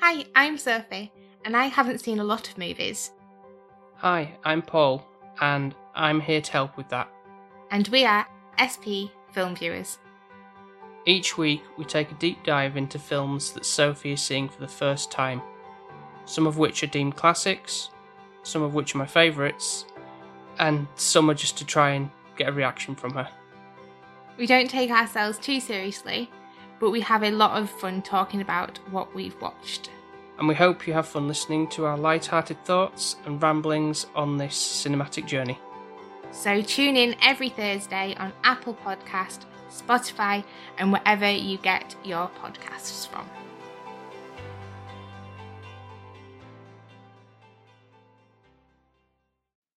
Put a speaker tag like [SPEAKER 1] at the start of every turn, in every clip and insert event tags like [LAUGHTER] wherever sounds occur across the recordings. [SPEAKER 1] Hi, I'm Sophie, and I haven't seen a lot of movies.
[SPEAKER 2] Hi, I'm Paul, and I'm here to help with that.
[SPEAKER 1] And we are SP Film Viewers.
[SPEAKER 2] Each week, we take a deep dive into films that Sophie is seeing for the first time, some of which are deemed classics, some of which are my favourites, and some are just to try and get a reaction from her.
[SPEAKER 1] We don't take ourselves too seriously, but we have a lot of fun talking about what we've watched.
[SPEAKER 2] And we hope you have fun listening to our light-hearted thoughts and ramblings on this cinematic journey.
[SPEAKER 1] So tune in every Thursday on Apple Podcast, Spotify, and wherever you get your podcasts from.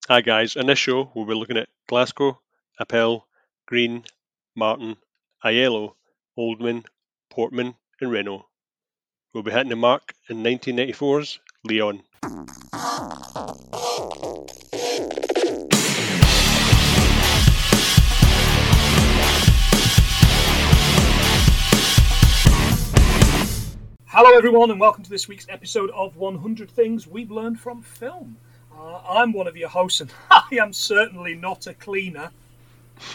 [SPEAKER 3] Hi guys, in this show we'll be looking at Glasgow, Appel, Green, Martin, Aiello, Oldman, Portman, and Renault. We'll be hitting the mark in 1994's Leon.
[SPEAKER 4] Hello, everyone, and welcome to this week's episode of 100 Things We've Learned from Film. Uh, I'm one of your hosts, and [LAUGHS] I am certainly not a
[SPEAKER 3] [LAUGHS]
[SPEAKER 4] cleaner.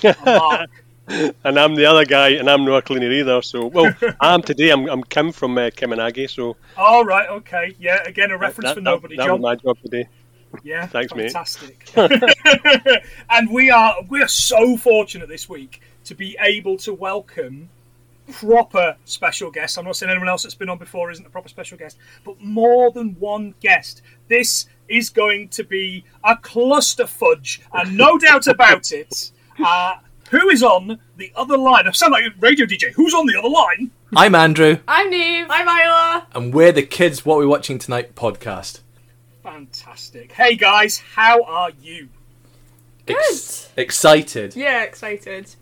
[SPEAKER 4] I'm Mark.
[SPEAKER 3] And I'm the other guy, and I'm not a cleaner either. So,
[SPEAKER 4] [LAUGHS]
[SPEAKER 3] well, I'm today. I'm, I'm Kim from uh, Kim and Aggie. So
[SPEAKER 4] All right, okay, yeah. Again, a reference
[SPEAKER 3] that,
[SPEAKER 4] for
[SPEAKER 3] that-
[SPEAKER 4] nobody,
[SPEAKER 3] that was
[SPEAKER 4] John.
[SPEAKER 3] my job today.
[SPEAKER 4] Yeah,
[SPEAKER 3] Thanks, mate.
[SPEAKER 4] fantastic. [LAUGHS] and we are we are so fortunate this week to be able to welcome proper special guests. I'm not saying anyone else that's been on before isn't a proper special guest, but more than one guest. This is going to be a cluster fudge, and
[SPEAKER 3] [LAUGHS]
[SPEAKER 4] no doubt about it. Uh, who is on the other line? I sound like a radio DJ. Who's on the other line?
[SPEAKER 5] I'm Andrew,
[SPEAKER 1] I'm Noob. I'm
[SPEAKER 5] and we're the Kids What We Watching Tonight podcast.
[SPEAKER 4] Fantastic. Hey guys, how are you?
[SPEAKER 5] Ex- excited.
[SPEAKER 6] Yeah, excited.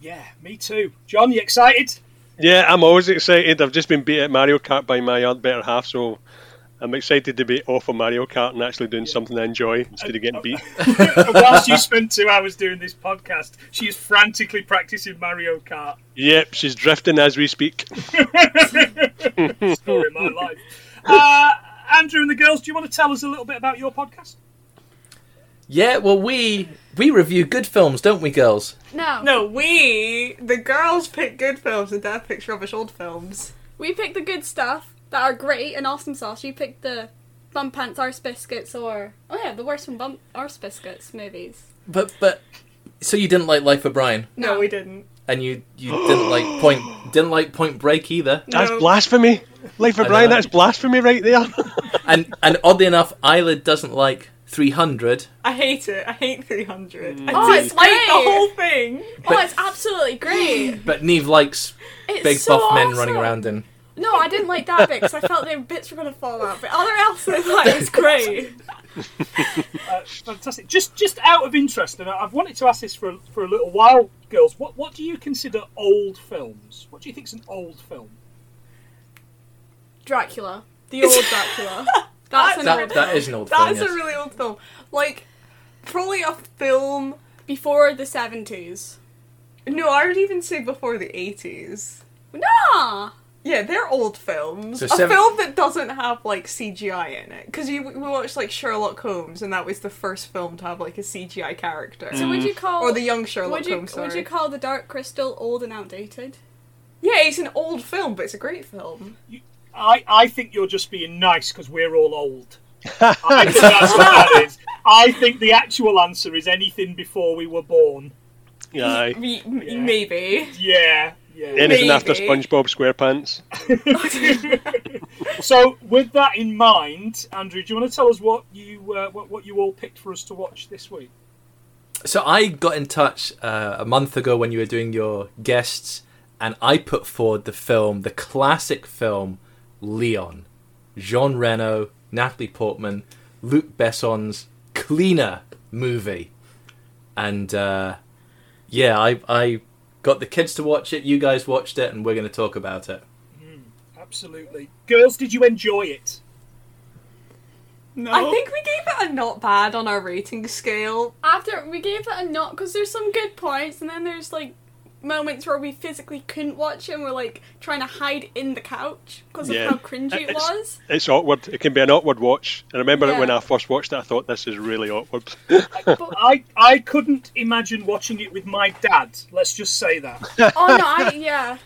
[SPEAKER 4] Yeah, me too. John, you excited?
[SPEAKER 3] Yeah, I'm always excited. I've just been beat at Mario Kart by my odd better half, so I'm excited to be off of Mario Kart and actually doing something I enjoy instead of
[SPEAKER 4] oh,
[SPEAKER 3] getting
[SPEAKER 4] [LAUGHS]
[SPEAKER 3] beat.
[SPEAKER 4] And whilst you spent two hours doing this podcast, she is frantically practicing Mario Kart.
[SPEAKER 3] yep, she's drifting as we speak.
[SPEAKER 4] Story of my life. Uh, Andrew and the girls, do you want to tell us a little bit about your podcast?
[SPEAKER 5] Yeah, well, we we review good films, don't we, girls?
[SPEAKER 6] No. No, we, the girls pick good films and Dad picks rubbish old films.
[SPEAKER 7] We pick the good stuff that are great and awesome sauce. You pick the Bump Pants Arse Biscuits or oh yeah, the worst from Bump Arse Biscuits movies.
[SPEAKER 5] But but so you didn't like Life of Brian,
[SPEAKER 6] No, we didn't.
[SPEAKER 5] and you you didn't
[SPEAKER 6] [GASPS]
[SPEAKER 5] like Point didn't like Point Break either,
[SPEAKER 3] That's
[SPEAKER 6] No.
[SPEAKER 3] blasphemy. Life of
[SPEAKER 5] I
[SPEAKER 3] Brian,
[SPEAKER 5] know.
[SPEAKER 3] that's blasphemy right [LAUGHS] there.
[SPEAKER 5] and and oddly enough, Eyelid doesn't like 300.
[SPEAKER 6] I hate it. I hate 300. I
[SPEAKER 7] Oh, it's
[SPEAKER 6] dislike the
[SPEAKER 7] great.
[SPEAKER 6] whole thing.
[SPEAKER 7] oh, it's absolutely
[SPEAKER 6] [GASPS]
[SPEAKER 7] great.
[SPEAKER 5] But Neve likes
[SPEAKER 7] It's
[SPEAKER 5] big
[SPEAKER 7] so
[SPEAKER 5] buff men
[SPEAKER 7] awesome.
[SPEAKER 5] running around in.
[SPEAKER 7] No, I didn't like that bit because I felt their bits were gonna fall out. But other
[SPEAKER 6] [LAUGHS]
[SPEAKER 7] else, I thought it was great.
[SPEAKER 4] Uh, fantastic. Just just out of interest, and I- I've wanted to ask this for a, for a little while, girls. What what do you consider old films? What do you think's an old film?
[SPEAKER 7] Dracula, the old
[SPEAKER 6] [LAUGHS]
[SPEAKER 7] Dracula. That's an
[SPEAKER 5] That
[SPEAKER 7] old
[SPEAKER 5] that
[SPEAKER 7] film.
[SPEAKER 5] is an old
[SPEAKER 6] That
[SPEAKER 5] film.
[SPEAKER 6] is
[SPEAKER 5] Yes.
[SPEAKER 6] a really old film. Like, probably a film.
[SPEAKER 7] before the seventies.
[SPEAKER 6] No, I would even say before the 80s.
[SPEAKER 7] Nah,
[SPEAKER 6] Yeah, they're old films.
[SPEAKER 5] So
[SPEAKER 6] a
[SPEAKER 5] seven-
[SPEAKER 6] film that doesn't have like CGI in it, because you we watched like Sherlock Holmes, and that was the first film to have like a CGI character,
[SPEAKER 7] so would you call
[SPEAKER 6] Mm. or the young Sherlock
[SPEAKER 7] would you
[SPEAKER 6] Holmes. Sorry.
[SPEAKER 7] would you call the Dark Crystal old and outdated?
[SPEAKER 6] Yeah, it's an old film, but it's a great film.
[SPEAKER 4] I, I think you're just being nice because we're all old. I think that's what that is. I think the actual answer is anything before we were born.
[SPEAKER 3] Aye.
[SPEAKER 6] [LAUGHS] Me- m- Maybe.
[SPEAKER 4] Yeah, yeah.
[SPEAKER 3] Anything after
[SPEAKER 6] Maybe.
[SPEAKER 3] SpongeBob SquarePants.
[SPEAKER 4] So, with that in mind, Andrew, do you want to tell us what you uh, what, what you all picked for us to watch this week?
[SPEAKER 5] So I got in touch uh, a month ago when you were doing your guests, and I put forward the film, the classic film, Leon, Jean Reno, Natalie Portman, Luc Besson's cleaner movie, and uh, yeah, I I got the kids to watch it. You guys watched it, and we're going to talk about it.
[SPEAKER 4] Absolutely, girls, did you enjoy it?
[SPEAKER 6] No. I think we gave it a not bad on our rating scale.
[SPEAKER 7] After we gave it a not because there's some good points and then there's like moments where we physically couldn't watch it and we're like trying to hide in the couch because
[SPEAKER 3] Yeah.
[SPEAKER 7] of how cringy
[SPEAKER 3] [LAUGHS]
[SPEAKER 7] it
[SPEAKER 3] It's-
[SPEAKER 7] was.
[SPEAKER 3] It's awkward. It can be an awkward watch. I remember it when
[SPEAKER 7] Yeah.
[SPEAKER 3] I first watched it. I thought this is really awkward.
[SPEAKER 4] I, I couldn't imagine watching it with my dad. Let's just say that.
[SPEAKER 7] oh no, I,
[SPEAKER 3] [LAUGHS]
[SPEAKER 7] yeah.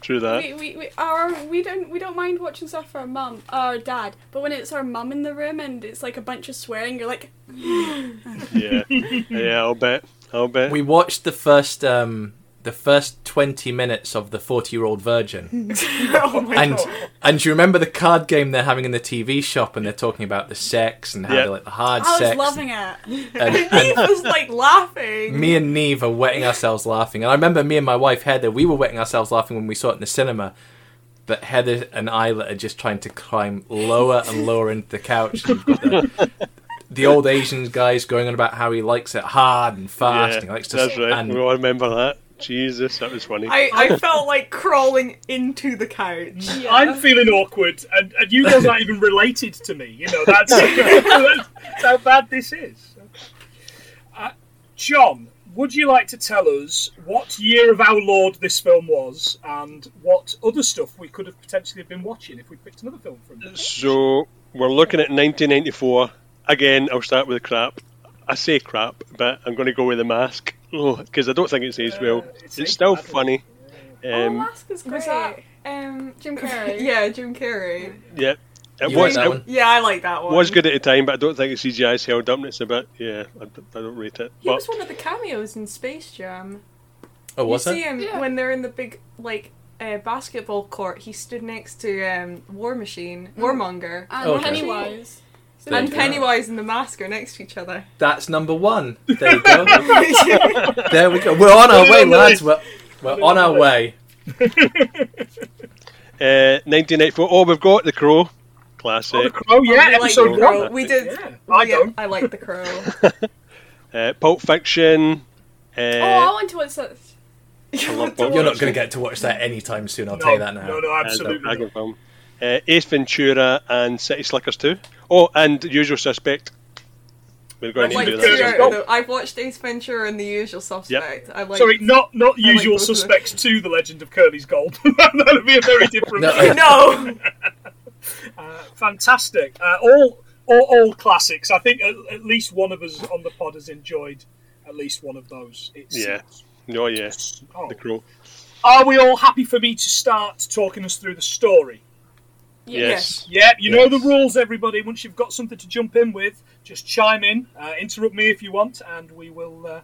[SPEAKER 3] True that.
[SPEAKER 7] We, we, we, our, we don't we don't mind watching stuff for our mum, our dad, but when it's our mum in the room and it's like a bunch of swearing, you're like,
[SPEAKER 3] Yeah, yeah. I'll bet. I'll bet.
[SPEAKER 5] We watched the first um, the first twenty minutes of the Forty Year Old Virgin, [LAUGHS]
[SPEAKER 6] oh my
[SPEAKER 5] and
[SPEAKER 6] god.
[SPEAKER 5] and do you remember the card game they're having in the TV shop, and they're talking about the sex and how
[SPEAKER 3] Yeah.
[SPEAKER 5] they like the hard
[SPEAKER 7] I was
[SPEAKER 5] sex.
[SPEAKER 7] loving it.
[SPEAKER 5] and-
[SPEAKER 6] He
[SPEAKER 5] and
[SPEAKER 6] was like laughing.
[SPEAKER 5] me and Neve are wetting ourselves laughing, and I remember me and my wife Heather, we were wetting ourselves laughing when we saw it in the cinema. But Heather and Isla are just trying to climb lower and lower into the couch. And you've got the, the old Asian guy's going on about how he likes it hard and fast.
[SPEAKER 3] yeah,
[SPEAKER 5] and he likes to
[SPEAKER 3] that's right.
[SPEAKER 5] and-
[SPEAKER 3] we all remember that. Jesus, that was funny.
[SPEAKER 6] I, I felt like crawling into the couch.
[SPEAKER 4] I'm feeling awkward, and, and you guys aren't even related to me. You know, that's, [LAUGHS] that's how bad this is. Uh, John, would you like to tell us what year of our Lord this film was and what other stuff we could have potentially been watching if we picked another film from it?
[SPEAKER 3] So we're looking at 1994. Again, I'll start with the crap. I say crap, but I'm going to go with the mask because I don't think it says well.
[SPEAKER 4] it's
[SPEAKER 3] It's,
[SPEAKER 4] aged
[SPEAKER 3] still
[SPEAKER 4] badly.
[SPEAKER 3] funny.
[SPEAKER 7] Oh,
[SPEAKER 3] Um,
[SPEAKER 7] Alaska's great.
[SPEAKER 6] Was that um
[SPEAKER 7] Jim
[SPEAKER 6] [LAUGHS]
[SPEAKER 7] Carrey.
[SPEAKER 6] Yeah, Jim Carrey.
[SPEAKER 3] yeah, it
[SPEAKER 5] You
[SPEAKER 3] was.
[SPEAKER 5] like that
[SPEAKER 3] it
[SPEAKER 5] one?
[SPEAKER 6] Yeah, I like that one.
[SPEAKER 3] was good at the time, but I don't think the CGI's held up. And it's a bit, yeah, I, d- I don't rate it.
[SPEAKER 6] He
[SPEAKER 3] But
[SPEAKER 6] was one of the cameos in Space Jam.
[SPEAKER 5] oh, was
[SPEAKER 6] you
[SPEAKER 5] it?
[SPEAKER 6] see him
[SPEAKER 7] Yeah.
[SPEAKER 6] when they're in the big like uh, basketball court. He stood next to um, War Machine,
[SPEAKER 4] Mm.
[SPEAKER 6] Warmonger,
[SPEAKER 7] And
[SPEAKER 5] Okay.
[SPEAKER 7] Pennywise.
[SPEAKER 5] There you
[SPEAKER 6] and
[SPEAKER 5] go.
[SPEAKER 6] Pennywise and the Mask are next to each other.
[SPEAKER 5] That's number one. There you go. there we go. We're on our way, lads. We're, we're on our way.
[SPEAKER 3] uh, 1994. Oh, we've got the Crow, classic.
[SPEAKER 4] Oh, the Crow, yeah,
[SPEAKER 6] I like the
[SPEAKER 4] episode
[SPEAKER 6] crow.
[SPEAKER 4] one.
[SPEAKER 6] We did.
[SPEAKER 4] Yeah, I
[SPEAKER 6] yeah,
[SPEAKER 4] don't.
[SPEAKER 6] I like
[SPEAKER 4] [LAUGHS]
[SPEAKER 6] the crow.
[SPEAKER 3] uh, Pulp Fiction. Uh,
[SPEAKER 7] Oh, I want to watch that.
[SPEAKER 3] I
[SPEAKER 6] [LAUGHS]
[SPEAKER 3] love Pulp
[SPEAKER 5] You're not
[SPEAKER 3] Fiction.
[SPEAKER 5] going to get to watch that anytime soon. I'll
[SPEAKER 4] No,
[SPEAKER 5] tell you that now.
[SPEAKER 4] no, no,
[SPEAKER 3] Uh, it's a
[SPEAKER 4] absolutely.
[SPEAKER 3] dragon
[SPEAKER 4] not.
[SPEAKER 3] film. Uh, Ace Ventura and City Slickers 2. Oh, and Usual Suspect. We're going
[SPEAKER 6] I
[SPEAKER 3] to
[SPEAKER 6] like
[SPEAKER 3] do
[SPEAKER 4] Ventura.
[SPEAKER 3] that.
[SPEAKER 4] Yeah.
[SPEAKER 3] as well.
[SPEAKER 6] the, I've watched Ace Ventura and The Usual Suspect. I like.
[SPEAKER 4] Sorry, not not
[SPEAKER 6] like
[SPEAKER 4] usual
[SPEAKER 6] both of them.
[SPEAKER 4] suspects to the Legend of Curly's Gold. [LAUGHS] that would be a very different.
[SPEAKER 5] No,
[SPEAKER 4] film.
[SPEAKER 6] [LAUGHS] No.
[SPEAKER 4] Fantastic. Uh, all, all all classics. I think at, at least one of us on the pod has enjoyed at least one of those. It's,
[SPEAKER 3] Yeah. Oh, yeah.
[SPEAKER 4] Oh.
[SPEAKER 3] The Crow.
[SPEAKER 4] Are we all happy for me to start talking us through the story?
[SPEAKER 3] Yes.
[SPEAKER 4] Yeah, you know
[SPEAKER 5] Yes.
[SPEAKER 4] the rules, everybody. Once you've got something to jump in with, just chime in, uh, interrupt me if you want, and we will uh,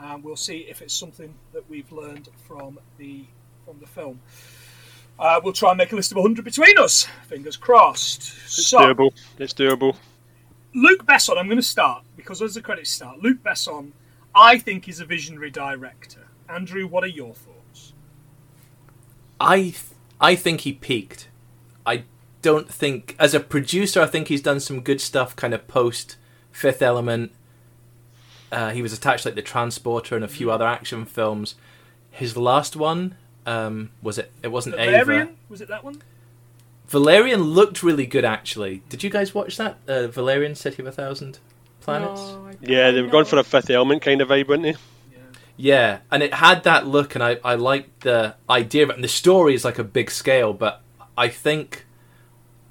[SPEAKER 4] uh, we'll see if it's something that we've learned from the from the film. Uh, we'll try and make a list of 100 between us. Fingers crossed.
[SPEAKER 3] It's
[SPEAKER 4] so,
[SPEAKER 3] doable. It's doable.
[SPEAKER 4] Luke Besson, I'm going to start because as the credits start, Luke Besson, I think, is a visionary director. Andrew, what are your thoughts?
[SPEAKER 5] I th- I think he peaked. I don't think as a producer, I think he's done some good stuff, kind of post Fifth Element. Uh, he was attached like the Transporter and a
[SPEAKER 4] Mm.
[SPEAKER 5] few other action films. His last one um, was it? It wasn't Ava.
[SPEAKER 4] Valerian? Was it that one?
[SPEAKER 5] Valerian looked really good, actually. Did you guys watch that? Uh, Valerian City of a Thousand Planets.
[SPEAKER 7] Oh,
[SPEAKER 6] No, I-
[SPEAKER 3] Yeah, they were going for a fifth element kind of vibe, weren't they?
[SPEAKER 5] Yeah, and it had that look, and I, I liked the idea of it. And the story is like a big scale, but I think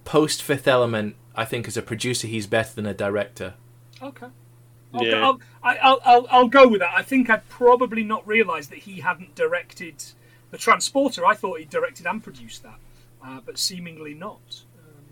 [SPEAKER 5] post Fifth Element, I think as a producer, he's better than a director.
[SPEAKER 4] Okay. I'll,
[SPEAKER 3] Yeah.
[SPEAKER 4] go, I'll, I- I'll, I'll, I'll go with that. I think I'd probably not realised that he hadn't directed The Transporter. I thought he directed and produced that, uh, but seemingly not. Um,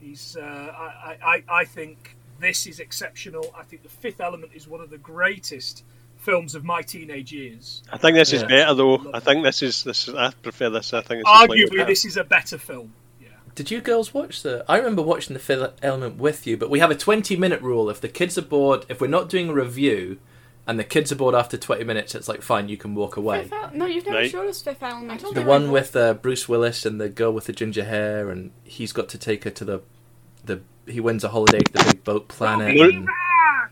[SPEAKER 4] he's, uh, I, I, I- I think this is exceptional. I think The Fifth Element is one of the greatest films of my teenage years.
[SPEAKER 3] I think this is
[SPEAKER 5] Yeah.
[SPEAKER 3] better though. I think this is this is. I prefer this. I think it's slightly
[SPEAKER 4] Arguably,
[SPEAKER 3] better.
[SPEAKER 4] this is a better film. Yeah.
[SPEAKER 5] Did you girls watch the? I remember watching the Fifth Element with you, but we have a twenty-minute rule. If the kids are bored, if we're not doing a review, and the kids are bored after twenty minutes, it's like fine, you can walk away.
[SPEAKER 7] Fifth Ele- no, you've never
[SPEAKER 3] Right.
[SPEAKER 7] showed us Fifth Element.
[SPEAKER 5] The one with uh, Bruce Willis and the girl with the ginger hair, and he's got to take her to the, the he wins a holiday to the big boat planet.
[SPEAKER 3] Lou-
[SPEAKER 5] and-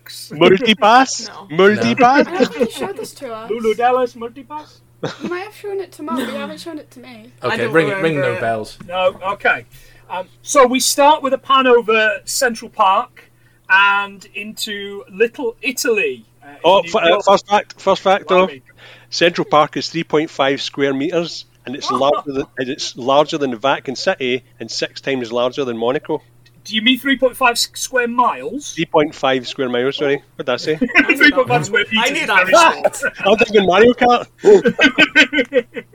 [SPEAKER 4] Max!
[SPEAKER 3] Multipass?
[SPEAKER 6] No.
[SPEAKER 3] Multipass?
[SPEAKER 7] I don't think you showed this to
[SPEAKER 5] [LAUGHS]
[SPEAKER 4] [LAUGHS]
[SPEAKER 7] us.
[SPEAKER 4] Lulu Dallas Multipass?
[SPEAKER 7] You might have shown it to Mum, but you haven't shown it to me.
[SPEAKER 6] I
[SPEAKER 5] Okay,
[SPEAKER 6] don't
[SPEAKER 5] ring ring
[SPEAKER 6] remember
[SPEAKER 5] no
[SPEAKER 6] it.
[SPEAKER 5] bells.
[SPEAKER 4] No, okay. Um, so we start with a pan over Central Park and into Little Italy. Uh, in
[SPEAKER 3] Oh,
[SPEAKER 4] New
[SPEAKER 3] f- uh,
[SPEAKER 4] York.
[SPEAKER 3] first fact. First fact though.
[SPEAKER 4] Blimey.
[SPEAKER 3] Central Park is 3.5 square meters, and it's larger than and it's larger than Vatican City and six times larger than Monaco.
[SPEAKER 4] Do you mean 3.5 s- square miles?
[SPEAKER 3] 3.5 square miles. Sorry, what did I say?
[SPEAKER 4] [LAUGHS] 3.5 square meters.
[SPEAKER 6] I knew
[SPEAKER 4] is [LAUGHS]
[SPEAKER 6] that.
[SPEAKER 4] very small.
[SPEAKER 3] I'm thinking Mario Kart.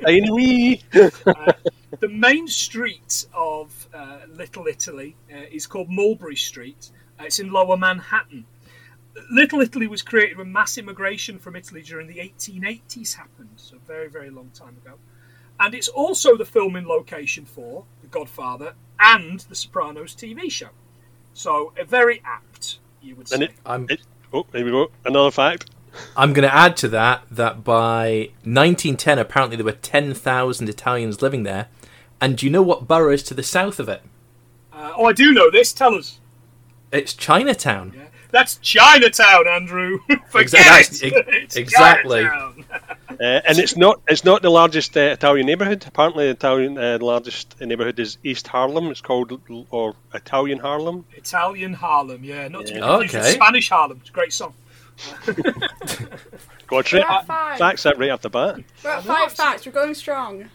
[SPEAKER 3] Tiny wee.
[SPEAKER 4] the main street of uh, Little Italy uh, is called Mulberry Street. Uh, it's in Lower Manhattan. Little Italy was created when mass immigration from Italy during the 1880s happened, so a very, very long time ago. And it's also the filming location for The Godfather and The Sopranos TV show. So a very apt, you would say.
[SPEAKER 3] And it,
[SPEAKER 5] I'm
[SPEAKER 3] it, oh, there we go. Another fact.
[SPEAKER 5] I'm going to add to that that by 1910, apparently there were 10,000 Italians living there. And do you know what borough is to the south of it?
[SPEAKER 4] Uh, oh, I do know this. Tell us.
[SPEAKER 5] It's Chinatown.
[SPEAKER 4] Yeah. That's Chinatown, Andrew. [LAUGHS] Forget
[SPEAKER 5] Exact-
[SPEAKER 4] it.
[SPEAKER 5] that's- e-
[SPEAKER 4] It's
[SPEAKER 5] exactly.
[SPEAKER 4] Chinatown.
[SPEAKER 3] Uh, and it's not it's not the largest uh, Italian neighborhood. Apparently, the Italian uh, largest neighborhood is East Harlem. It's called L- or Italian Harlem.
[SPEAKER 4] Italian Harlem, yeah, not to be
[SPEAKER 3] Yeah.
[SPEAKER 4] confused with
[SPEAKER 5] Okay.
[SPEAKER 4] Spanish Harlem. It's a great song.
[SPEAKER 3] Got it.
[SPEAKER 7] High five.
[SPEAKER 3] Facts that right off the bat.
[SPEAKER 7] We're at five facts. We're going [LAUGHS] strong.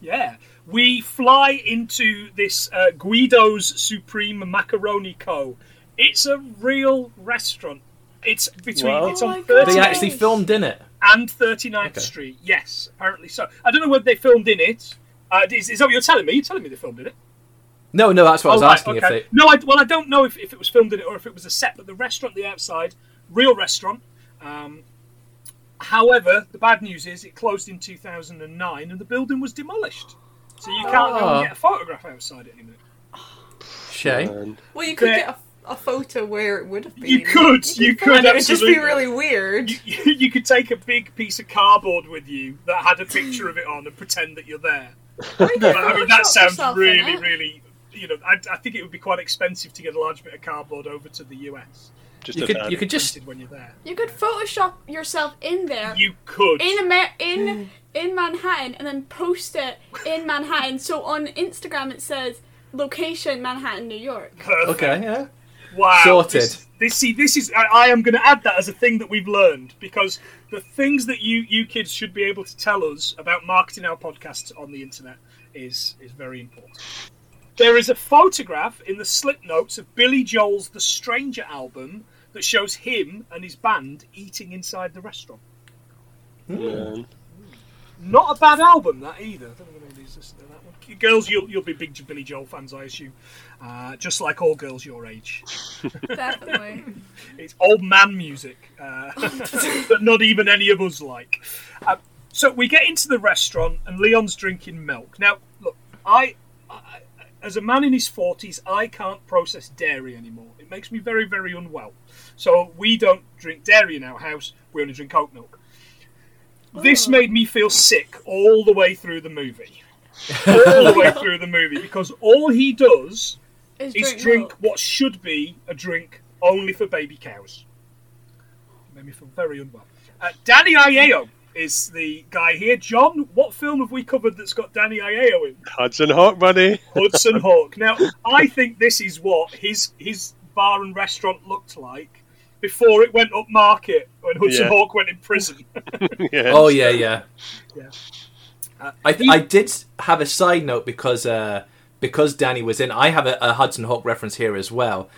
[SPEAKER 4] Yeah, we fly into this uh, Guido's Supreme Macaroni Co. It's a real restaurant. It's between
[SPEAKER 3] Wow.
[SPEAKER 4] it's
[SPEAKER 6] Oh
[SPEAKER 4] on
[SPEAKER 6] my God.
[SPEAKER 5] They
[SPEAKER 4] 39th
[SPEAKER 5] actually filmed in it.
[SPEAKER 4] and 39th
[SPEAKER 5] Okay.
[SPEAKER 4] Street. Yes, apparently so. I don't know whether they filmed in it. Uh, is, is that what you're telling me? You're telling me they filmed in it?
[SPEAKER 5] No, no, that's what I was
[SPEAKER 4] Oh, right,
[SPEAKER 5] asking
[SPEAKER 4] okay.
[SPEAKER 5] if they.
[SPEAKER 4] No, I, well, I don't know if, if it was filmed in it or if it was a set, but the restaurant, the outside, real restaurant. Um, however, the bad news is it closed in 2009 and the building was demolished. So you can't go
[SPEAKER 5] Ah.
[SPEAKER 4] and get a photograph outside it anymore.
[SPEAKER 5] Shame.
[SPEAKER 3] And
[SPEAKER 6] Well, you could
[SPEAKER 4] Yeah.
[SPEAKER 6] get a, a photo where it would have been.
[SPEAKER 4] You could, you could,
[SPEAKER 6] and it would just be
[SPEAKER 4] absolutely.
[SPEAKER 6] really weird.
[SPEAKER 4] You, [LAUGHS] you could take a big piece of cardboard with you that had a picture of it on and pretend that you're there. I mean, that sounds really, really. You know, I, I think it would be quite expensive to get a large bit of cardboard over to the US
[SPEAKER 3] just
[SPEAKER 5] You
[SPEAKER 3] a
[SPEAKER 5] could,
[SPEAKER 3] tad.
[SPEAKER 5] you could just.
[SPEAKER 4] when you're there.
[SPEAKER 7] You could Photoshop yourself in there
[SPEAKER 4] You could.
[SPEAKER 7] in Amer- in in Manhattan and then post it in Manhattan. So on Instagram it says location Manhattan, New York.
[SPEAKER 4] Perfect.
[SPEAKER 5] Okay, yeah.
[SPEAKER 4] Wow.
[SPEAKER 5] Sorted.
[SPEAKER 4] This, this- see, this is. I, I am going to add that as a thing that we've learned because the things that you you kids should be able to tell us about marketing our podcasts on the internet is is very important. There is a photograph in the slip notes of Billy Joel's The Stranger album that shows him and his band eating inside the restaurant.
[SPEAKER 3] And
[SPEAKER 4] Not a bad album, that either. I don't know whether he's listening to that one. Girls, you'll, you'll be big Billy Joel fans, I assume. Uh, just like all girls your age.
[SPEAKER 7] Definitely.
[SPEAKER 4] [LAUGHS] It's old man music uh, that not even any of us like. Uh, so we get into the restaurant, and Leon's drinking milk. Now, look, I, I as a man in his forties, I can't process dairy anymore. It makes me very, very unwell. So we don't drink dairy in our house. We only drink oat milk. This made me feel sick all the way through the movie. all the way through the movie because all he does
[SPEAKER 7] Is
[SPEAKER 4] is
[SPEAKER 7] drink,
[SPEAKER 4] drink
[SPEAKER 7] milk.
[SPEAKER 4] what should be a drink only for baby cows. Made me feel very unwell. Uh, Danny Aiello is the guy here. John, what film have we covered that's got Danny Aiello in?
[SPEAKER 3] Hudson Hawk, buddy. [LAUGHS]
[SPEAKER 4] Hudson
[SPEAKER 5] [LAUGHS]
[SPEAKER 4] Hawk. Now, I think this is what his his bar and restaurant looked like before it went up market when Hudson
[SPEAKER 3] Yeah.
[SPEAKER 4] Hawk went in
[SPEAKER 5] [LAUGHS]
[SPEAKER 4] prison.
[SPEAKER 3] yeah.
[SPEAKER 5] Oh yeah, yeah.
[SPEAKER 4] Yeah.
[SPEAKER 5] I I did have a side note because uh, because Danny was in. I have a, a Hudson Hawk reference here as well.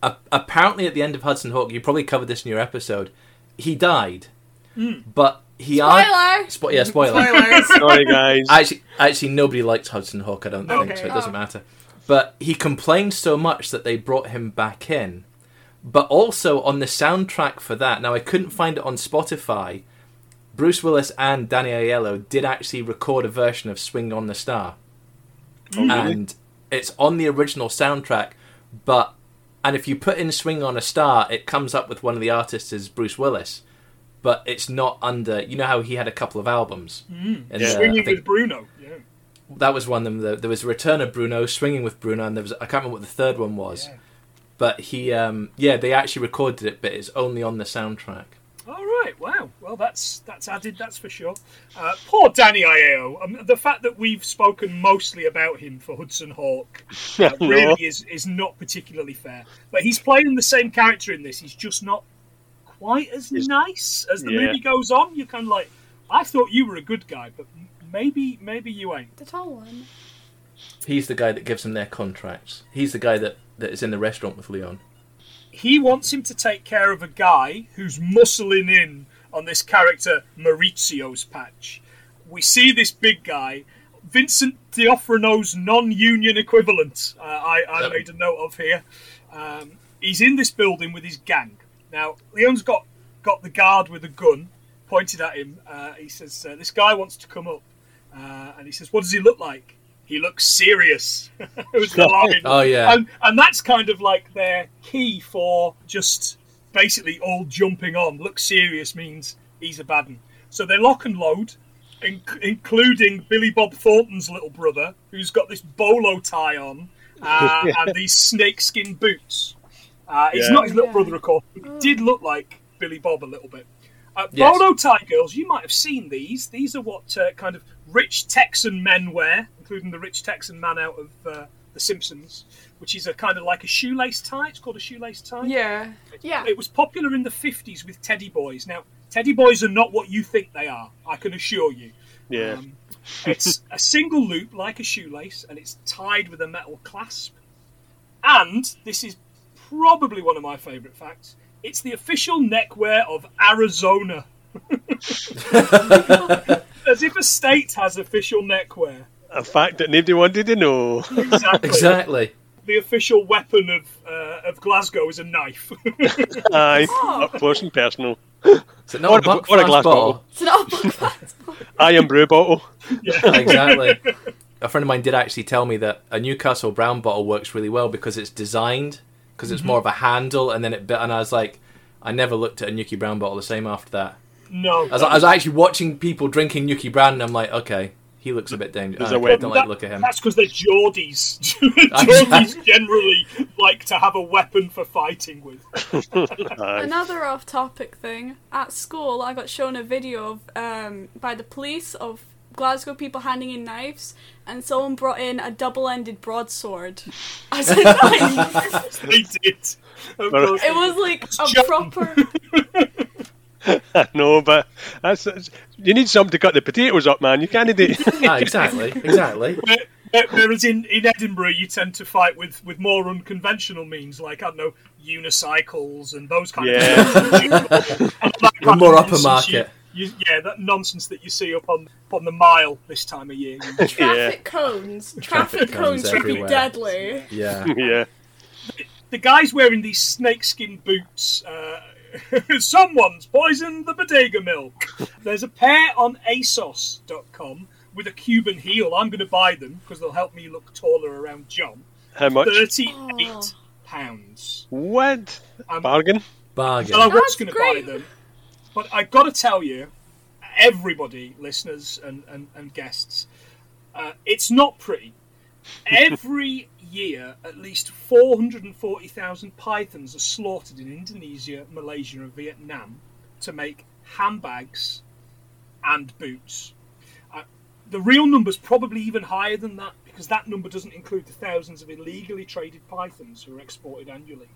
[SPEAKER 5] A- apparently, at the end of Hudson Hawk, you probably covered this in your episode. He died, but he
[SPEAKER 7] Spoiler!
[SPEAKER 5] Spo- yeah,
[SPEAKER 6] [LAUGHS]
[SPEAKER 5] spoiler.
[SPEAKER 4] [LAUGHS]
[SPEAKER 6] Spoilers.
[SPEAKER 3] Sorry,
[SPEAKER 5] [LAUGHS]
[SPEAKER 3] guys.
[SPEAKER 5] Actually, actually, nobody likes Hudson Hawk. I don't think so. It
[SPEAKER 6] Okay.
[SPEAKER 5] doesn't matter. But he complained so much that they brought him back in. But also on the soundtrack for that, now I couldn't find it on Spotify. Bruce Willis and Danny Aiello did actually record a version of "Swing on the Star," and it's on the original soundtrack. But and if you put in "Swing on a Star," it comes up with one of the artists as Bruce Willis, but it's not under. You know how he had a couple of albums. in the- I
[SPEAKER 4] Swinging
[SPEAKER 5] think-
[SPEAKER 4] with Bruno. Yeah.
[SPEAKER 5] that was one of them. that- There was Return of Bruno, Swinging with Bruno, and there was I can't remember what the third one was.
[SPEAKER 4] Yeah.
[SPEAKER 5] But he, um, yeah, they actually recorded it, but it's only on the soundtrack.
[SPEAKER 4] All right. Wow. Well, that's that's added. That's for sure. Uh, poor Danny Iao. Um, the fact that we've spoken mostly about him for Hudson Hawk uh,
[SPEAKER 3] [LAUGHS] No.
[SPEAKER 4] really is is not particularly fair. But he's playing the same character in this. He's just not quite as nice as the
[SPEAKER 3] Yeah.
[SPEAKER 4] movie goes on. You're kind of like, I thought you were a good guy, but m- maybe maybe you ain't.
[SPEAKER 7] The tall one.
[SPEAKER 5] He's the guy that gives them their contracts. He's the guy that, that is in the restaurant with Leon.
[SPEAKER 4] He wants him to take care of a guy who's muscling in on this character Maurizio's patch. We see this big guy, Vincent Theophranos' non-union equivalent. Uh, I, I
[SPEAKER 5] Yep.
[SPEAKER 4] made a note of here. Um, he's in this building with his gang. Now Leon's got got the guard with a gun pointed at him. Uh, he says, uh, "This guy wants to come up," uh, and he says, "What does he look like?" He looks serious. [LAUGHS] it was the line.
[SPEAKER 5] Oh, yeah.
[SPEAKER 4] And, and that's kind of like their key for just basically all jumping on. Look serious means he's a bad one. So they lock and load, in- including Billy Bob Thornton's little brother, who's got this bolo tie on
[SPEAKER 5] [LAUGHS]
[SPEAKER 4] uh, and these snakeskin boots. Uh, he's
[SPEAKER 3] Yeah.
[SPEAKER 4] not his little
[SPEAKER 6] Yeah.
[SPEAKER 4] brother, of course, but he did look like Billy Bob a little bit. Uh,
[SPEAKER 5] Yes.
[SPEAKER 4] Bolo tie girls, you might have seen these. These are what uh, kind of rich Texan men wear, including the rich Texan man out of uh, The Simpsons, which is a kind of like a shoelace tie. It's called a shoelace tie.
[SPEAKER 6] Yeah.
[SPEAKER 7] Yeah.
[SPEAKER 4] It was popular in the 50s with teddy boys. Now, teddy boys are not what you think they are, I can assure you.
[SPEAKER 3] Yeah.
[SPEAKER 4] Um, it's a single loop like a shoelace, and it's tied with a metal clasp. And this is probably one of my favourite facts. It's the official neckwear of
[SPEAKER 5] [LAUGHS]
[SPEAKER 4] Arizona, as if a state has official neckwear.
[SPEAKER 3] a fact that nobody wanted to know.
[SPEAKER 4] Exactly.
[SPEAKER 5] exactly.
[SPEAKER 4] The official weapon of uh, of Glasgow is a knife. [LAUGHS]
[SPEAKER 3] Aye, up close and personal.
[SPEAKER 5] Is it not
[SPEAKER 3] Or
[SPEAKER 5] a
[SPEAKER 3] a-
[SPEAKER 5] buck
[SPEAKER 3] or a
[SPEAKER 5] fans
[SPEAKER 3] glass
[SPEAKER 5] bottle?
[SPEAKER 7] It's not a book fast.
[SPEAKER 3] I am brew bottle. [LAUGHS]
[SPEAKER 5] exactly. A friend of mine did actually tell me that a Newcastle brown bottle works really well because it's designed because
[SPEAKER 3] Mm-hmm.
[SPEAKER 5] it's more of a handle, and then it bit. And I was like, I never looked at a Nuki brown bottle the same after that.
[SPEAKER 4] no,
[SPEAKER 5] I was, I was actually watching people drinking Nuki brown, and I'm like, okay, he looks a bit dangerous.
[SPEAKER 3] There's a
[SPEAKER 5] I
[SPEAKER 3] way-
[SPEAKER 5] don't like
[SPEAKER 4] That-
[SPEAKER 5] the look at
[SPEAKER 4] [LAUGHS]
[SPEAKER 5] him.
[SPEAKER 4] That's because they're
[SPEAKER 5] [LAUGHS]
[SPEAKER 4] Geordies. Geordies generally like to have a weapon for fighting with.
[SPEAKER 7] [LAUGHS]
[SPEAKER 3] Aye.
[SPEAKER 7] Another off topic thing. At school, I got shown a video of, um, by the police of Glasgow people handing in knives, and someone brought in a double ended broadsword [LAUGHS] as a knife.
[SPEAKER 4] [LAUGHS] They did. Of
[SPEAKER 5] uh,
[SPEAKER 3] Well,
[SPEAKER 4] course.
[SPEAKER 7] it was like a
[SPEAKER 4] John.
[SPEAKER 7] proper.
[SPEAKER 3] no, but that's, that's- you need something to cut the potatoes up, man. You can't do [LAUGHS] it.
[SPEAKER 5] Ah, exactly, exactly.
[SPEAKER 4] Where- Whereas in, in Edinburgh, you tend to fight with, with more unconventional means, like, I don't know, unicycles and those kind
[SPEAKER 3] Yeah.
[SPEAKER 4] of things.
[SPEAKER 5] [LAUGHS]
[SPEAKER 4] And that kind
[SPEAKER 5] We're
[SPEAKER 4] of
[SPEAKER 5] more upper
[SPEAKER 4] nonsense
[SPEAKER 5] market.
[SPEAKER 4] You, you, yeah, that nonsense that you see up on, up on the mile this time of year.
[SPEAKER 7] Traffic cones. Traffic,
[SPEAKER 5] Traffic cones
[SPEAKER 7] cones, would be
[SPEAKER 5] everywhere.
[SPEAKER 7] deadly.
[SPEAKER 5] Yeah,
[SPEAKER 3] yeah.
[SPEAKER 4] the guy's wearing these snakeskin boots. Uh, [LAUGHS] someone's poisoned the bodega milk. There's a pair on ASOS.com with a Cuban heel. I'm going to buy them because they'll help me look taller around John.
[SPEAKER 3] How much?
[SPEAKER 4] Thirty-eight
[SPEAKER 7] Oh.
[SPEAKER 4] pounds.
[SPEAKER 3] What?
[SPEAKER 4] Um,
[SPEAKER 3] Bargain?
[SPEAKER 5] bargain.
[SPEAKER 4] Well, I was
[SPEAKER 7] That's
[SPEAKER 4] going to buy
[SPEAKER 7] great.
[SPEAKER 4] them, but I got to tell you, everybody, listeners and and, and guests, uh, it's not pretty.
[SPEAKER 7] [LAUGHS]
[SPEAKER 4] Every year, at least four hundred and forty thousand pythons are slaughtered in Indonesia, Malaysia, and Vietnam to make handbags and boots. Uh, the real number's probably even higher than that because that number doesn't include the thousands of illegally traded pythons who are exported annually.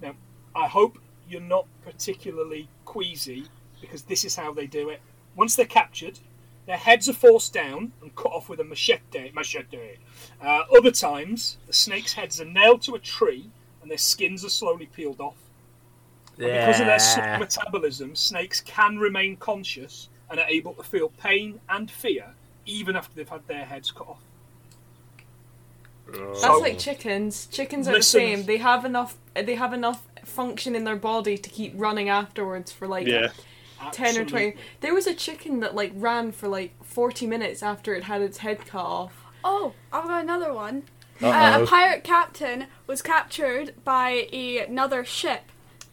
[SPEAKER 4] Now, I hope you're not particularly queasy because this is how they do it. Once they're captured, their heads are forced down and cut off with a machete. Machete. Uh, other times, the snake's heads are nailed to a tree and their skins are slowly peeled off. And because of their slow
[SPEAKER 5] Yeah.
[SPEAKER 4] metabolism, snakes can remain conscious and are able to feel pain and fear even after they've had their heads cut off.
[SPEAKER 6] That's like chickens. Chickens are
[SPEAKER 4] Listen.
[SPEAKER 6] the same. They have enough. They have enough function in their body to keep running afterwards for like
[SPEAKER 3] Yeah.
[SPEAKER 6] 10 or 20
[SPEAKER 4] Absolutely.
[SPEAKER 6] there was a chicken that like ran for like 40 minutes after it had its head cut off
[SPEAKER 7] Oh, I've got another one. Uh,
[SPEAKER 5] Uh-oh.
[SPEAKER 7] a pirate captain was captured by a, another ship,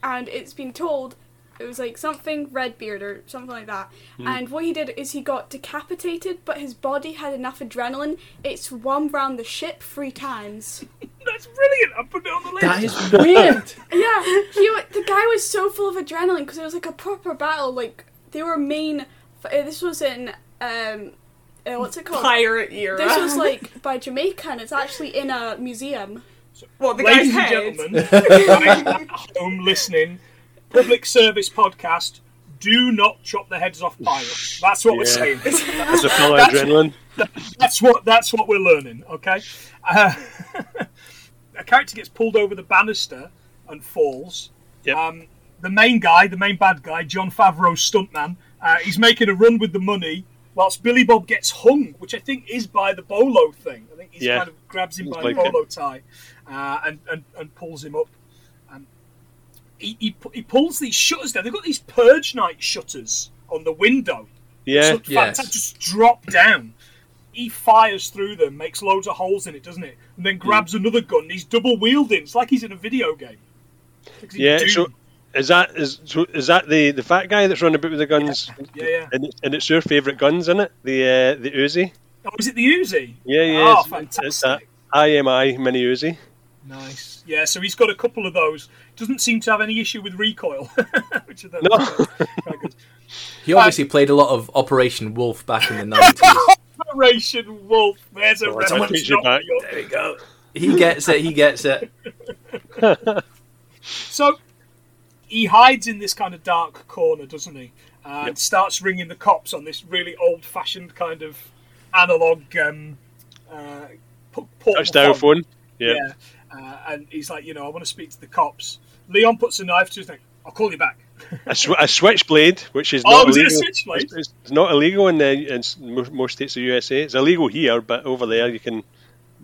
[SPEAKER 7] and it's been told it was like something Redbeard or something like that. And what he did is he got decapitated, but his body had enough adrenaline. It swum round the ship three times.
[SPEAKER 4] That's brilliant. I put it on the list.
[SPEAKER 5] That is weird.
[SPEAKER 7] yeah, he, wa- the guy was so full of adrenaline because it was like a proper battle. Like they were main. f- uh, This was in um, uh, what's it called?
[SPEAKER 6] pirate era
[SPEAKER 7] This [LAUGHS] was like by Jamaica, and it's actually in a museum.
[SPEAKER 6] what
[SPEAKER 4] [LAUGHS]
[SPEAKER 6] the
[SPEAKER 4] Ladies
[SPEAKER 6] guy's
[SPEAKER 4] and gentlemen,
[SPEAKER 6] head
[SPEAKER 4] if you're at home listening, public service podcast. do not chop the heads off pirates. That's what we're
[SPEAKER 3] Yeah.
[SPEAKER 4] saying.
[SPEAKER 3] As
[SPEAKER 4] [LAUGHS]
[SPEAKER 3] a fellow adrenaline,
[SPEAKER 4] That's what that's what we're learning. Okay, uh, [LAUGHS] a character gets pulled over the banister and falls.
[SPEAKER 3] Yep.
[SPEAKER 4] Um, the main guy, the main bad guy, John Favreau's stuntman, uh, he's making a run with the money, whilst Billy Bob gets hung, which I think is by the bolo thing. I think he
[SPEAKER 3] Yeah.
[SPEAKER 4] kind of grabs him
[SPEAKER 3] He's
[SPEAKER 4] by the
[SPEAKER 3] like it.
[SPEAKER 4] bolo tie uh, and, and and pulls him up. Um, he, he pu- he pulls these shutters down. They've got these purge night shutters on the window
[SPEAKER 3] yeah,
[SPEAKER 4] so
[SPEAKER 5] yes.
[SPEAKER 4] Fanta just drop down. He fires through them, makes loads of holes in it, doesn't it? And then grabs
[SPEAKER 3] Mm.
[SPEAKER 4] another gun. And he's double wielding. It's like he's in a video game. Like he's
[SPEAKER 3] yeah.
[SPEAKER 4] Doom.
[SPEAKER 3] So is that is so is that the the fat guy that's running about with the guns?
[SPEAKER 4] yeah, yeah.
[SPEAKER 3] And, and it's your favourite guns, isn't it? The uh, the Uzi.
[SPEAKER 4] Oh, is it the Uzi?
[SPEAKER 3] Yeah, yeah.
[SPEAKER 4] Oh,
[SPEAKER 3] it's-
[SPEAKER 4] fantastic.
[SPEAKER 3] It's that IMI mini Uzi.
[SPEAKER 4] Nice. Yeah, so he's got a couple of those. Doesn't seem to have any issue with recoil. [LAUGHS] which are the,
[SPEAKER 3] No. [LAUGHS]
[SPEAKER 4] quite good.
[SPEAKER 5] He obviously played a lot of Operation Wolf back in the 90s.
[SPEAKER 4] Operation Wolf. There's a
[SPEAKER 3] Oh,
[SPEAKER 4] reference.
[SPEAKER 3] someone takes you
[SPEAKER 4] not
[SPEAKER 3] back.
[SPEAKER 4] yours.
[SPEAKER 5] there we go. He gets it, he gets it.
[SPEAKER 4] So he hides in this kind of dark corner, doesn't he? And starts ringing the cops on this really old-fashioned kind of analog um, uh, po- portable
[SPEAKER 3] Touchdown phone.
[SPEAKER 4] phone.
[SPEAKER 3] Yeah.
[SPEAKER 4] Yeah, uh, and he's like, you know, I want to speak to the cops. Leon puts a knife to his neck. I'll call you back.
[SPEAKER 3] A, sw- a switchblade, which is
[SPEAKER 4] Oh,
[SPEAKER 3] not
[SPEAKER 4] was it a
[SPEAKER 3] illegal.
[SPEAKER 4] switchblade?
[SPEAKER 3] It's, it's- it's not illegal in, the, in s- mo- most states of USA. It's illegal here, but over there you can.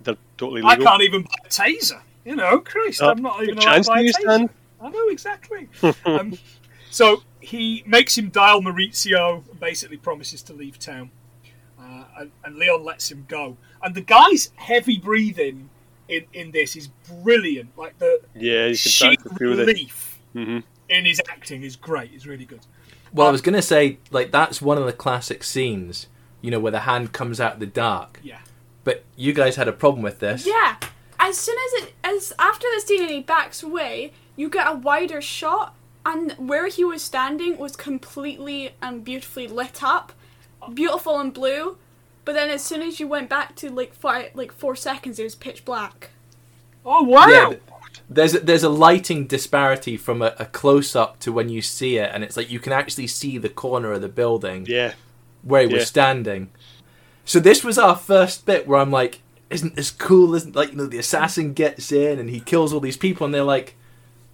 [SPEAKER 3] They're totally
[SPEAKER 4] I
[SPEAKER 3] legal.
[SPEAKER 4] can't even buy a taser. You know, Christ,
[SPEAKER 3] Uh,
[SPEAKER 4] I'm not even allowed
[SPEAKER 3] chance
[SPEAKER 4] to buy a
[SPEAKER 3] do you
[SPEAKER 4] taser.
[SPEAKER 3] stand?
[SPEAKER 4] I
[SPEAKER 3] [LAUGHS]
[SPEAKER 4] know exactly. um, so he makes him dial Maurizio, basically promises to leave town, uh, and, and Leon lets him go. And the guy's heavy breathing in, in this is brilliant. Like the
[SPEAKER 3] Yeah, you can start
[SPEAKER 4] sheer
[SPEAKER 3] to feel the. Mm-hmm.
[SPEAKER 4] relief in his acting is great. It's really good.
[SPEAKER 5] Well, I was going to say, like, that's one of the classic scenes, you know, where the hand comes out of the dark.
[SPEAKER 4] Yeah.
[SPEAKER 5] But you guys had a problem with this.
[SPEAKER 7] Yeah. As soon as it as after the scene and he backs away, you get a wider shot and where he was standing was completely and beautifully lit up. Beautiful and blue. But then as soon as you went back to like five like four seconds it was
[SPEAKER 5] [LAUGHS]
[SPEAKER 7] pitch black.
[SPEAKER 4] Oh wow!
[SPEAKER 5] Yeah, th- There's a, there's a lighting disparity from a, a close up to when you see it, and it's like you can actually see the corner of the building
[SPEAKER 3] Yeah,
[SPEAKER 5] where he
[SPEAKER 3] yeah.
[SPEAKER 5] was standing. So this was our first bit where I'm like, isn't this cool? Isn't like you know the assassin gets in and he kills all these people, and they're like,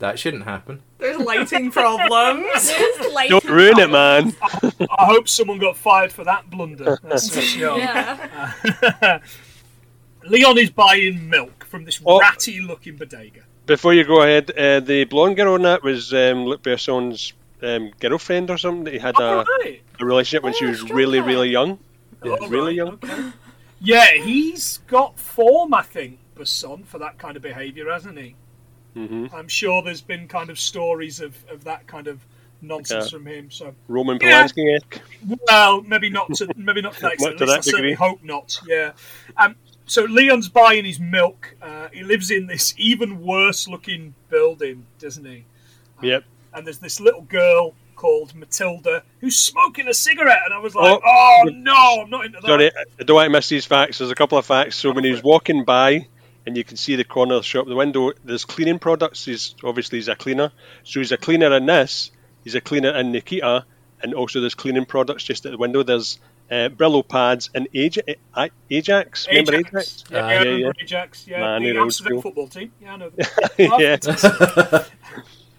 [SPEAKER 5] that shouldn't happen.
[SPEAKER 6] There's lighting problems.
[SPEAKER 7] There's light.
[SPEAKER 3] don't ruin it, man.
[SPEAKER 4] I hope someone got fired for that blunder. That's for sure.
[SPEAKER 7] Yeah.
[SPEAKER 4] [LAUGHS] Leon is buying milk from this
[SPEAKER 3] Oh.
[SPEAKER 4] ratty-looking bodega.
[SPEAKER 3] Before you go ahead, uh, the blonde girl on that was um, Luc Besson's um, girlfriend or something that he had
[SPEAKER 4] All
[SPEAKER 3] a,
[SPEAKER 4] right.
[SPEAKER 3] a relationship when
[SPEAKER 7] Oh,
[SPEAKER 3] she was
[SPEAKER 7] strong
[SPEAKER 3] really,
[SPEAKER 7] guy.
[SPEAKER 3] really young.
[SPEAKER 5] Yeah.
[SPEAKER 4] All
[SPEAKER 3] really
[SPEAKER 4] right,
[SPEAKER 3] young.
[SPEAKER 4] okay. Yeah, he's got form, I think, Basson, for that kind of behaviour, hasn't he?
[SPEAKER 3] hmm
[SPEAKER 4] I'm sure there's been kind of stories of, of that kind of nonsense
[SPEAKER 3] Yeah.
[SPEAKER 4] from him. So,
[SPEAKER 3] Roman
[SPEAKER 4] Yeah.
[SPEAKER 3] Polanski eh? esque.
[SPEAKER 4] well, maybe
[SPEAKER 3] [LAUGHS]
[SPEAKER 4] not to maybe not to that extent.
[SPEAKER 3] to
[SPEAKER 4] at least
[SPEAKER 3] that
[SPEAKER 4] I certainly
[SPEAKER 3] degree.
[SPEAKER 4] hope not. Yeah. Um, so Leon's buying his milk. Uh, he lives in this even worse-looking building, doesn't he?
[SPEAKER 3] Yep.
[SPEAKER 4] and there's this little girl called Matilda who's smoking a cigarette, and I was like, oh,
[SPEAKER 3] Oh.
[SPEAKER 4] no, I'm not into that.
[SPEAKER 3] Sorry, I don't want to miss these facts. There's a couple of facts. So when he's walking by, and you can see the corner of the shop, the window, there's cleaning products. He's obviously he's a cleaner, so he's a cleaner in this. He's a cleaner in Nikita, and also there's cleaning products just at the window. There's uh, Brillo pads and Aj- I- Ajax. Remember Ajax?
[SPEAKER 4] Ajax. Yeah,
[SPEAKER 5] Ah,
[SPEAKER 4] yeah,
[SPEAKER 5] yeah,
[SPEAKER 4] remember Ajax. Yeah,
[SPEAKER 3] Man,
[SPEAKER 4] the
[SPEAKER 3] they're old
[SPEAKER 4] Amsterdam
[SPEAKER 3] school.
[SPEAKER 4] football team. Yeah, I know.
[SPEAKER 3] [LAUGHS] yeah. [LAUGHS]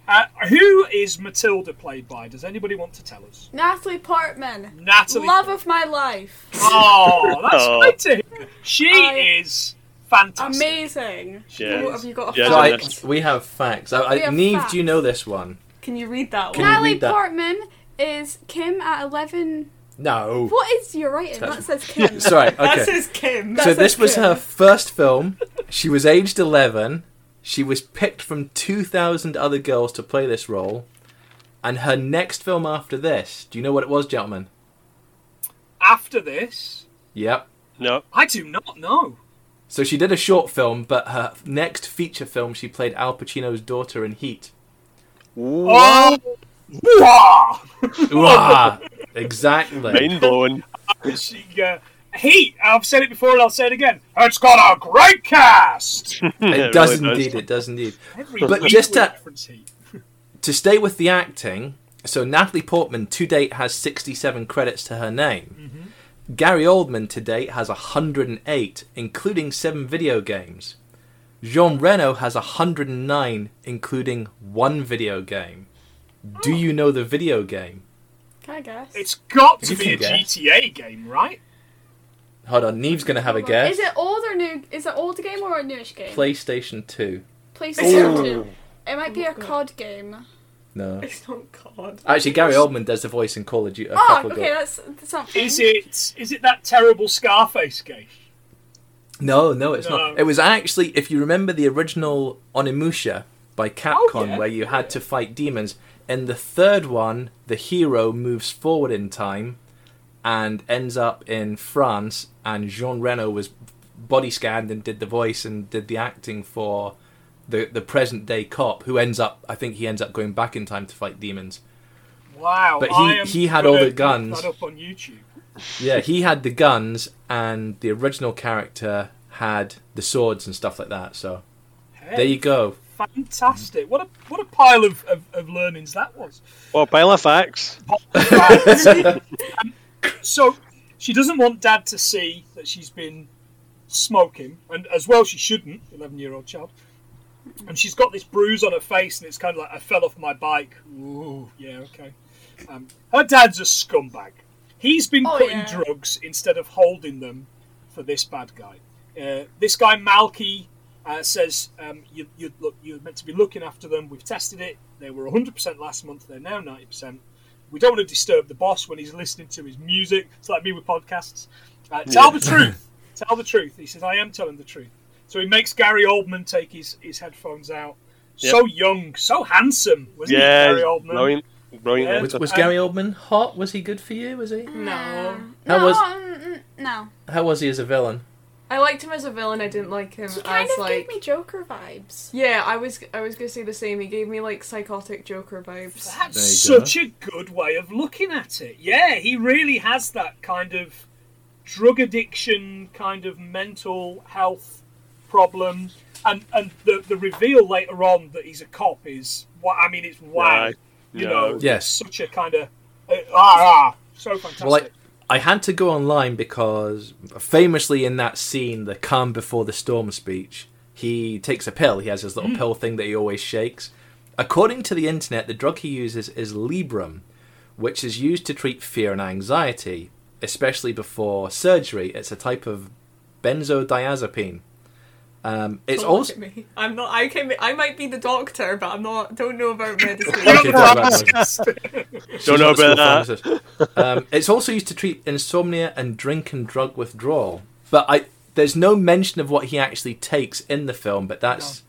[SPEAKER 4] uh, who is Matilda played by? Does anybody want to tell us?
[SPEAKER 7] [LAUGHS] Natalie Portman.
[SPEAKER 4] Natalie.
[SPEAKER 7] Love of my life. [LAUGHS]
[SPEAKER 4] Oh, that's
[SPEAKER 3] Oh.
[SPEAKER 4] great to hear. She
[SPEAKER 7] I-
[SPEAKER 4] is fantastic.
[SPEAKER 7] Amazing.
[SPEAKER 3] Yeah.
[SPEAKER 6] What have you got? A
[SPEAKER 3] Yeah,
[SPEAKER 5] So I,
[SPEAKER 3] that's-
[SPEAKER 5] we have facts. I, I,
[SPEAKER 7] We have
[SPEAKER 5] Neve,
[SPEAKER 7] facts.
[SPEAKER 5] do you know this one?
[SPEAKER 6] Can you read that
[SPEAKER 5] Can
[SPEAKER 6] one?
[SPEAKER 5] you
[SPEAKER 7] Natalie
[SPEAKER 5] read that?
[SPEAKER 7] Portman is Kim at eleven.
[SPEAKER 5] No.
[SPEAKER 7] What is your writing?
[SPEAKER 5] [LAUGHS]
[SPEAKER 7] That says Kim. [LAUGHS]
[SPEAKER 5] Sorry. Okay.
[SPEAKER 6] That says Kim.
[SPEAKER 5] so
[SPEAKER 7] That's
[SPEAKER 5] this was
[SPEAKER 6] [LAUGHS]
[SPEAKER 7] okay.
[SPEAKER 5] her first film. She was aged 11. She was picked from 2,000 other girls to play this role. And her next film after this, do you know what it was, gentlemen?
[SPEAKER 4] After this,
[SPEAKER 5] Yep.
[SPEAKER 3] No.
[SPEAKER 4] I do not know.
[SPEAKER 5] So she did a short film, but her next feature film, she played Al Pacino's daughter in Heat.
[SPEAKER 4] Oh, wow.
[SPEAKER 5] Wah! exactly.
[SPEAKER 3] Mind blowing.
[SPEAKER 4] she, uh, Heat. I've said it before, and I'll say it again. It's got a great cast.
[SPEAKER 5] It does indeed. It does indeed.
[SPEAKER 4] Every
[SPEAKER 5] But
[SPEAKER 4] week
[SPEAKER 5] just uh,
[SPEAKER 4] we
[SPEAKER 5] to-
[SPEAKER 4] reference Heat.
[SPEAKER 5] To stay with the acting, So Natalie Portman to date has 67 credits to her name.
[SPEAKER 7] Mm-hmm.
[SPEAKER 5] Gary Oldman to date has 108, including seven video games. Jean Reno has 109, including one video game.
[SPEAKER 7] Oh.
[SPEAKER 5] Do you know the video game?
[SPEAKER 7] Can I guess?
[SPEAKER 4] It's got to
[SPEAKER 5] You
[SPEAKER 4] be
[SPEAKER 5] can
[SPEAKER 4] a
[SPEAKER 5] guess.
[SPEAKER 4] GTA game, right?
[SPEAKER 5] Hold on, Neve's gonna have a guess.
[SPEAKER 7] Is it old or new? Is it old game or a newish game?
[SPEAKER 5] PlayStation 2.
[SPEAKER 7] PlayStation 2. It might be a COD game.
[SPEAKER 5] No.
[SPEAKER 6] It's not Oh, God.
[SPEAKER 5] Actually, Gary Oldman does the voice in Call of Duty. A
[SPEAKER 7] Oh,
[SPEAKER 5] couple of
[SPEAKER 7] okay, that's, that's something.
[SPEAKER 4] Is it? Is it that terrible Scarface game?
[SPEAKER 5] No, no, it's
[SPEAKER 4] No.
[SPEAKER 5] not. It was actually, if you remember the original Onimusha by Capcom,
[SPEAKER 4] Oh, yeah.
[SPEAKER 5] where you had to fight demons. In the third one, the hero moves forward in time and ends up in France, and Jean Reno was body scanned and did the voice and did the acting for the the present day cop who ends up I think he ends up going back in time to fight demons.
[SPEAKER 4] Wow.
[SPEAKER 5] But he-
[SPEAKER 4] I am
[SPEAKER 5] he had
[SPEAKER 4] gonna
[SPEAKER 5] all the
[SPEAKER 4] look
[SPEAKER 5] guns.
[SPEAKER 4] That up on YouTube.
[SPEAKER 5] Yeah, he had the guns and the original character had the swords and stuff like that, so
[SPEAKER 4] Hey,
[SPEAKER 5] there you go.
[SPEAKER 4] fantastic! What a what a pile of, of, of learnings that was.
[SPEAKER 3] Well, Oh, pile of facts.
[SPEAKER 4] Um, [LAUGHS] so she doesn't want dad to see that she's been smoking, and as well she shouldn't. Eleven year old child, and she's got this bruise on her face, and it's kind of like I fell off my bike. Ooh, yeah, okay. Um, her dad's a scumbag. He's been
[SPEAKER 7] Oh,
[SPEAKER 4] putting
[SPEAKER 7] yeah.
[SPEAKER 4] drugs instead of holding them for this bad guy. Uh, this guy Malky uh, says um, you, you look, you're meant to be looking after them. We've tested it. They were 100% last month. They're now 90%. We don't want to disturb the boss when he's listening to his music. It's like me with podcasts. Uh,
[SPEAKER 3] [CLEARS THROAT]
[SPEAKER 4] tell the truth. Tell the truth. He says, I am telling the truth. So he makes Gary Oldman take his, his headphones out.
[SPEAKER 3] Yep.
[SPEAKER 4] So young, so handsome, wasn't
[SPEAKER 3] Yeah, oh,
[SPEAKER 4] he, Gary Oldman?
[SPEAKER 3] brilliant, brilliant.
[SPEAKER 4] Yeah.
[SPEAKER 5] Was,
[SPEAKER 3] actor.
[SPEAKER 5] was Gary Oldman hot? Was he good for you? Was he?
[SPEAKER 6] No.
[SPEAKER 5] How
[SPEAKER 7] no,
[SPEAKER 5] was-
[SPEAKER 7] mm, mm, no.
[SPEAKER 5] How was he as a villain?
[SPEAKER 6] I liked him as a villain. I didn't like him
[SPEAKER 7] He kind
[SPEAKER 6] as
[SPEAKER 7] of
[SPEAKER 6] like.
[SPEAKER 7] gave me Joker vibes.
[SPEAKER 6] Yeah, I was I was gonna say the same. He gave me like psychotic Joker vibes.
[SPEAKER 4] That's
[SPEAKER 5] There you go.
[SPEAKER 4] such a good way of looking at it. Yeah, he really has that kind of drug addiction, kind of mental health problem. And and the, the reveal later on that he's a cop is what I mean, it's wow.
[SPEAKER 3] Right.
[SPEAKER 4] You
[SPEAKER 3] Yeah.
[SPEAKER 4] know,
[SPEAKER 5] Yes.
[SPEAKER 4] such a kind of uh, ah, ah, so fantastic.
[SPEAKER 5] Well, I, I had to go online because famously in that scene, the calm before the storm speech, he takes a pill. He has his little pill thing that he always shakes. According to the internet, the drug he uses is Librum, which is used to treat fear and anxiety, especially before surgery. It's a type of benzodiazepine. Um, it's
[SPEAKER 6] Don't look
[SPEAKER 5] also
[SPEAKER 6] at me. I'm not. I can. I might be the doctor, but I'm not. Don't know about medicine.
[SPEAKER 5] Okay, talk about that.
[SPEAKER 3] Don't know
[SPEAKER 5] She's
[SPEAKER 3] about
[SPEAKER 5] not a school pharmacist. um, it's also used to treat insomnia and drink and drug withdrawal. But I there's no mention of what he actually takes in the film. But that's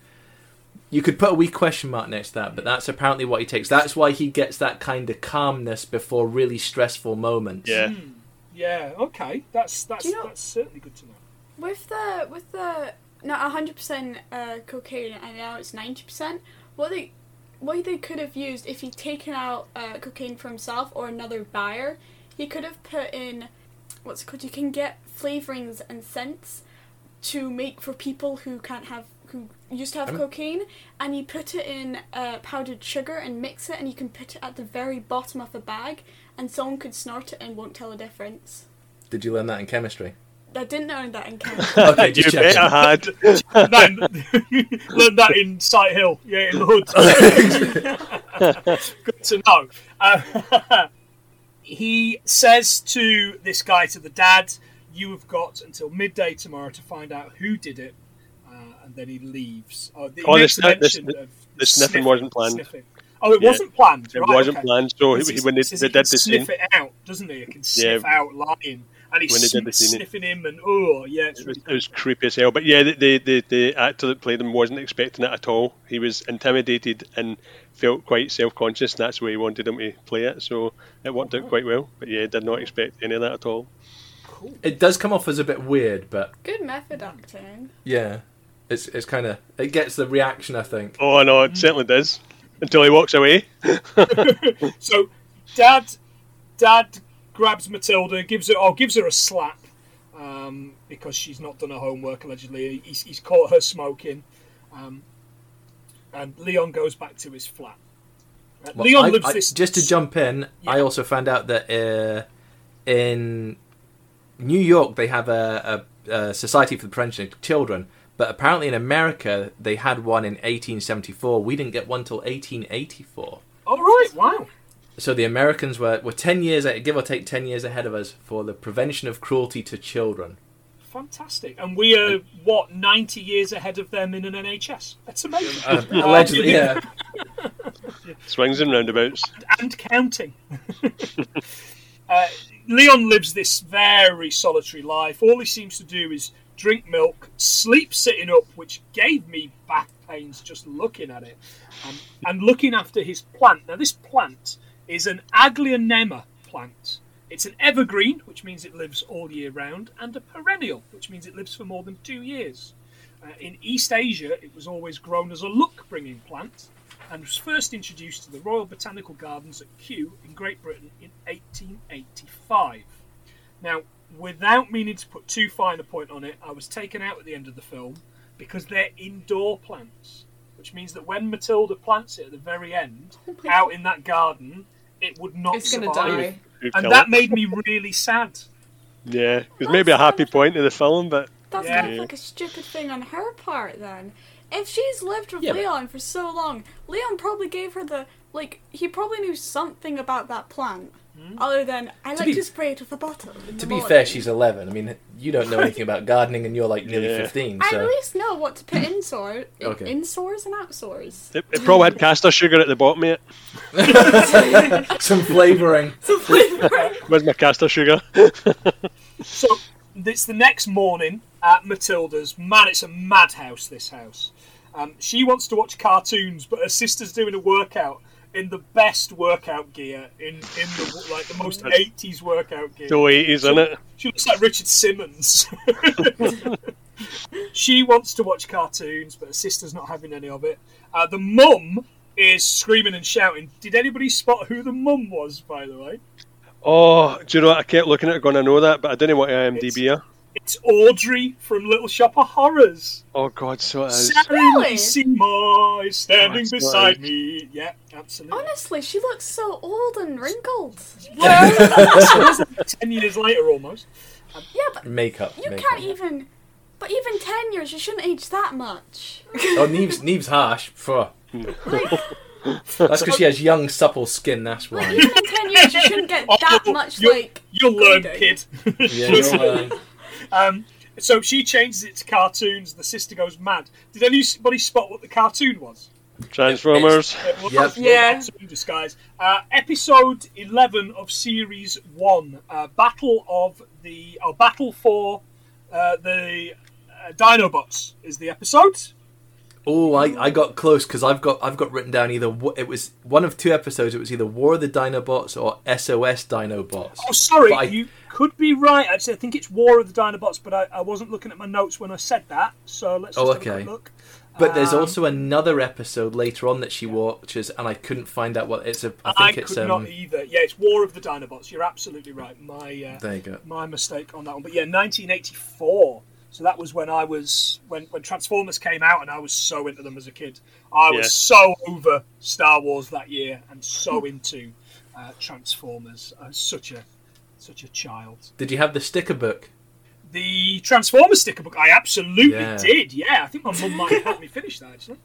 [SPEAKER 5] you could put a wee question mark next to that. But that's apparently what he takes. That's why he gets that kind of calmness before really stressful moments.
[SPEAKER 3] Yeah,
[SPEAKER 4] [LAUGHS] yeah, okay, that's that's
[SPEAKER 7] Do you know-
[SPEAKER 4] that's certainly good to know.
[SPEAKER 7] With the with the not hundred percent uh, cocaine and now it's ninety percent. What they what they could have used if he'd taken out uh, cocaine for himself or another buyer, he could have put in what's it called. You can get flavorings and scents to make for people who can't have who used to have cocaine, and you put it in uh, powdered sugar and mix it, and you can put it at the very bottom of the bag, and someone could snort it and won't tell the difference.
[SPEAKER 5] Did you learn that
[SPEAKER 3] [LAUGHS]
[SPEAKER 5] in chemistry?
[SPEAKER 7] I didn't know that in Canada.
[SPEAKER 5] Okay,
[SPEAKER 3] you
[SPEAKER 5] just checking.
[SPEAKER 3] better had.
[SPEAKER 4] Learn learned that in [LAUGHS] Sight Hill, yeah, in the hood.
[SPEAKER 3] [LAUGHS]
[SPEAKER 4] Good to know. Uh, [LAUGHS] he says to this guy, to the dad, "You have got until midday tomorrow to find out who did it," uh, and then he leaves. Oh, he
[SPEAKER 3] Oh,
[SPEAKER 4] makes
[SPEAKER 3] the sni- the
[SPEAKER 4] mention
[SPEAKER 3] sni-
[SPEAKER 4] of
[SPEAKER 3] the sniffing wasn't planned.
[SPEAKER 4] sniffing. Oh, it
[SPEAKER 3] Yeah.
[SPEAKER 4] wasn't planned.
[SPEAKER 3] It
[SPEAKER 4] [LAUGHS] right,
[SPEAKER 3] wasn't
[SPEAKER 4] okay.
[SPEAKER 3] planned, so
[SPEAKER 4] This
[SPEAKER 3] he-
[SPEAKER 4] is-
[SPEAKER 3] when they,
[SPEAKER 4] says
[SPEAKER 3] they
[SPEAKER 4] he
[SPEAKER 3] did
[SPEAKER 4] can
[SPEAKER 3] the scene,
[SPEAKER 4] sniff it out, doesn't he? He can sniff out lying, and he's
[SPEAKER 3] When they did the
[SPEAKER 4] sn-
[SPEAKER 3] scene, it-
[SPEAKER 4] sniffing him, and oh, yeah, it's
[SPEAKER 3] it was,
[SPEAKER 4] really
[SPEAKER 3] it was creepy as hell. But yeah, the, the, the, the actor that played him wasn't expecting it at all. He was intimidated and felt quite self conscious, and that's the way he wanted him to play it. So it worked out quite well. But yeah, did not expect any of that at all.
[SPEAKER 4] cool.
[SPEAKER 5] It does come off as a bit weird, but
[SPEAKER 7] Good method acting.
[SPEAKER 5] yeah, it's it's kind of it gets the reaction I think.
[SPEAKER 3] Oh, no,
[SPEAKER 4] Hmm.
[SPEAKER 3] it certainly does. Until he walks away.
[SPEAKER 4] So, dad, dad grabs Matilda, gives her, oh, gives her a slap um, because she's not done her homework allegedly. He's, he's caught her smoking, um, and Leon goes back to his flat.
[SPEAKER 5] Well,
[SPEAKER 4] Leon
[SPEAKER 5] I-
[SPEAKER 4] lives
[SPEAKER 5] I-
[SPEAKER 4] this.
[SPEAKER 5] Just to jump in, I
[SPEAKER 4] Yeah.
[SPEAKER 5] also found out that uh, in New York they have a, a, a society for the prevention of children, but apparently in America they had one in 1874. We didn't get one till 1884.
[SPEAKER 4] All right. Wow.
[SPEAKER 5] So the Americans were, were ten years, give or take, ten years ahead of us for the prevention of cruelty to children.
[SPEAKER 4] Fantastic. And we are what ninety years ahead of them in an NHS. That's amazing.
[SPEAKER 5] Uh,
[SPEAKER 4] [LAUGHS]
[SPEAKER 5] allegedly, yeah.
[SPEAKER 3] Swings and roundabouts.
[SPEAKER 4] and counting. [LAUGHS] uh, Leon lives this very solitary life. All he seems to do is drink milk, sleep sitting up, which gave me back pains just looking at it, um, and looking after his plant. Now, this plant is an aglionema plant. It's an evergreen, which means it lives all year round, and a perennial, which means it lives for more than two years. Uh, in East Asia, it was always grown as a luck bringing plant and was first introduced to the Royal Botanical Gardens at Kew in Great Britain in 1885. Now, without meaning to put too fine a point on it, I was taken out at the end of the film because they're indoor plants, which means that when Matilda plants it at the very
[SPEAKER 6] [LAUGHS]
[SPEAKER 4] end, out in that garden, it would not
[SPEAKER 6] It's
[SPEAKER 4] survive.
[SPEAKER 6] gonna die.
[SPEAKER 3] Who'd
[SPEAKER 4] And
[SPEAKER 3] kill
[SPEAKER 4] that
[SPEAKER 3] it?
[SPEAKER 4] made me really sad.
[SPEAKER 3] yeah, it was maybe a happy point in the film, but
[SPEAKER 7] That's
[SPEAKER 4] Yeah.
[SPEAKER 7] kind of like a stupid thing on her part then. If she's lived with
[SPEAKER 5] Yeah, but-
[SPEAKER 7] Leon for so long, Leon probably gave her the like he probably knew something about that plant. Other than I like
[SPEAKER 5] be-
[SPEAKER 7] to spray it with a bottle. in
[SPEAKER 5] to
[SPEAKER 7] the
[SPEAKER 5] be
[SPEAKER 7] morning."
[SPEAKER 5] fair, she's 11. I mean, you don't know anything about gardening, and you're like nearly
[SPEAKER 3] Yeah.
[SPEAKER 5] 15.
[SPEAKER 7] I at
[SPEAKER 5] So
[SPEAKER 7] least know what to put in sores,
[SPEAKER 5] [LAUGHS] Okay.
[SPEAKER 7] in sores and out sores.
[SPEAKER 3] it, it probably had castor sugar at the bottom of it.
[SPEAKER 5] some flavouring.
[SPEAKER 3] Where's my castor sugar? [LAUGHS]
[SPEAKER 4] So it's the next morning at Matilda's. Man, it's a madhouse. This house. Um, she wants to watch cartoons, but her sister's doing a workout in the best workout gear in in the like the most eighties workout gear.
[SPEAKER 3] the 80s, in it?
[SPEAKER 4] She looks like Richard Simmons. she wants to watch cartoons, but her sister's not having any of it. Uh, the mum is screaming and shouting. Did anybody spot who the mum was? By the way,
[SPEAKER 3] Oh, do you know what? I kept looking at it going, I know that, but I didn't want to IMDb her.
[SPEAKER 4] it's Audrey from Little Shop of Horrors.
[SPEAKER 3] Oh, God, so it is.
[SPEAKER 4] Sally
[SPEAKER 7] Really?
[SPEAKER 4] Seymour is standing
[SPEAKER 3] That's
[SPEAKER 4] beside
[SPEAKER 3] right.
[SPEAKER 4] me. Yeah, absolutely.
[SPEAKER 7] Honestly, she looks so old and wrinkled.
[SPEAKER 4] [LAUGHS] Ten years later, almost.
[SPEAKER 7] Yeah,
[SPEAKER 5] Mm,
[SPEAKER 7] but
[SPEAKER 5] Makeup.
[SPEAKER 7] you
[SPEAKER 5] makeup.
[SPEAKER 7] can't even. But even ten years, you shouldn't age that much.
[SPEAKER 5] Oh, Neve's, Neve's harsh. Phew. That's because she has young, supple skin. That's why.
[SPEAKER 7] [LAUGHS] Even in ten years, you shouldn't get that much
[SPEAKER 4] You'll-
[SPEAKER 7] like.
[SPEAKER 4] You'll learn,
[SPEAKER 7] greedy.
[SPEAKER 4] kid. [LAUGHS]
[SPEAKER 5] Yeah, you'll learn.
[SPEAKER 4] So she changes it to cartoons. The sister goes mad. Did anybody spot what the cartoon was?
[SPEAKER 3] Transformers.
[SPEAKER 4] It was
[SPEAKER 5] Yep.
[SPEAKER 6] Yeah.
[SPEAKER 4] Cartoon disguise. Uh, episode eleven of series one. Uh, battle of the or battle for uh, the uh, Dinobots is the episode.
[SPEAKER 5] Oh, I, I got close because I've got I've got written down either wa- it was one of two episodes. It was either War of the Dinobots or SOS Dinobots.
[SPEAKER 4] Oh, sorry,
[SPEAKER 5] But I-
[SPEAKER 4] you could be right. Actually, I think it's War of the Dinobots, but I, I wasn't looking at my notes when I said that. So let's just
[SPEAKER 5] Oh,
[SPEAKER 4] have a
[SPEAKER 5] okay.
[SPEAKER 4] quick look.
[SPEAKER 5] But
[SPEAKER 4] um,
[SPEAKER 5] there's also another episode later on that she watches, and I couldn't find out what it's. A, I
[SPEAKER 4] I
[SPEAKER 5] think it's
[SPEAKER 4] could
[SPEAKER 5] um.
[SPEAKER 4] not either. Yeah, it's War of the Dinobots. You're absolutely right. My uh,
[SPEAKER 5] There you go.
[SPEAKER 4] my mistake on that one. But yeah, 1984. So that was when I was when when Transformers came out, and I was so into them as a kid. I
[SPEAKER 3] Yeah.
[SPEAKER 4] was so over Star Wars that year, and so into uh, Transformers. I was such a such a child.
[SPEAKER 5] Did you have the sticker book?
[SPEAKER 4] The Transformers sticker book, I absolutely
[SPEAKER 5] Yeah.
[SPEAKER 4] did. Yeah, I think my mum might have
[SPEAKER 5] [LAUGHS]
[SPEAKER 4] helped me finish that actually.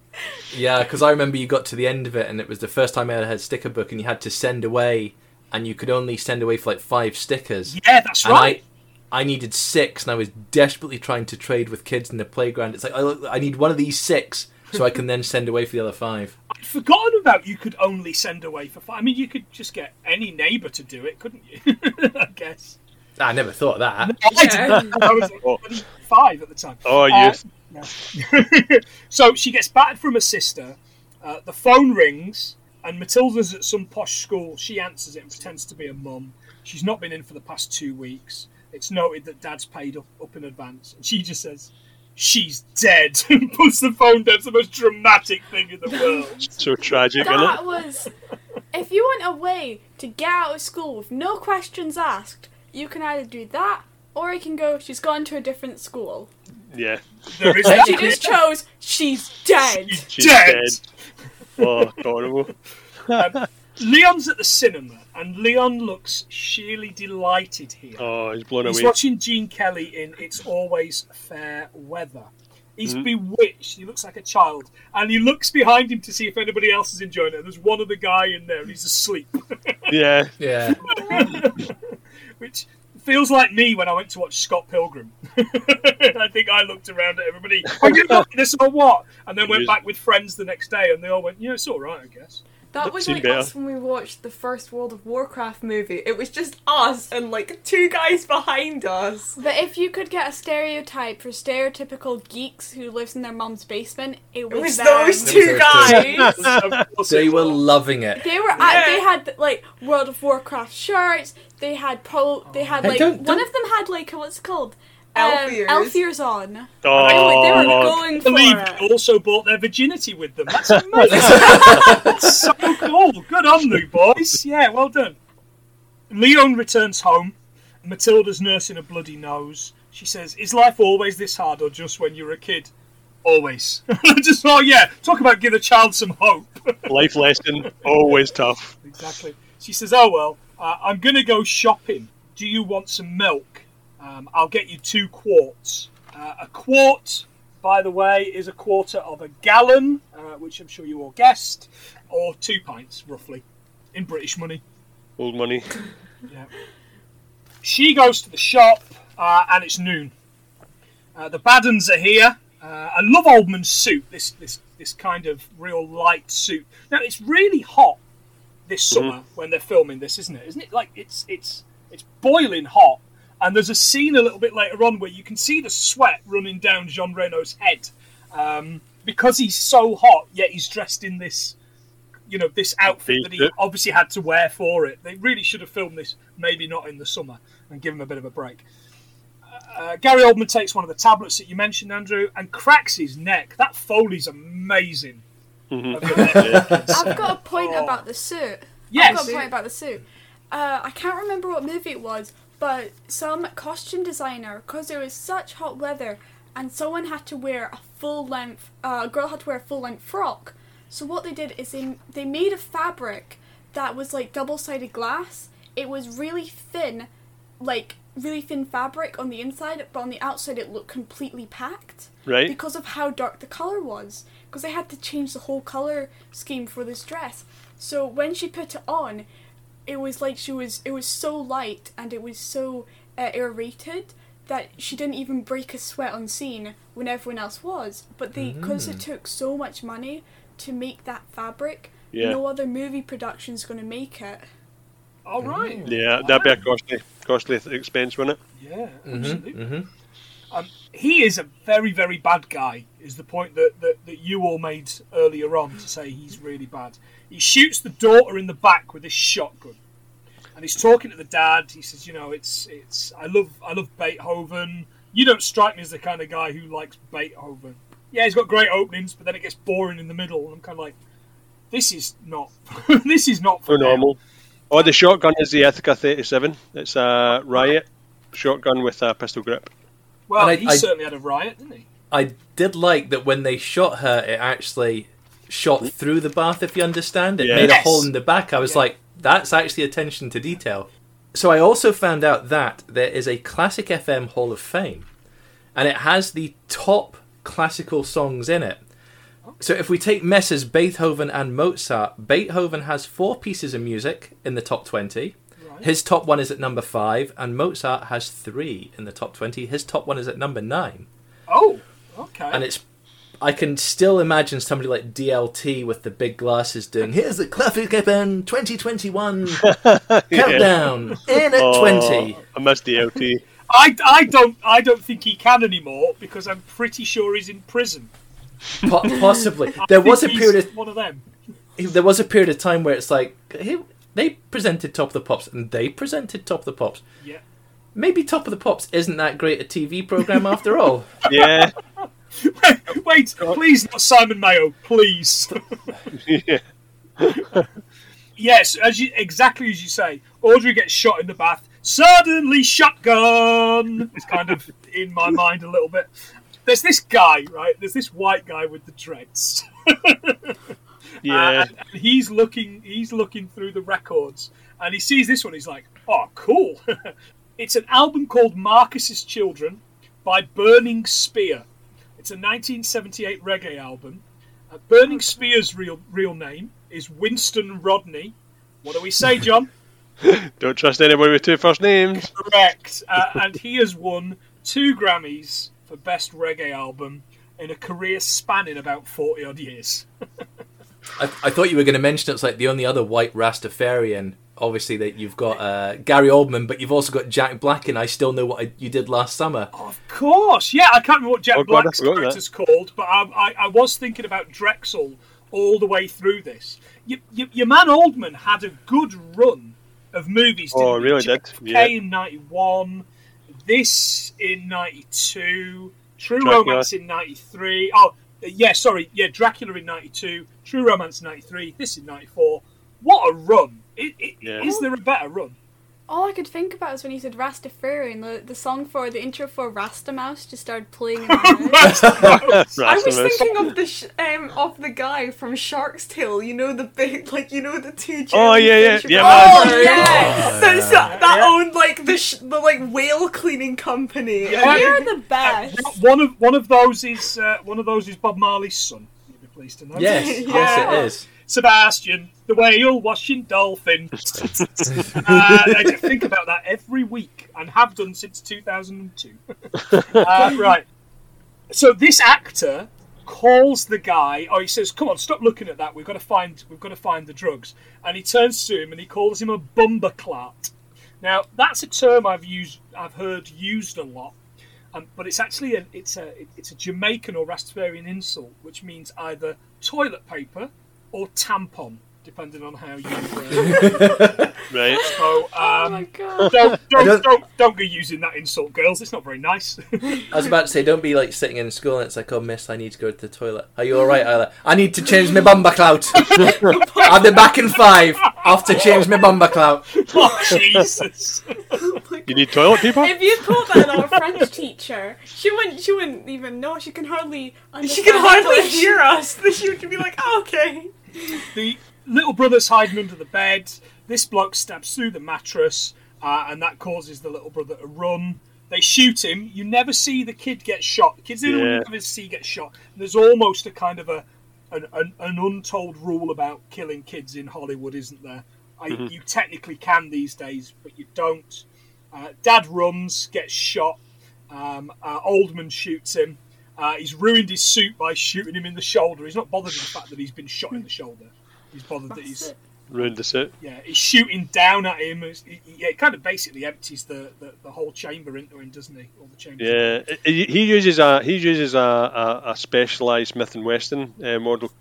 [SPEAKER 5] Yeah, because I remember you got to the end of it, and it was the first time I ever had sticker book, and you had to send away, and you could only send away for like five stickers.
[SPEAKER 4] Yeah, that's
[SPEAKER 5] and
[SPEAKER 4] right.
[SPEAKER 5] I, I needed six, and I was desperately trying to trade with kids in the playground. It's like I, look- I need one of these six, so I can then send away for the other five.
[SPEAKER 4] I'd forgotten about you could only send away for five. I mean, you could just get any neighbour to do it, couldn't you? [LAUGHS] I guess.
[SPEAKER 5] I never thought of that.
[SPEAKER 4] I did that. I was like
[SPEAKER 3] Oh.
[SPEAKER 4] bloody five at the time.
[SPEAKER 3] Oh, yes.
[SPEAKER 4] no. [LAUGHS] so she gets battered from her sister. Uh, the phone rings, and Matilda's at some posh school. She answers it and pretends to be a mum. She's not been in for the past two weeks. It's noted that dad's paid up, up in advance. And she just says, She's dead, [LAUGHS] and puts the phone down. It's the most dramatic thing in the world.
[SPEAKER 3] So tragic, innit?
[SPEAKER 7] That was. If you want a way to get out of school with no questions asked, you can either do that or you can go, she's gone to a different school.
[SPEAKER 3] Yeah.
[SPEAKER 4] There is
[SPEAKER 7] She
[SPEAKER 4] that.
[SPEAKER 7] just chose, she's dead.
[SPEAKER 3] She's
[SPEAKER 4] Dead.
[SPEAKER 3] dead. Oh, horrible.
[SPEAKER 4] Um, Leon's at the cinema, and Leon looks sheerly delighted here.
[SPEAKER 3] Oh, he's blown
[SPEAKER 4] He's
[SPEAKER 3] away.
[SPEAKER 4] watching Gene Kelly in It's Always Fair Weather. He's bewitched. He looks like a child. And he looks behind him to see if anybody else is enjoying it. There's one other guy in there and he's asleep, [LAUGHS]
[SPEAKER 3] Yeah,
[SPEAKER 5] Yeah.
[SPEAKER 4] which feels like me when I went to watch Scott Pilgrim. [LAUGHS] I think I looked around at everybody, are you not this or what? And then
[SPEAKER 3] It
[SPEAKER 4] went
[SPEAKER 3] is.
[SPEAKER 4] back with friends the next day and they all went, yeah, it's all right, I guess.
[SPEAKER 6] [LAUGHS] That was
[SPEAKER 3] Seem
[SPEAKER 6] like
[SPEAKER 3] better.
[SPEAKER 6] us when we watched the first World of Warcraft movie. It was just us and like two guys behind us.
[SPEAKER 7] But if you could get a stereotype for stereotypical geeks who lives in their mum's basement, it was,
[SPEAKER 6] It was
[SPEAKER 7] them.
[SPEAKER 6] those
[SPEAKER 5] It was
[SPEAKER 6] two
[SPEAKER 5] those [LAUGHS]
[SPEAKER 6] guys.
[SPEAKER 4] Of course
[SPEAKER 5] They
[SPEAKER 4] it
[SPEAKER 5] were
[SPEAKER 4] was.
[SPEAKER 5] loving it.
[SPEAKER 7] They were
[SPEAKER 6] Yeah.
[SPEAKER 7] at, they had like World of Warcraft shirts. They had pro. They had
[SPEAKER 5] Hey,
[SPEAKER 7] like
[SPEAKER 5] don't-
[SPEAKER 7] one
[SPEAKER 5] don't-
[SPEAKER 7] of them had like what's it called Um,
[SPEAKER 6] Elf ears.
[SPEAKER 7] elf ears on.
[SPEAKER 3] Oh,
[SPEAKER 7] they were going for
[SPEAKER 4] believe
[SPEAKER 7] it.
[SPEAKER 4] they also bought their virginity with them.
[SPEAKER 7] [LAUGHS]
[SPEAKER 4] That's amazing. That's so cool. Good on you, boys. Yeah, well done. Leon returns home. Matilda's nursing a bloody nose. She says, Is life always this hard or just when you're a kid? Always. [LAUGHS] I just thought, yeah, talk about give a child some hope.
[SPEAKER 3] life lesson always tough.
[SPEAKER 4] Exactly. She says, "Oh well, uh, I'm gonna go shopping. Do you want some milk? Um, I'll get you two quarts. Uh, a quart, by the way, is a quarter of a gallon, uh, which I'm sure you all guessed, or two pints, roughly, in British money."
[SPEAKER 3] Old money.
[SPEAKER 4] She goes to the shop, uh, and it's noon. Uh, the Baddens are here. Uh, I love Oldman's soup. This this this kind of real light soup. Now it's really hot this summer when they're filming this, isn't it? Isn't it like it's it's it's boiling hot. And there's a scene a little bit later on where you can see the sweat running down Jean Reno's head um, because he's so hot. Yet he's dressed in this, you know, this outfit that he
[SPEAKER 3] Decent.
[SPEAKER 4] obviously had to wear for it. They really should have filmed this maybe not in the summer and give him a bit of a break. Uh, Gary Oldman takes one of the tablets that you mentioned, Andrew, and cracks his neck. That Foley's amazing.
[SPEAKER 7] I've got a point
[SPEAKER 4] Oh.
[SPEAKER 7] about the suit. I've
[SPEAKER 4] Yes.
[SPEAKER 7] got a point about the suit. Uh, I can't remember what movie it was, but some costume designer, because it was such hot weather, and someone had to wear a full length, uh, a girl had to wear a full length frock. So what they did is they they made a fabric that was like double sided glass. It was really thin, like really thin fabric on the inside, but on the outside it looked completely packed
[SPEAKER 3] Right.
[SPEAKER 7] because of how dark the color was because they had to change the whole color scheme for this dress so when she put it on it was like she was it was so light and it was so uh, aerated that she didn't even break a sweat on scene when everyone else was but they because it took so much money to make that fabric
[SPEAKER 3] Yeah.
[SPEAKER 7] no other movie production's going to make it
[SPEAKER 4] All right.
[SPEAKER 3] Yeah, that'd be a costly, costly th- expense, wouldn't it?
[SPEAKER 4] Yeah,
[SPEAKER 5] Mm-hmm,
[SPEAKER 4] absolutely. Um, he is a very, very bad guy, is the point that, that, that you all made earlier on to say he's really bad. He shoots the daughter in the back with his shotgun. And he's talking to the dad. He says, "You know, it's it's. I love I love Beethoven. You don't strike me as the kind of guy who likes Beethoven. Yeah, he's got great openings, but then it gets boring in the middle. And I'm kind of like, this is not [LAUGHS] this is not
[SPEAKER 3] So
[SPEAKER 4] for normal.
[SPEAKER 3] normal. Oh, the shotgun is the Ithaca 37. It's a riot shotgun with a pistol grip.
[SPEAKER 4] Well,
[SPEAKER 5] And I-
[SPEAKER 4] he
[SPEAKER 5] I-
[SPEAKER 4] certainly had a riot, didn't he?
[SPEAKER 5] I did like that when they shot her, it actually shot through the bath, if you understand. It
[SPEAKER 3] Yeah.
[SPEAKER 5] made a
[SPEAKER 4] Yes.
[SPEAKER 5] hole in the back. I was
[SPEAKER 4] Yeah.
[SPEAKER 5] like, that's actually attention to detail. So I also found out that there is a Classic FM Hall of Fame, and it has the top classical songs in it. So if we take Messrs. Beethoven and Mozart, Beethoven has four pieces of music in the top 20. His top one is at number five, and Mozart has three in the top 20. His top one is at number nine
[SPEAKER 4] Oh, okay.
[SPEAKER 5] and it's I can still imagine somebody like DLT with the big glasses doing here's the Classic FM 2021 countdown in at
[SPEAKER 3] Oh,
[SPEAKER 5] 20.
[SPEAKER 3] I missed the LT.
[SPEAKER 4] I, I don't I don't think he can anymore because I'm pretty sure he's in prison.
[SPEAKER 5] Po- possibly there was a
[SPEAKER 4] He's
[SPEAKER 5] period of
[SPEAKER 4] one of them.
[SPEAKER 5] there was a period of time where it's like "Hey, they presented Top of the Pops and they presented Top of the Pops.
[SPEAKER 4] Yeah. [LAUGHS]
[SPEAKER 5] Maybe Top of the Pops isn't that great a TV program after all.
[SPEAKER 3] yeah.
[SPEAKER 4] Wait, please not Simon Mayo, please. [LAUGHS]
[SPEAKER 3] yeah.
[SPEAKER 4] yes, as you, exactly as you say. Audrey gets shot in the bath. Suddenly, shotgun. It's kind of in my mind a little bit. There's this guy, right? There's this white guy with the dreads.
[SPEAKER 3] Yeah.
[SPEAKER 4] and, Uh, and he's looking he's looking through the records and he sees this one. He's like, "Oh, cool! [LAUGHS] it's an album called Marcus's Children by Burning Spear. It's a 1978 reggae album. Uh, Burning Spear's real real name is Winston Rodney. What do we say, John?
[SPEAKER 3] Don't trust anyone with two first names.
[SPEAKER 4] Correct. Uh, and he has won two Grammys for Best Reggae Album in a career spanning about 40 odd years.
[SPEAKER 5] I, I thought you were going to mention it's like the only other white Rastafarian. Obviously, that you've got uh, Gary Oldman, but you've also got Jack Black, and I still know what I, you did last summer.
[SPEAKER 4] Of course, yeah. I can't remember what Jack
[SPEAKER 3] Oh, God, I
[SPEAKER 4] Black's
[SPEAKER 3] forgot that.
[SPEAKER 4] character's called, but I, I, I was thinking about Drexel all the way through this. Y y your man Oldman had a good run of movies. Didn't
[SPEAKER 3] Oh,
[SPEAKER 4] he?
[SPEAKER 3] really did,
[SPEAKER 4] JFK
[SPEAKER 3] yeah.
[SPEAKER 4] in '91, this in '92, True
[SPEAKER 3] Dracula.
[SPEAKER 4] Romance in '93. Oh, yeah, sorry, yeah, Dracula in '92, True Romance in '93, this in '94. What a run! I i
[SPEAKER 3] Yeah.
[SPEAKER 4] Is there a
[SPEAKER 3] [LAUGHS]
[SPEAKER 4] better run?
[SPEAKER 7] All I could think about was when you said Rastafarian, the, the song for the intro for Rasta Mouse just started playing in
[SPEAKER 4] [LAUGHS]
[SPEAKER 7] my head.
[SPEAKER 6] I was
[SPEAKER 3] Rasmus.
[SPEAKER 6] thinking of the sh- um of the guy from Shark's Tale. You know the big, like you know the two.
[SPEAKER 3] Oh, yeah, yeah,
[SPEAKER 6] jellyfish-
[SPEAKER 3] yeah,
[SPEAKER 6] Oh
[SPEAKER 3] man.
[SPEAKER 6] yes, That's- that
[SPEAKER 4] Yeah.
[SPEAKER 6] owned like the sh- the like whale cleaning company.
[SPEAKER 4] Yeah.
[SPEAKER 6] You're the best.
[SPEAKER 4] Uh,
[SPEAKER 6] [LAUGHS]
[SPEAKER 4] One of one of those is uh, one of those is Bob Marley's son. You'd be pleased to [LAUGHS] know.
[SPEAKER 5] Yes, yes, it is.
[SPEAKER 4] Sebastian, the whale washing dolphin. uh, I just think about that every week and have done since 2002. uh, right. So this actor calls the guy, or he says, "Come on, stop looking at that. We've got to find. We've got to find the drugs." And he turns to him and he calls him a bumberclat. Now that's a term I've used, I've heard used a lot, um, but it's actually a, it's a it's a Jamaican or Rastafarian insult, which means either toilet paper or tampon, depending on how you. Uh,
[SPEAKER 3] Right.
[SPEAKER 4] so, um,
[SPEAKER 7] oh my god.
[SPEAKER 4] don't don't,
[SPEAKER 5] don't-
[SPEAKER 4] don't don't go using that insult, girls. It's not very nice. [LAUGHS]
[SPEAKER 5] I was about to say, don't be like sitting in school and it's like, oh, miss, I need to go to the toilet. Are you all right, Isla? I need to change my bumper clout. I'll be back in five. I have to change my bumper clout.
[SPEAKER 4] oh Jesus!
[SPEAKER 3] You need toilet paper?
[SPEAKER 7] If you told that [LAUGHS] on a French teacher, she wouldn't. She wouldn't even know. She can hardly.
[SPEAKER 6] She
[SPEAKER 7] Understand
[SPEAKER 6] can hardly
[SPEAKER 7] English.
[SPEAKER 6] hear us. [LAUGHS] She would be like, oh, okay.
[SPEAKER 4] the little brother's hiding under the bed. This bloke stabs through the mattress, uh, and that causes the little brother to run. They shoot him. You never see the kid get shot. The kid's the only one
[SPEAKER 3] Yeah.
[SPEAKER 4] you never see get shot. And there's almost a kind of a an, an, an untold rule about killing kids in Hollywood, isn't there? I, You technically can these days, but you don't. Uh, Dad runs, gets shot. Um, uh, Oldman shoots him. Uh, he's ruined his suit by shooting him in the shoulder. He's not bothered with the fact that he's been shot in the shoulder. He's bothered that he's
[SPEAKER 3] Round the set.
[SPEAKER 4] yeah he's shooting down at him. It's- he- he- yeah, it kind of basically empties the, the, the whole chamber into him, doesn't he? All the chambers.
[SPEAKER 3] Yeah, he he uses a he uses a, a, a specialized Smith and Wesson uh, model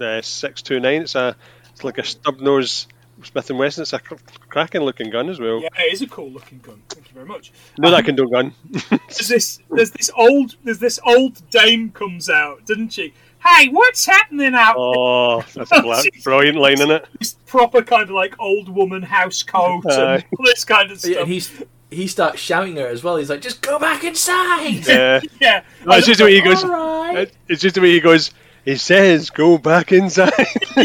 [SPEAKER 3] uh, six two nine. It's a it's like a stub nose Smith and Wesson. It's a cr- cracking looking gun as well.
[SPEAKER 4] Yeah, it is a cool looking gun. Thank you very much. Uh,
[SPEAKER 3] No, that can do gun. [LAUGHS]
[SPEAKER 4] There's this there's this old there's this old dame comes out, doesn't she? Hey, what's happening out
[SPEAKER 3] Oh, that's a black, brilliant line in it.
[SPEAKER 4] this proper kind of like old woman
[SPEAKER 3] [LAUGHS]
[SPEAKER 4] house coat and
[SPEAKER 3] Aye.
[SPEAKER 4] all this kind of
[SPEAKER 5] Yeah,
[SPEAKER 4] stuff.
[SPEAKER 5] and he's, he starts shouting at her as well. He's like, just go back inside.
[SPEAKER 3] Yeah,
[SPEAKER 4] yeah.
[SPEAKER 3] No, it's just the way he goes.
[SPEAKER 5] All right.
[SPEAKER 3] It's just the way he goes. He says, "Go back inside." [LAUGHS]
[SPEAKER 5] [LAUGHS] Yeah.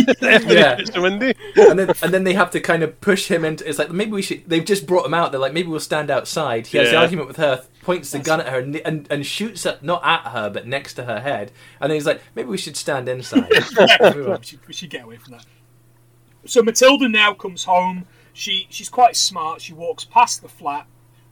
[SPEAKER 3] it's the windy.
[SPEAKER 5] and then and then they have to kind of push him into. It's like maybe we should. They've just brought him out. They're like, maybe we'll stand outside. He has the
[SPEAKER 3] Yeah.
[SPEAKER 5] argument with her, points the gun at her, and, and, and shoots at not at her, but next to her head. And then he's like, maybe we should stand inside. We
[SPEAKER 4] we,
[SPEAKER 5] won't.
[SPEAKER 4] should, we should get away from that. So Matilda now comes home. She she's quite smart. She walks past the flat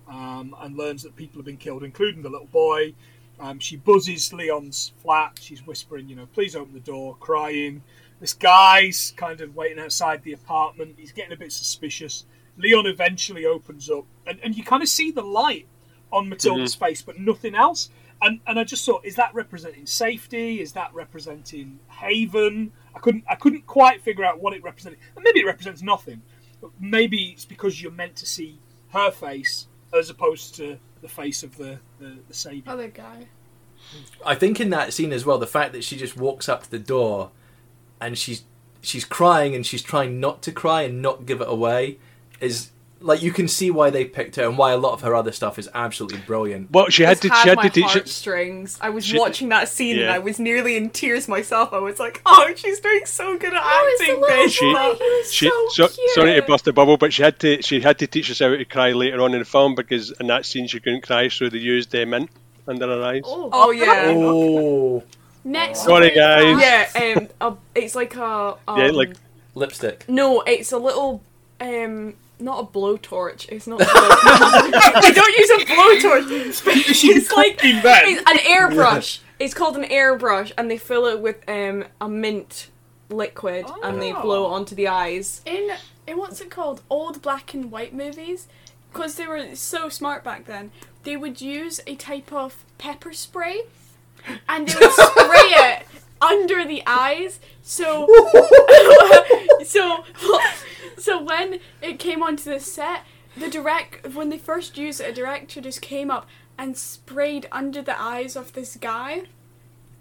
[SPEAKER 4] um, and learns that people have been killed, including the little boy. Um, she buzzes Leon's flat. She's whispering, you know, please open the door, crying. This guy's kind of waiting outside the apartment. He's getting a bit suspicious. Leon eventually opens up, and, and you kind of see the light on Matilda's face, but nothing else. And and I just thought, is that representing safety? Is that representing Haven? I couldn't I couldn't quite figure out what it represented. And maybe it represents nothing. But maybe it's because you're meant to see her face as opposed to the face of the the, the savior.
[SPEAKER 7] Other guy.
[SPEAKER 5] I think in that scene as well, the fact that she just walks up to the door, and she's she's crying and she's trying not to cry and not give it away, is like you can see why they picked her and why a lot of her other stuff is absolutely brilliant.
[SPEAKER 3] Well, she had
[SPEAKER 6] Just
[SPEAKER 3] to. She had
[SPEAKER 6] my
[SPEAKER 3] to teach. she-
[SPEAKER 6] heartstrings. I was
[SPEAKER 3] she-
[SPEAKER 6] watching that scene and
[SPEAKER 3] yeah.
[SPEAKER 6] I was nearly in tears myself. I was like, "Oh, she's doing so good at
[SPEAKER 7] Oh, it's
[SPEAKER 6] acting,
[SPEAKER 7] a little
[SPEAKER 6] bitch."
[SPEAKER 3] She-
[SPEAKER 7] boy. He was
[SPEAKER 3] She,
[SPEAKER 7] so cute.
[SPEAKER 3] sorry to bust a bubble, but she had to she had to teach us how to cry later on in the film because in that scene she couldn't cry, so they used uh, mint under her eyes.
[SPEAKER 6] [LAUGHS] Oh yeah,
[SPEAKER 5] Oh,
[SPEAKER 7] Next Uh,
[SPEAKER 3] Sorry,
[SPEAKER 7] one.
[SPEAKER 3] guys.
[SPEAKER 6] yeah. Um, a, it's like a um,
[SPEAKER 3] yeah, like
[SPEAKER 5] lipstick. [LAUGHS]
[SPEAKER 6] no, it's a little um, not a blowtorch. It's not. A blowtorch. they don't use a blowtorch.
[SPEAKER 4] [LAUGHS]
[SPEAKER 6] but It's like
[SPEAKER 4] Fucking [LAUGHS] man.
[SPEAKER 6] it's an airbrush. It's called an airbrush, and they fill it with um, a mint liquid, and they blow
[SPEAKER 7] Oh.
[SPEAKER 6] onto the eyes.
[SPEAKER 7] in in what's it called old black and white movies because they were so smart back then they would use a type of pepper spray and they
[SPEAKER 3] [LAUGHS]
[SPEAKER 7] would spray it under the eyes so [LAUGHS] so so when it came onto the set the direct when they first used it a director just came up and sprayed under the eyes of this guy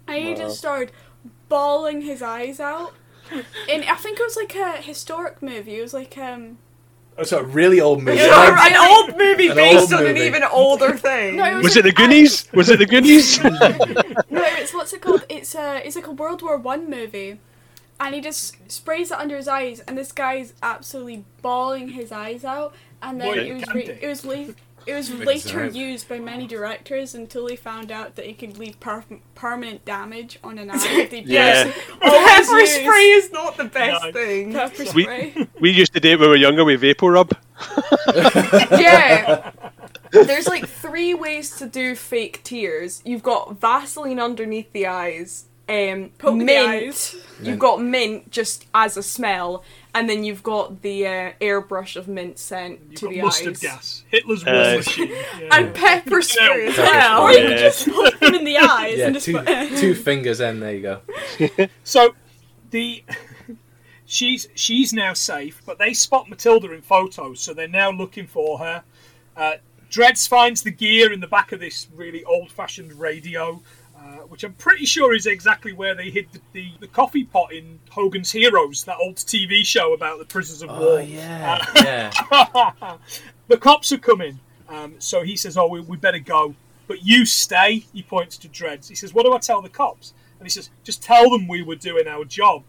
[SPEAKER 7] and he just started bawling his eyes out and I think it was like a historic movie. It was like um
[SPEAKER 5] It's a really old movie.
[SPEAKER 6] an old movie
[SPEAKER 5] An old
[SPEAKER 6] based on
[SPEAKER 5] movie.
[SPEAKER 6] an even older thing.
[SPEAKER 7] no, it was,
[SPEAKER 3] was it
[SPEAKER 7] an
[SPEAKER 3] the Goonies? Was it the
[SPEAKER 7] [LAUGHS]
[SPEAKER 3] Goonies?
[SPEAKER 7] act- No, it's what's it called? It's uh it's like a World War One movie, and he just sprays it under his eyes, and this guy's absolutely bawling his eyes out, and then
[SPEAKER 4] Boy,
[SPEAKER 7] it was
[SPEAKER 4] can't
[SPEAKER 7] re-
[SPEAKER 4] they?
[SPEAKER 7] it was late. It was later
[SPEAKER 5] Exactly.
[SPEAKER 7] used by many directors until they found out that it could leave per- permanent damage
[SPEAKER 5] [LAUGHS]
[SPEAKER 7] on an eye if they
[SPEAKER 3] yeah,
[SPEAKER 6] Pepper
[SPEAKER 7] Always
[SPEAKER 6] spray is not the best
[SPEAKER 4] No.
[SPEAKER 6] thing.
[SPEAKER 7] pepper
[SPEAKER 3] We-
[SPEAKER 7] spray.
[SPEAKER 3] we used to do it when we were younger with vapor rub.
[SPEAKER 6] [LAUGHS] yeah. There's like three ways to do fake tears. You've got Vaseline underneath the eyes, um,
[SPEAKER 7] Poke the
[SPEAKER 6] mint.
[SPEAKER 7] eyes.
[SPEAKER 6] You've got mint just as a smell, and then you've got the uh, airbrush of mint scent
[SPEAKER 4] You've
[SPEAKER 6] to
[SPEAKER 4] got
[SPEAKER 6] the
[SPEAKER 4] mustard
[SPEAKER 6] eyes,
[SPEAKER 4] gas. Hitler's
[SPEAKER 3] Uh,
[SPEAKER 4] war machine. Yeah.
[SPEAKER 6] and pepper spray as
[SPEAKER 5] Pepper
[SPEAKER 6] well.
[SPEAKER 5] spray.
[SPEAKER 3] Yeah.
[SPEAKER 7] Poke him in Oh, the eyes
[SPEAKER 5] yeah,
[SPEAKER 7] and just [LAUGHS]
[SPEAKER 5] two, two fingers in. There you go.
[SPEAKER 4] So the [LAUGHS] she's she's now safe, but they spot Matilda in photos, so they're now looking for her. Uh, Dredz finds the gear in the back of this really old-fashioned radio, uh, which I'm pretty sure is exactly where they hid the, the, the coffee pot in Hogan's Heroes, that old TV show about the prisoners of war.
[SPEAKER 5] Oh, yeah, yeah.
[SPEAKER 4] The cops are coming, um, so he says, "Oh, we, we better go." But you stay. He points to Dreads. He says, "What do I tell the cops?" And he says, "Just tell them we were doing our job."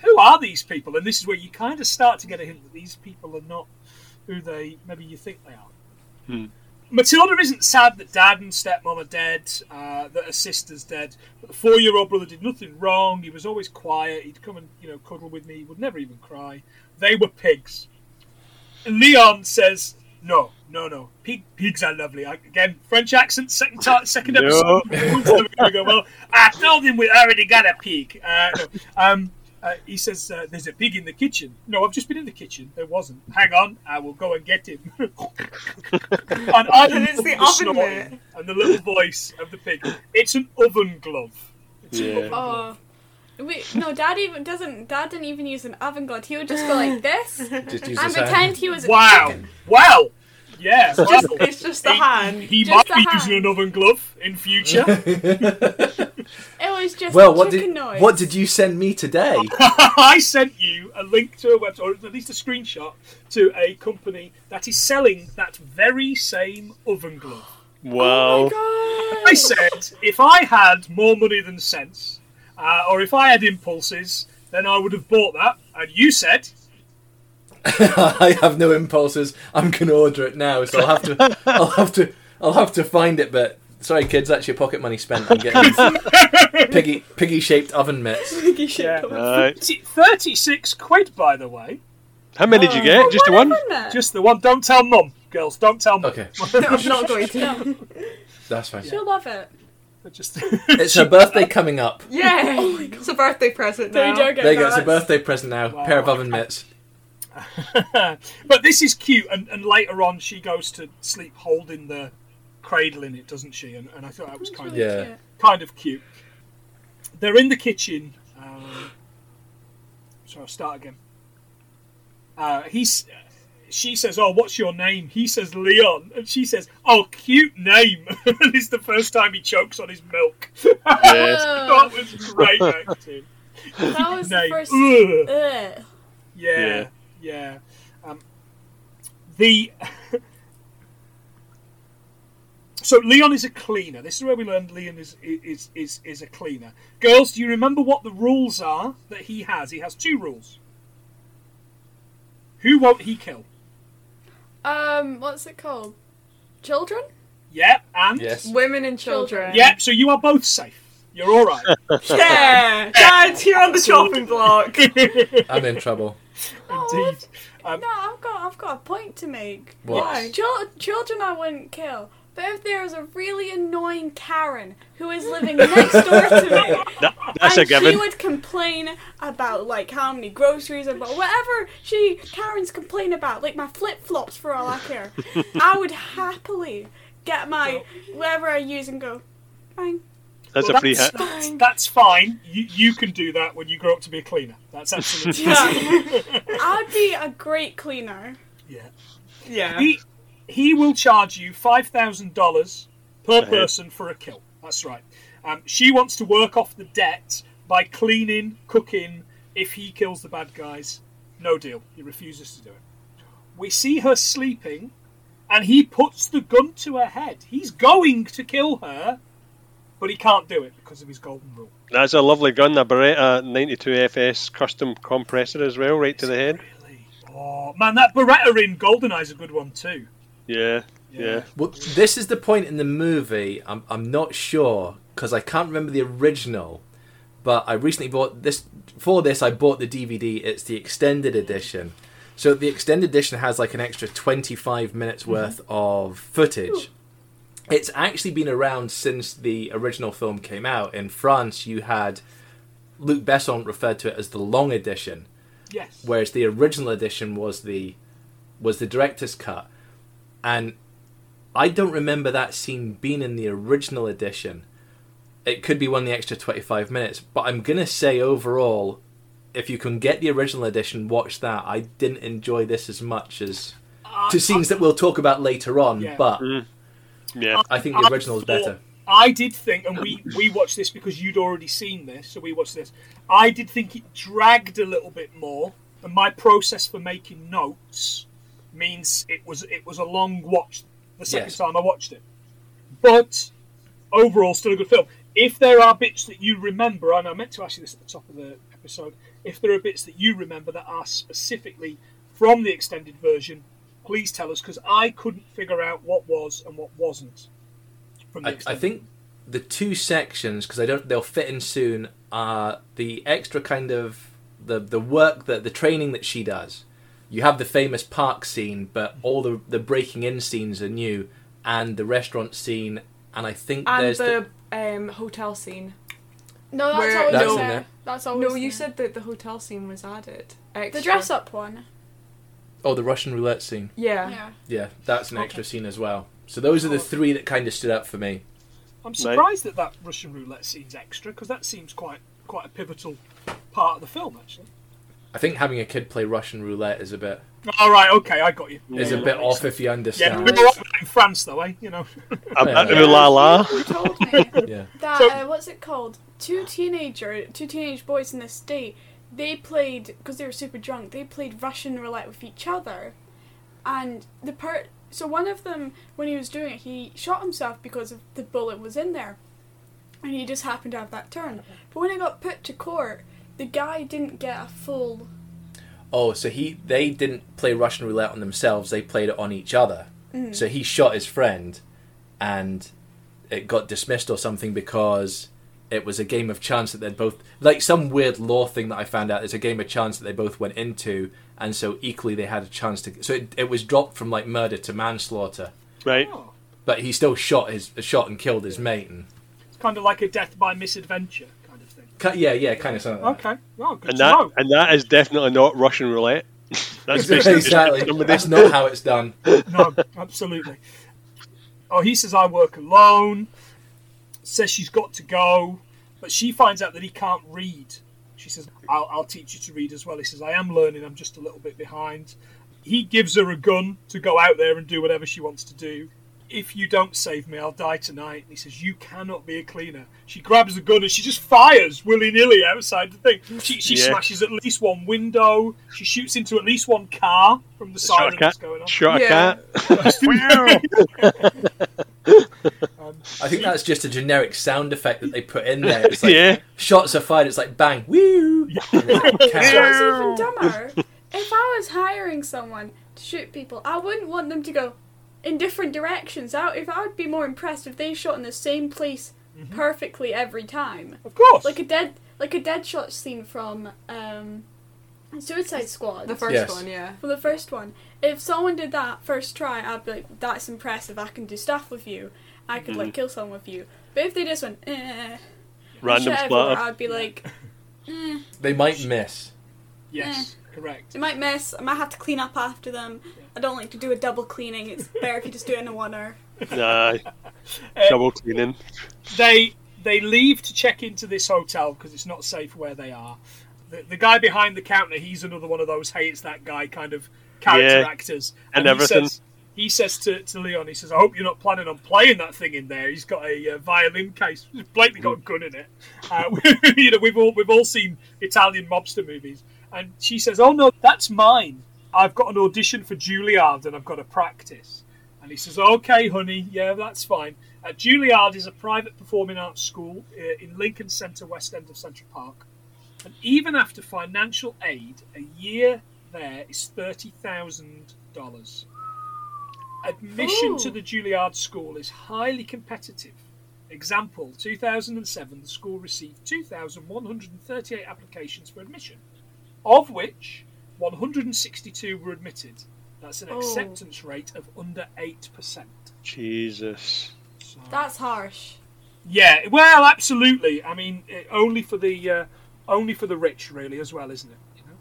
[SPEAKER 4] Who are these people? And this is where you kind of start to get a hint that these people are not who they maybe you think they are. Matilda isn't sad that dad and stepmom are dead, uh, that her sister's dead, but the four-year-old brother did nothing wrong. He was always quiet. He'd come and you know cuddle with me. He would never even cry. They were pigs. Leon says, "No, no, no. Pig, pigs are lovely." I, again, French accent. Second, ta- second
[SPEAKER 3] No.
[SPEAKER 4] episode. [LAUGHS] We go, well, I told him we already got a pig. Uh, no. um, uh, he says, uh, "There's a pig in the kitchen." No, I've just been in the kitchen. There wasn't. Hang on, I will go and get [LAUGHS] him. and I
[SPEAKER 6] And
[SPEAKER 4] love
[SPEAKER 6] it's the
[SPEAKER 4] the
[SPEAKER 6] oven
[SPEAKER 4] snorting
[SPEAKER 6] mitt.
[SPEAKER 4] and the little voice of the pig. It's an oven glove. It's an
[SPEAKER 3] Yeah.
[SPEAKER 4] oven glove.
[SPEAKER 7] Oh. We, no, Dad even doesn't. Dad didn't even use an avant-garde. He would just
[SPEAKER 5] [LAUGHS]
[SPEAKER 7] go like this and
[SPEAKER 5] Just use his hand.
[SPEAKER 7] pretend he was. a
[SPEAKER 4] Wow!
[SPEAKER 7] chicken.
[SPEAKER 4] Wow! Yeah,
[SPEAKER 6] Just,
[SPEAKER 4] wow.
[SPEAKER 6] it's just the
[SPEAKER 4] He-
[SPEAKER 6] hand.
[SPEAKER 4] He
[SPEAKER 7] Just
[SPEAKER 4] might be
[SPEAKER 7] the
[SPEAKER 4] using
[SPEAKER 7] hand.
[SPEAKER 4] an oven glove in
[SPEAKER 5] [LAUGHS]
[SPEAKER 4] future.
[SPEAKER 7] [LAUGHS] It was just
[SPEAKER 5] Well, what did
[SPEAKER 7] chicken noise.
[SPEAKER 5] what did you send me today?
[SPEAKER 4] I sent you a link to a website, or at least a screenshot, to a company that is selling that very same oven glove.
[SPEAKER 7] Oh
[SPEAKER 3] Wow.
[SPEAKER 4] I said, if I had more money than sense, uh, or if I had impulses, then I would have bought that. And you said,
[SPEAKER 5] [LAUGHS] I have no impulses. I'm gonna order it now, so I'll have to. I'll have to. I'll have to find it. But sorry, kids, that's your pocket money spent on getting piggy piggy shaped oven mitts.
[SPEAKER 3] Aye.
[SPEAKER 4] "Is it 36 quid, by the way?
[SPEAKER 3] How many did you
[SPEAKER 7] Oh,
[SPEAKER 3] get? Just the one?
[SPEAKER 4] Just the one. Don't tell mum, girls. Don't tell mum.
[SPEAKER 5] Okay,
[SPEAKER 6] I'm not going to.
[SPEAKER 5] that's fine.
[SPEAKER 7] You'll love it.
[SPEAKER 4] [LAUGHS] Just
[SPEAKER 5] It's her birthday coming up.
[SPEAKER 6] [LAUGHS] [LAUGHS] Yeah, it's a birthday present
[SPEAKER 7] No,
[SPEAKER 6] now.
[SPEAKER 7] you don't get
[SPEAKER 5] There you go.
[SPEAKER 7] that.
[SPEAKER 5] It's a birthday present now. Pair of oven mitts.
[SPEAKER 4] [LAUGHS] but this is cute. And, and later on, she goes to sleep holding the cradle in it, doesn't she? And, and I thought that was kind of
[SPEAKER 5] Yeah.
[SPEAKER 7] cute.
[SPEAKER 4] kind of cute. They're in the kitchen. Um, so I'll start again. Uh, he's, she says, "Oh, what's your name?" He says, "Leon," and she says, "Oh, cute name." [LAUGHS] and it's the first time he chokes on his milk.
[SPEAKER 7] Uh, Ugh,
[SPEAKER 4] [LAUGHS] that was great acting.
[SPEAKER 7] that [LAUGHS] was the
[SPEAKER 4] Name.
[SPEAKER 7] first.
[SPEAKER 4] Ugh.
[SPEAKER 7] Ugh.
[SPEAKER 3] Yeah.
[SPEAKER 4] Yeah, yeah. Um, the [LAUGHS] so Leon is a cleaner. This is where we learned Leon is is is is a cleaner. Girls, do you remember what the rules are that he has? He has two rules. Who won't he kill?
[SPEAKER 6] Um, what's it called? Children?
[SPEAKER 4] Yep, and
[SPEAKER 5] Yes.
[SPEAKER 6] Women and children.
[SPEAKER 4] yep. So you are both safe. You're
[SPEAKER 3] [LAUGHS]
[SPEAKER 4] all right. [LAUGHS]
[SPEAKER 6] Yeah. Dad, you're on the chopping block.
[SPEAKER 5] I'm in trouble.
[SPEAKER 7] Oh,
[SPEAKER 4] Indeed.
[SPEAKER 7] No, I've got I've got a point to make.
[SPEAKER 5] What?
[SPEAKER 6] Why?
[SPEAKER 7] Chil- children I wouldn't kill. But if there is a really annoying Karen who is [LAUGHS] living next door to me,
[SPEAKER 3] That- that's a
[SPEAKER 7] and she
[SPEAKER 3] given.
[SPEAKER 7] would complain about like how many groceries and whatever she Karen's complain about, like my flip flops for all I care. I would happily get my whatever I use and go, fine.
[SPEAKER 3] That's
[SPEAKER 4] Well,
[SPEAKER 3] a free
[SPEAKER 4] that's,
[SPEAKER 3] hit.
[SPEAKER 4] That's, that's fine. You, you can do that when you grow up to be a cleaner.
[SPEAKER 3] [LAUGHS]
[SPEAKER 4] That's absolutely
[SPEAKER 6] Yeah.
[SPEAKER 7] I'd be a great cleaner.
[SPEAKER 4] yeah.
[SPEAKER 6] yeah.
[SPEAKER 4] [LAUGHS] He he will charge you five thousand dollars per
[SPEAKER 3] Ahead.
[SPEAKER 4] person for a kill. That's right. Um, she wants to work off the debt by cleaning, cooking. If he kills the bad guys, no deal. He refuses to do it. We see her sleeping, and he puts the gun to her head. He's going to kill her, but he can't do it because of his golden rule.
[SPEAKER 3] That's a lovely gun, a Beretta uh, 92 FS custom compressor as well, right to the head.
[SPEAKER 4] Really? Oh man, that Beretta in Goldeneye's a good one too.
[SPEAKER 3] Yeah, yeah.
[SPEAKER 5] Well, this is the point in the movie. I'm, I'm not sure because I can't remember the original, but I recently bought this. For this, I bought the DVD. It's the extended edition. So the extended edition has like an extra 25 minutes worth of footage. It's actually been around since the original film came out. In France, you had Luc Besson referred to it as the long edition
[SPEAKER 4] Yes.
[SPEAKER 5] whereas the original edition was the was the director's cut and i don't remember that scene being in the original edition it could be one of the extra 25 minutes but i'm gonna say overall if you can get the original edition watch that i didn't enjoy this as much as to scenes that we'll talk about later on
[SPEAKER 4] Uh, Yeah.
[SPEAKER 5] but
[SPEAKER 3] Yeah,
[SPEAKER 5] i think the original is
[SPEAKER 4] thought-
[SPEAKER 5] better
[SPEAKER 4] I did think, and we we watched this because you'd already seen this, so we watched this. I did think it dragged a little bit more, and my process for making notes means it was it was a long watch the second
[SPEAKER 5] Yes.
[SPEAKER 4] time I watched it. But overall, still a good film. If there are bits that you remember, and I meant to ask you this at the top of the episode, if there are bits that you remember that are specifically from the extended version, please tell us because I couldn't figure out what was and what wasn't. From the
[SPEAKER 5] I, I
[SPEAKER 4] extended
[SPEAKER 5] think the two sections because I don't they'll fit in soon are the extra kind of the the work that the training that she does. You have the famous park scene, but all the the breaking in scenes are new, and the restaurant scene, and I think
[SPEAKER 6] And
[SPEAKER 5] there's
[SPEAKER 6] the, um, hotel scene.
[SPEAKER 7] No, that's
[SPEAKER 6] Where-
[SPEAKER 7] always
[SPEAKER 5] That's in
[SPEAKER 7] there.
[SPEAKER 5] there.
[SPEAKER 7] That's
[SPEAKER 6] Oh,
[SPEAKER 7] always
[SPEAKER 6] no, you
[SPEAKER 7] there.
[SPEAKER 6] said that the hotel scene was added.
[SPEAKER 7] the
[SPEAKER 6] Extra.
[SPEAKER 7] dress up one.
[SPEAKER 5] oh the Russian roulette scene.
[SPEAKER 6] Yeah.
[SPEAKER 7] Yeah.
[SPEAKER 5] Yeah, that's an extra scene as well. So those are the three that kind of stood out for me.
[SPEAKER 4] I'm surprised that that Russian roulette scene's extra because that seems quite quite a pivotal part of the film actually.
[SPEAKER 5] I think having a kid play Russian roulette is a bit
[SPEAKER 4] All right, okay, I got you.
[SPEAKER 5] is a
[SPEAKER 4] Yeah,
[SPEAKER 5] bit
[SPEAKER 4] that
[SPEAKER 5] off
[SPEAKER 4] makes sense.
[SPEAKER 5] if you
[SPEAKER 4] Yeah,
[SPEAKER 5] understand.
[SPEAKER 4] we were up with that in France though, eh? You know.
[SPEAKER 3] I'm
[SPEAKER 5] Yeah.
[SPEAKER 3] at the la la.
[SPEAKER 7] You told me
[SPEAKER 5] [LAUGHS] Yeah.
[SPEAKER 7] that
[SPEAKER 4] So-
[SPEAKER 7] uh, what's it called? Two teenager, two teenage boys in the state. They played because they were super drunk. They played Russian roulette with each other, and the part. So one of them, when he was doing it, he shot himself because of the bullet was in there, and he just happened to have that turn. But when it got put to court, the guy didn't get a full.
[SPEAKER 5] Oh, so he they didn't play Russian roulette on themselves; they played it on each other. So he shot his friend, and it got dismissed or something because it was a game of chance that they'd both like some weird law thing that I found out. It's a game of chance that they both went into, and so equally they had a chance to. So it, it was dropped from like murder to manslaughter,
[SPEAKER 3] Right.
[SPEAKER 4] [LAUGHS] Oh,
[SPEAKER 5] but he still shot his shot and killed his mate. And
[SPEAKER 4] it's kind of like a death by misadventure kind of thing.
[SPEAKER 5] Ki- yeah, yeah, kind of something. Like that.
[SPEAKER 4] Okay. Oh, good
[SPEAKER 3] And
[SPEAKER 4] to
[SPEAKER 3] that
[SPEAKER 4] know.
[SPEAKER 3] and that is definitely not Russian
[SPEAKER 4] [LAUGHS]
[SPEAKER 3] roulette. That's basically just
[SPEAKER 5] exactly.
[SPEAKER 3] somebody-
[SPEAKER 5] That's not how it's done.
[SPEAKER 4] no, absolutely. Oh, he says I work alone. Says she's got to go, but she finds out that he can't read. She says, "I'll, I'll teach you to read as well." He says, "I am learning. I'm just a little bit behind." He gives her a gun to go out there and do whatever she wants to do. if you don't save me, I'll die tonight. And he says, You cannot be a cleaner. She grabs the gun and she just fires willy nilly outside the thing. She, she
[SPEAKER 3] Yeah.
[SPEAKER 4] smashes at least one window. She shoots into at least one car from the
[SPEAKER 3] Shot a
[SPEAKER 4] siren
[SPEAKER 3] cat.
[SPEAKER 4] that's going on.
[SPEAKER 3] Shot a
[SPEAKER 6] Yeah.
[SPEAKER 3] cat.
[SPEAKER 4] [LAUGHS] Um,
[SPEAKER 5] I think that's just a generic sound effect that they put in
[SPEAKER 4] [LAUGHS]
[SPEAKER 5] there. It's like
[SPEAKER 3] Yeah.
[SPEAKER 5] shots are fired. It's like bang, woo. And it's
[SPEAKER 7] You know
[SPEAKER 5] cat.
[SPEAKER 7] what's even dumber? if I was hiring someone to shoot people, I wouldn't want them to go in different directions. I, if I would be more impressed if they shot in the same place
[SPEAKER 3] Mm-hmm.
[SPEAKER 7] perfectly every time,
[SPEAKER 4] Of course.
[SPEAKER 7] like a dead, like a dead shot scene from um, Suicide Squad.
[SPEAKER 6] The first
[SPEAKER 5] Yes.
[SPEAKER 6] one, yeah.
[SPEAKER 7] Well, the first one. If someone did that first try, I'd be like, "That's impressive. I can do stuff with you. I could
[SPEAKER 3] Mm-hmm.
[SPEAKER 7] like kill someone with you." But if they just went, eh,
[SPEAKER 3] Random
[SPEAKER 7] shit everywhere,
[SPEAKER 3] splatter.
[SPEAKER 7] I'd be like,
[SPEAKER 5] They might miss.
[SPEAKER 4] yes, correct.
[SPEAKER 7] "They might miss. I might have to clean up after them. I don't like to do a double cleaning. [LAUGHS] It's better if you just do it in a oneer."
[SPEAKER 3] Nah.
[SPEAKER 4] Eh.
[SPEAKER 3] Double cleaning.
[SPEAKER 4] They they leave to check into this hotel because it's not safe where they are. The, the guy behind the counter, he's another one of those hates that guy kind of character
[SPEAKER 3] Yeah.
[SPEAKER 4] actors.
[SPEAKER 3] And
[SPEAKER 4] he
[SPEAKER 3] everything.
[SPEAKER 4] says- He says, to, to Leon, he says, I hope you're not planning on playing that thing in there. He's got a uh, violin case. [LAUGHS] It's blatantly got a gun in it. Uh, [LAUGHS] you know, we've all, we've all seen Italian mobster movies. And she says, Oh, no, that's mine. I've got an audition for Juilliard and I've got to practice. And he says, Okay, honey, yeah, that's fine. Uh, Juilliard is a private performing arts school uh, in Lincoln Centre, West End of Central Park. And even after financial aid, a year there is $30,000. Admission to
[SPEAKER 7] Ooh.
[SPEAKER 4] the Juilliard School is highly competitive. Example 2007, the school received 2,138 applications for admission, of which 162 were admitted. That's an
[SPEAKER 7] Oh.
[SPEAKER 4] acceptance rate of under 8%.
[SPEAKER 3] Jesus.
[SPEAKER 7] That's harsh.
[SPEAKER 4] Yeah, well, absolutely. I mean, eh, only for the uh, only for the rich, really, as well, isn't it? You know?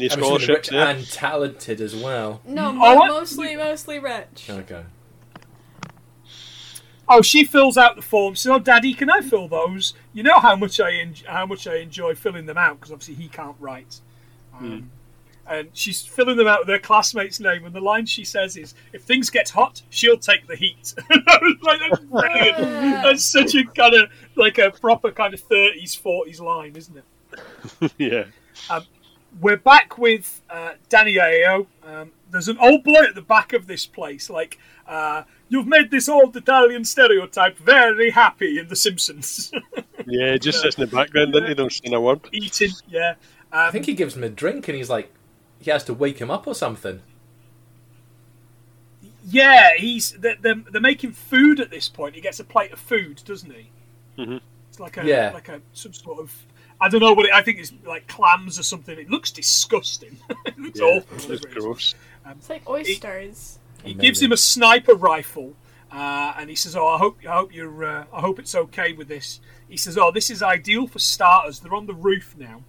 [SPEAKER 3] Need
[SPEAKER 5] I'm assuming they're
[SPEAKER 3] scholarships
[SPEAKER 5] rich
[SPEAKER 3] there. [LAUGHS]
[SPEAKER 5] and talented as well.
[SPEAKER 7] No,
[SPEAKER 4] Oh, what?
[SPEAKER 7] mostly mostly rich.
[SPEAKER 5] Okay.
[SPEAKER 4] Oh, she fills out the forms. So, Daddy, can I fill those? You know how much I en- how much I enjoy filling them out because obviously he can't write. Um, And she's filling them out with her classmate's name, and the line she says is, "If things get hot, she'll take the heat." [LAUGHS] And I was like, "That's brilliant. That's such a kind of like a proper kind of thirties, forties line, isn't it?"
[SPEAKER 3] yeah.
[SPEAKER 4] we're back with uh, Danny Ayo. Um, there's an old boy at the back of this place, like, uh, you've made this old Italian stereotype very happy in The Simpsons. [LAUGHS]
[SPEAKER 3] Yeah, just sits in the background, doesn't he? Don't say a word.
[SPEAKER 4] Eating, yeah.
[SPEAKER 5] I think he gives him a drink, and he's like, he has to wake him up or something.
[SPEAKER 4] Yeah, he's they're, they're, they're making food at this point. He gets a plate of food, doesn't he? Mm-hmm. It's like a
[SPEAKER 5] Yeah.
[SPEAKER 4] like a some sort of I don't know what it, I think it's like clams or something. It looks disgusting. [LAUGHS] it looks awful.
[SPEAKER 3] That's
[SPEAKER 4] whatever it is.
[SPEAKER 3] gross.
[SPEAKER 7] It's like oysters.
[SPEAKER 4] He gives him a sniper rifle, uh, and he says, "Oh, I hope, I hope you're, uh, I hope it's okay with this." He says, "Oh, this is ideal for starters. They're on the roof now,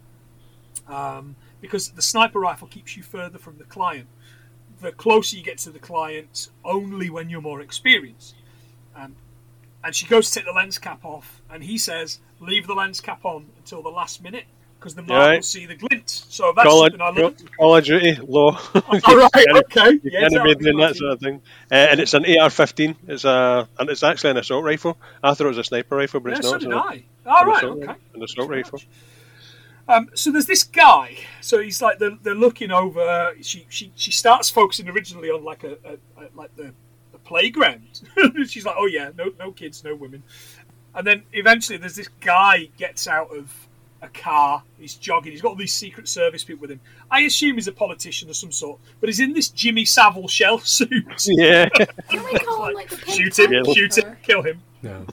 [SPEAKER 4] um, because the sniper rifle keeps you further from the client. The closer you get to the client, only when you're more experienced." Um, and she goes to take the lens cap off, and he says, "Leave the lens cap on until the last minute." Because the mark will
[SPEAKER 3] Right.
[SPEAKER 4] see the glint. So that's
[SPEAKER 3] Call
[SPEAKER 4] something I
[SPEAKER 3] of,
[SPEAKER 4] learned.
[SPEAKER 3] Call of Duty, law.
[SPEAKER 4] [LAUGHS]
[SPEAKER 3] [LAUGHS]
[SPEAKER 4] All right,
[SPEAKER 3] Anime-
[SPEAKER 4] okay.
[SPEAKER 3] You
[SPEAKER 4] yeah,
[SPEAKER 3] can
[SPEAKER 4] exactly.
[SPEAKER 3] animate doing that sort of thing. Uh, and it's an AR-15. It's a, and it's actually an assault rifle. I thought it was a sniper rifle, but
[SPEAKER 4] Yeah,
[SPEAKER 3] it's
[SPEAKER 4] so
[SPEAKER 3] not.
[SPEAKER 4] did
[SPEAKER 3] It's
[SPEAKER 4] I. All
[SPEAKER 3] an
[SPEAKER 4] right,
[SPEAKER 3] assault-
[SPEAKER 4] okay.
[SPEAKER 3] An assault rifle. [LAUGHS]
[SPEAKER 4] Thanks very much. Um, so there's this guy. So he's like they're, they're looking over. uh, She, she she starts focusing originally on like a, a, a like the, the playground. [LAUGHS] She's like, oh yeah, no no kids, no women. And then eventually there's this guy gets out of a car. He's jogging. He's got all these Secret Service people with him. I assume he's a politician of some sort, but he's in this Jimmy Savile shell suit. [LAUGHS]
[SPEAKER 3] Yeah,
[SPEAKER 7] Can we call him like the pink
[SPEAKER 4] shoot him!
[SPEAKER 3] Yeah.
[SPEAKER 4] Shoot him! Kill him!
[SPEAKER 5] No.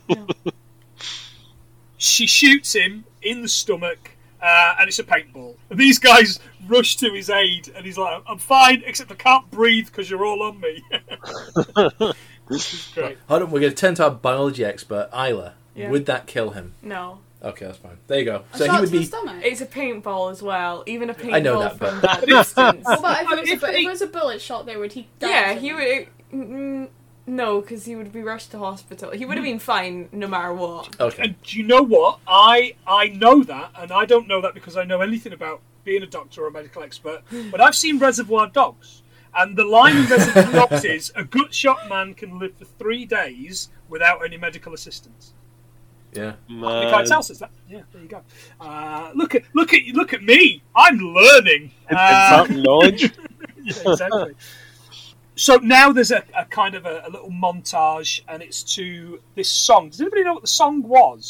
[SPEAKER 4] she shoots him in the stomach, uh, and it's a paintball. And these guys rush to his aid, and he's like, "I'm fine, except I can't breathe because you're all on me." [LAUGHS] This is great.
[SPEAKER 5] Hold on, we're going to turn to our biology expert, Isla.
[SPEAKER 6] Yeah.
[SPEAKER 5] Would that kill him?
[SPEAKER 6] No.
[SPEAKER 5] Okay, that's fine. There you go.
[SPEAKER 8] A
[SPEAKER 5] So
[SPEAKER 8] shot
[SPEAKER 5] he would
[SPEAKER 8] to the
[SPEAKER 5] be.
[SPEAKER 8] stomach.
[SPEAKER 6] It's a paintball as well. Even a paintball
[SPEAKER 5] I know that,
[SPEAKER 6] from
[SPEAKER 5] but-
[SPEAKER 6] that
[SPEAKER 7] [LAUGHS]
[SPEAKER 6] distance.
[SPEAKER 8] Well, but if
[SPEAKER 4] I
[SPEAKER 8] it was,
[SPEAKER 4] mean,
[SPEAKER 8] a, bu-
[SPEAKER 4] if
[SPEAKER 8] if
[SPEAKER 4] they-
[SPEAKER 8] it was a bullet shot, they would he. die,
[SPEAKER 6] yeah,
[SPEAKER 8] so-
[SPEAKER 6] he would. Mm, no, because he would be rushed to hospital. He would have been fine no matter what.
[SPEAKER 5] Okay.
[SPEAKER 4] And do you know what? I I know that, and I don't know that because I know anything about being a doctor or a medical expert. But I've seen Reservoir Dogs, And the line in Blocks is a gut shot man can live for three days without any medical assistance.
[SPEAKER 5] Yeah.
[SPEAKER 4] The guy
[SPEAKER 3] Um,
[SPEAKER 4] tells us that. Yeah, there you go. Uh, look at look at look at me. I'm learning. Uh,
[SPEAKER 3] Impart
[SPEAKER 4] [LAUGHS]
[SPEAKER 3] knowledge.
[SPEAKER 4] yeah, exactly. So now there's a, a kind of a, a little montage, and it's to this song. Does anybody know what the song was?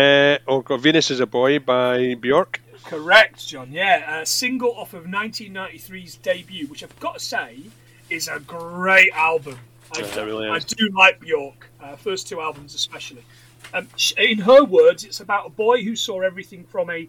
[SPEAKER 3] Uh, oh God, Venus is a Boy by Bjork.
[SPEAKER 4] Correct, John. Yeah, a single off of 1993's debut, which I've got to say is a great album. I,
[SPEAKER 3] Yeah, it really
[SPEAKER 4] I
[SPEAKER 3] is.
[SPEAKER 4] do like Bjork, uh, first two albums especially. Um, sh- in her words, it's about a boy who saw everything from a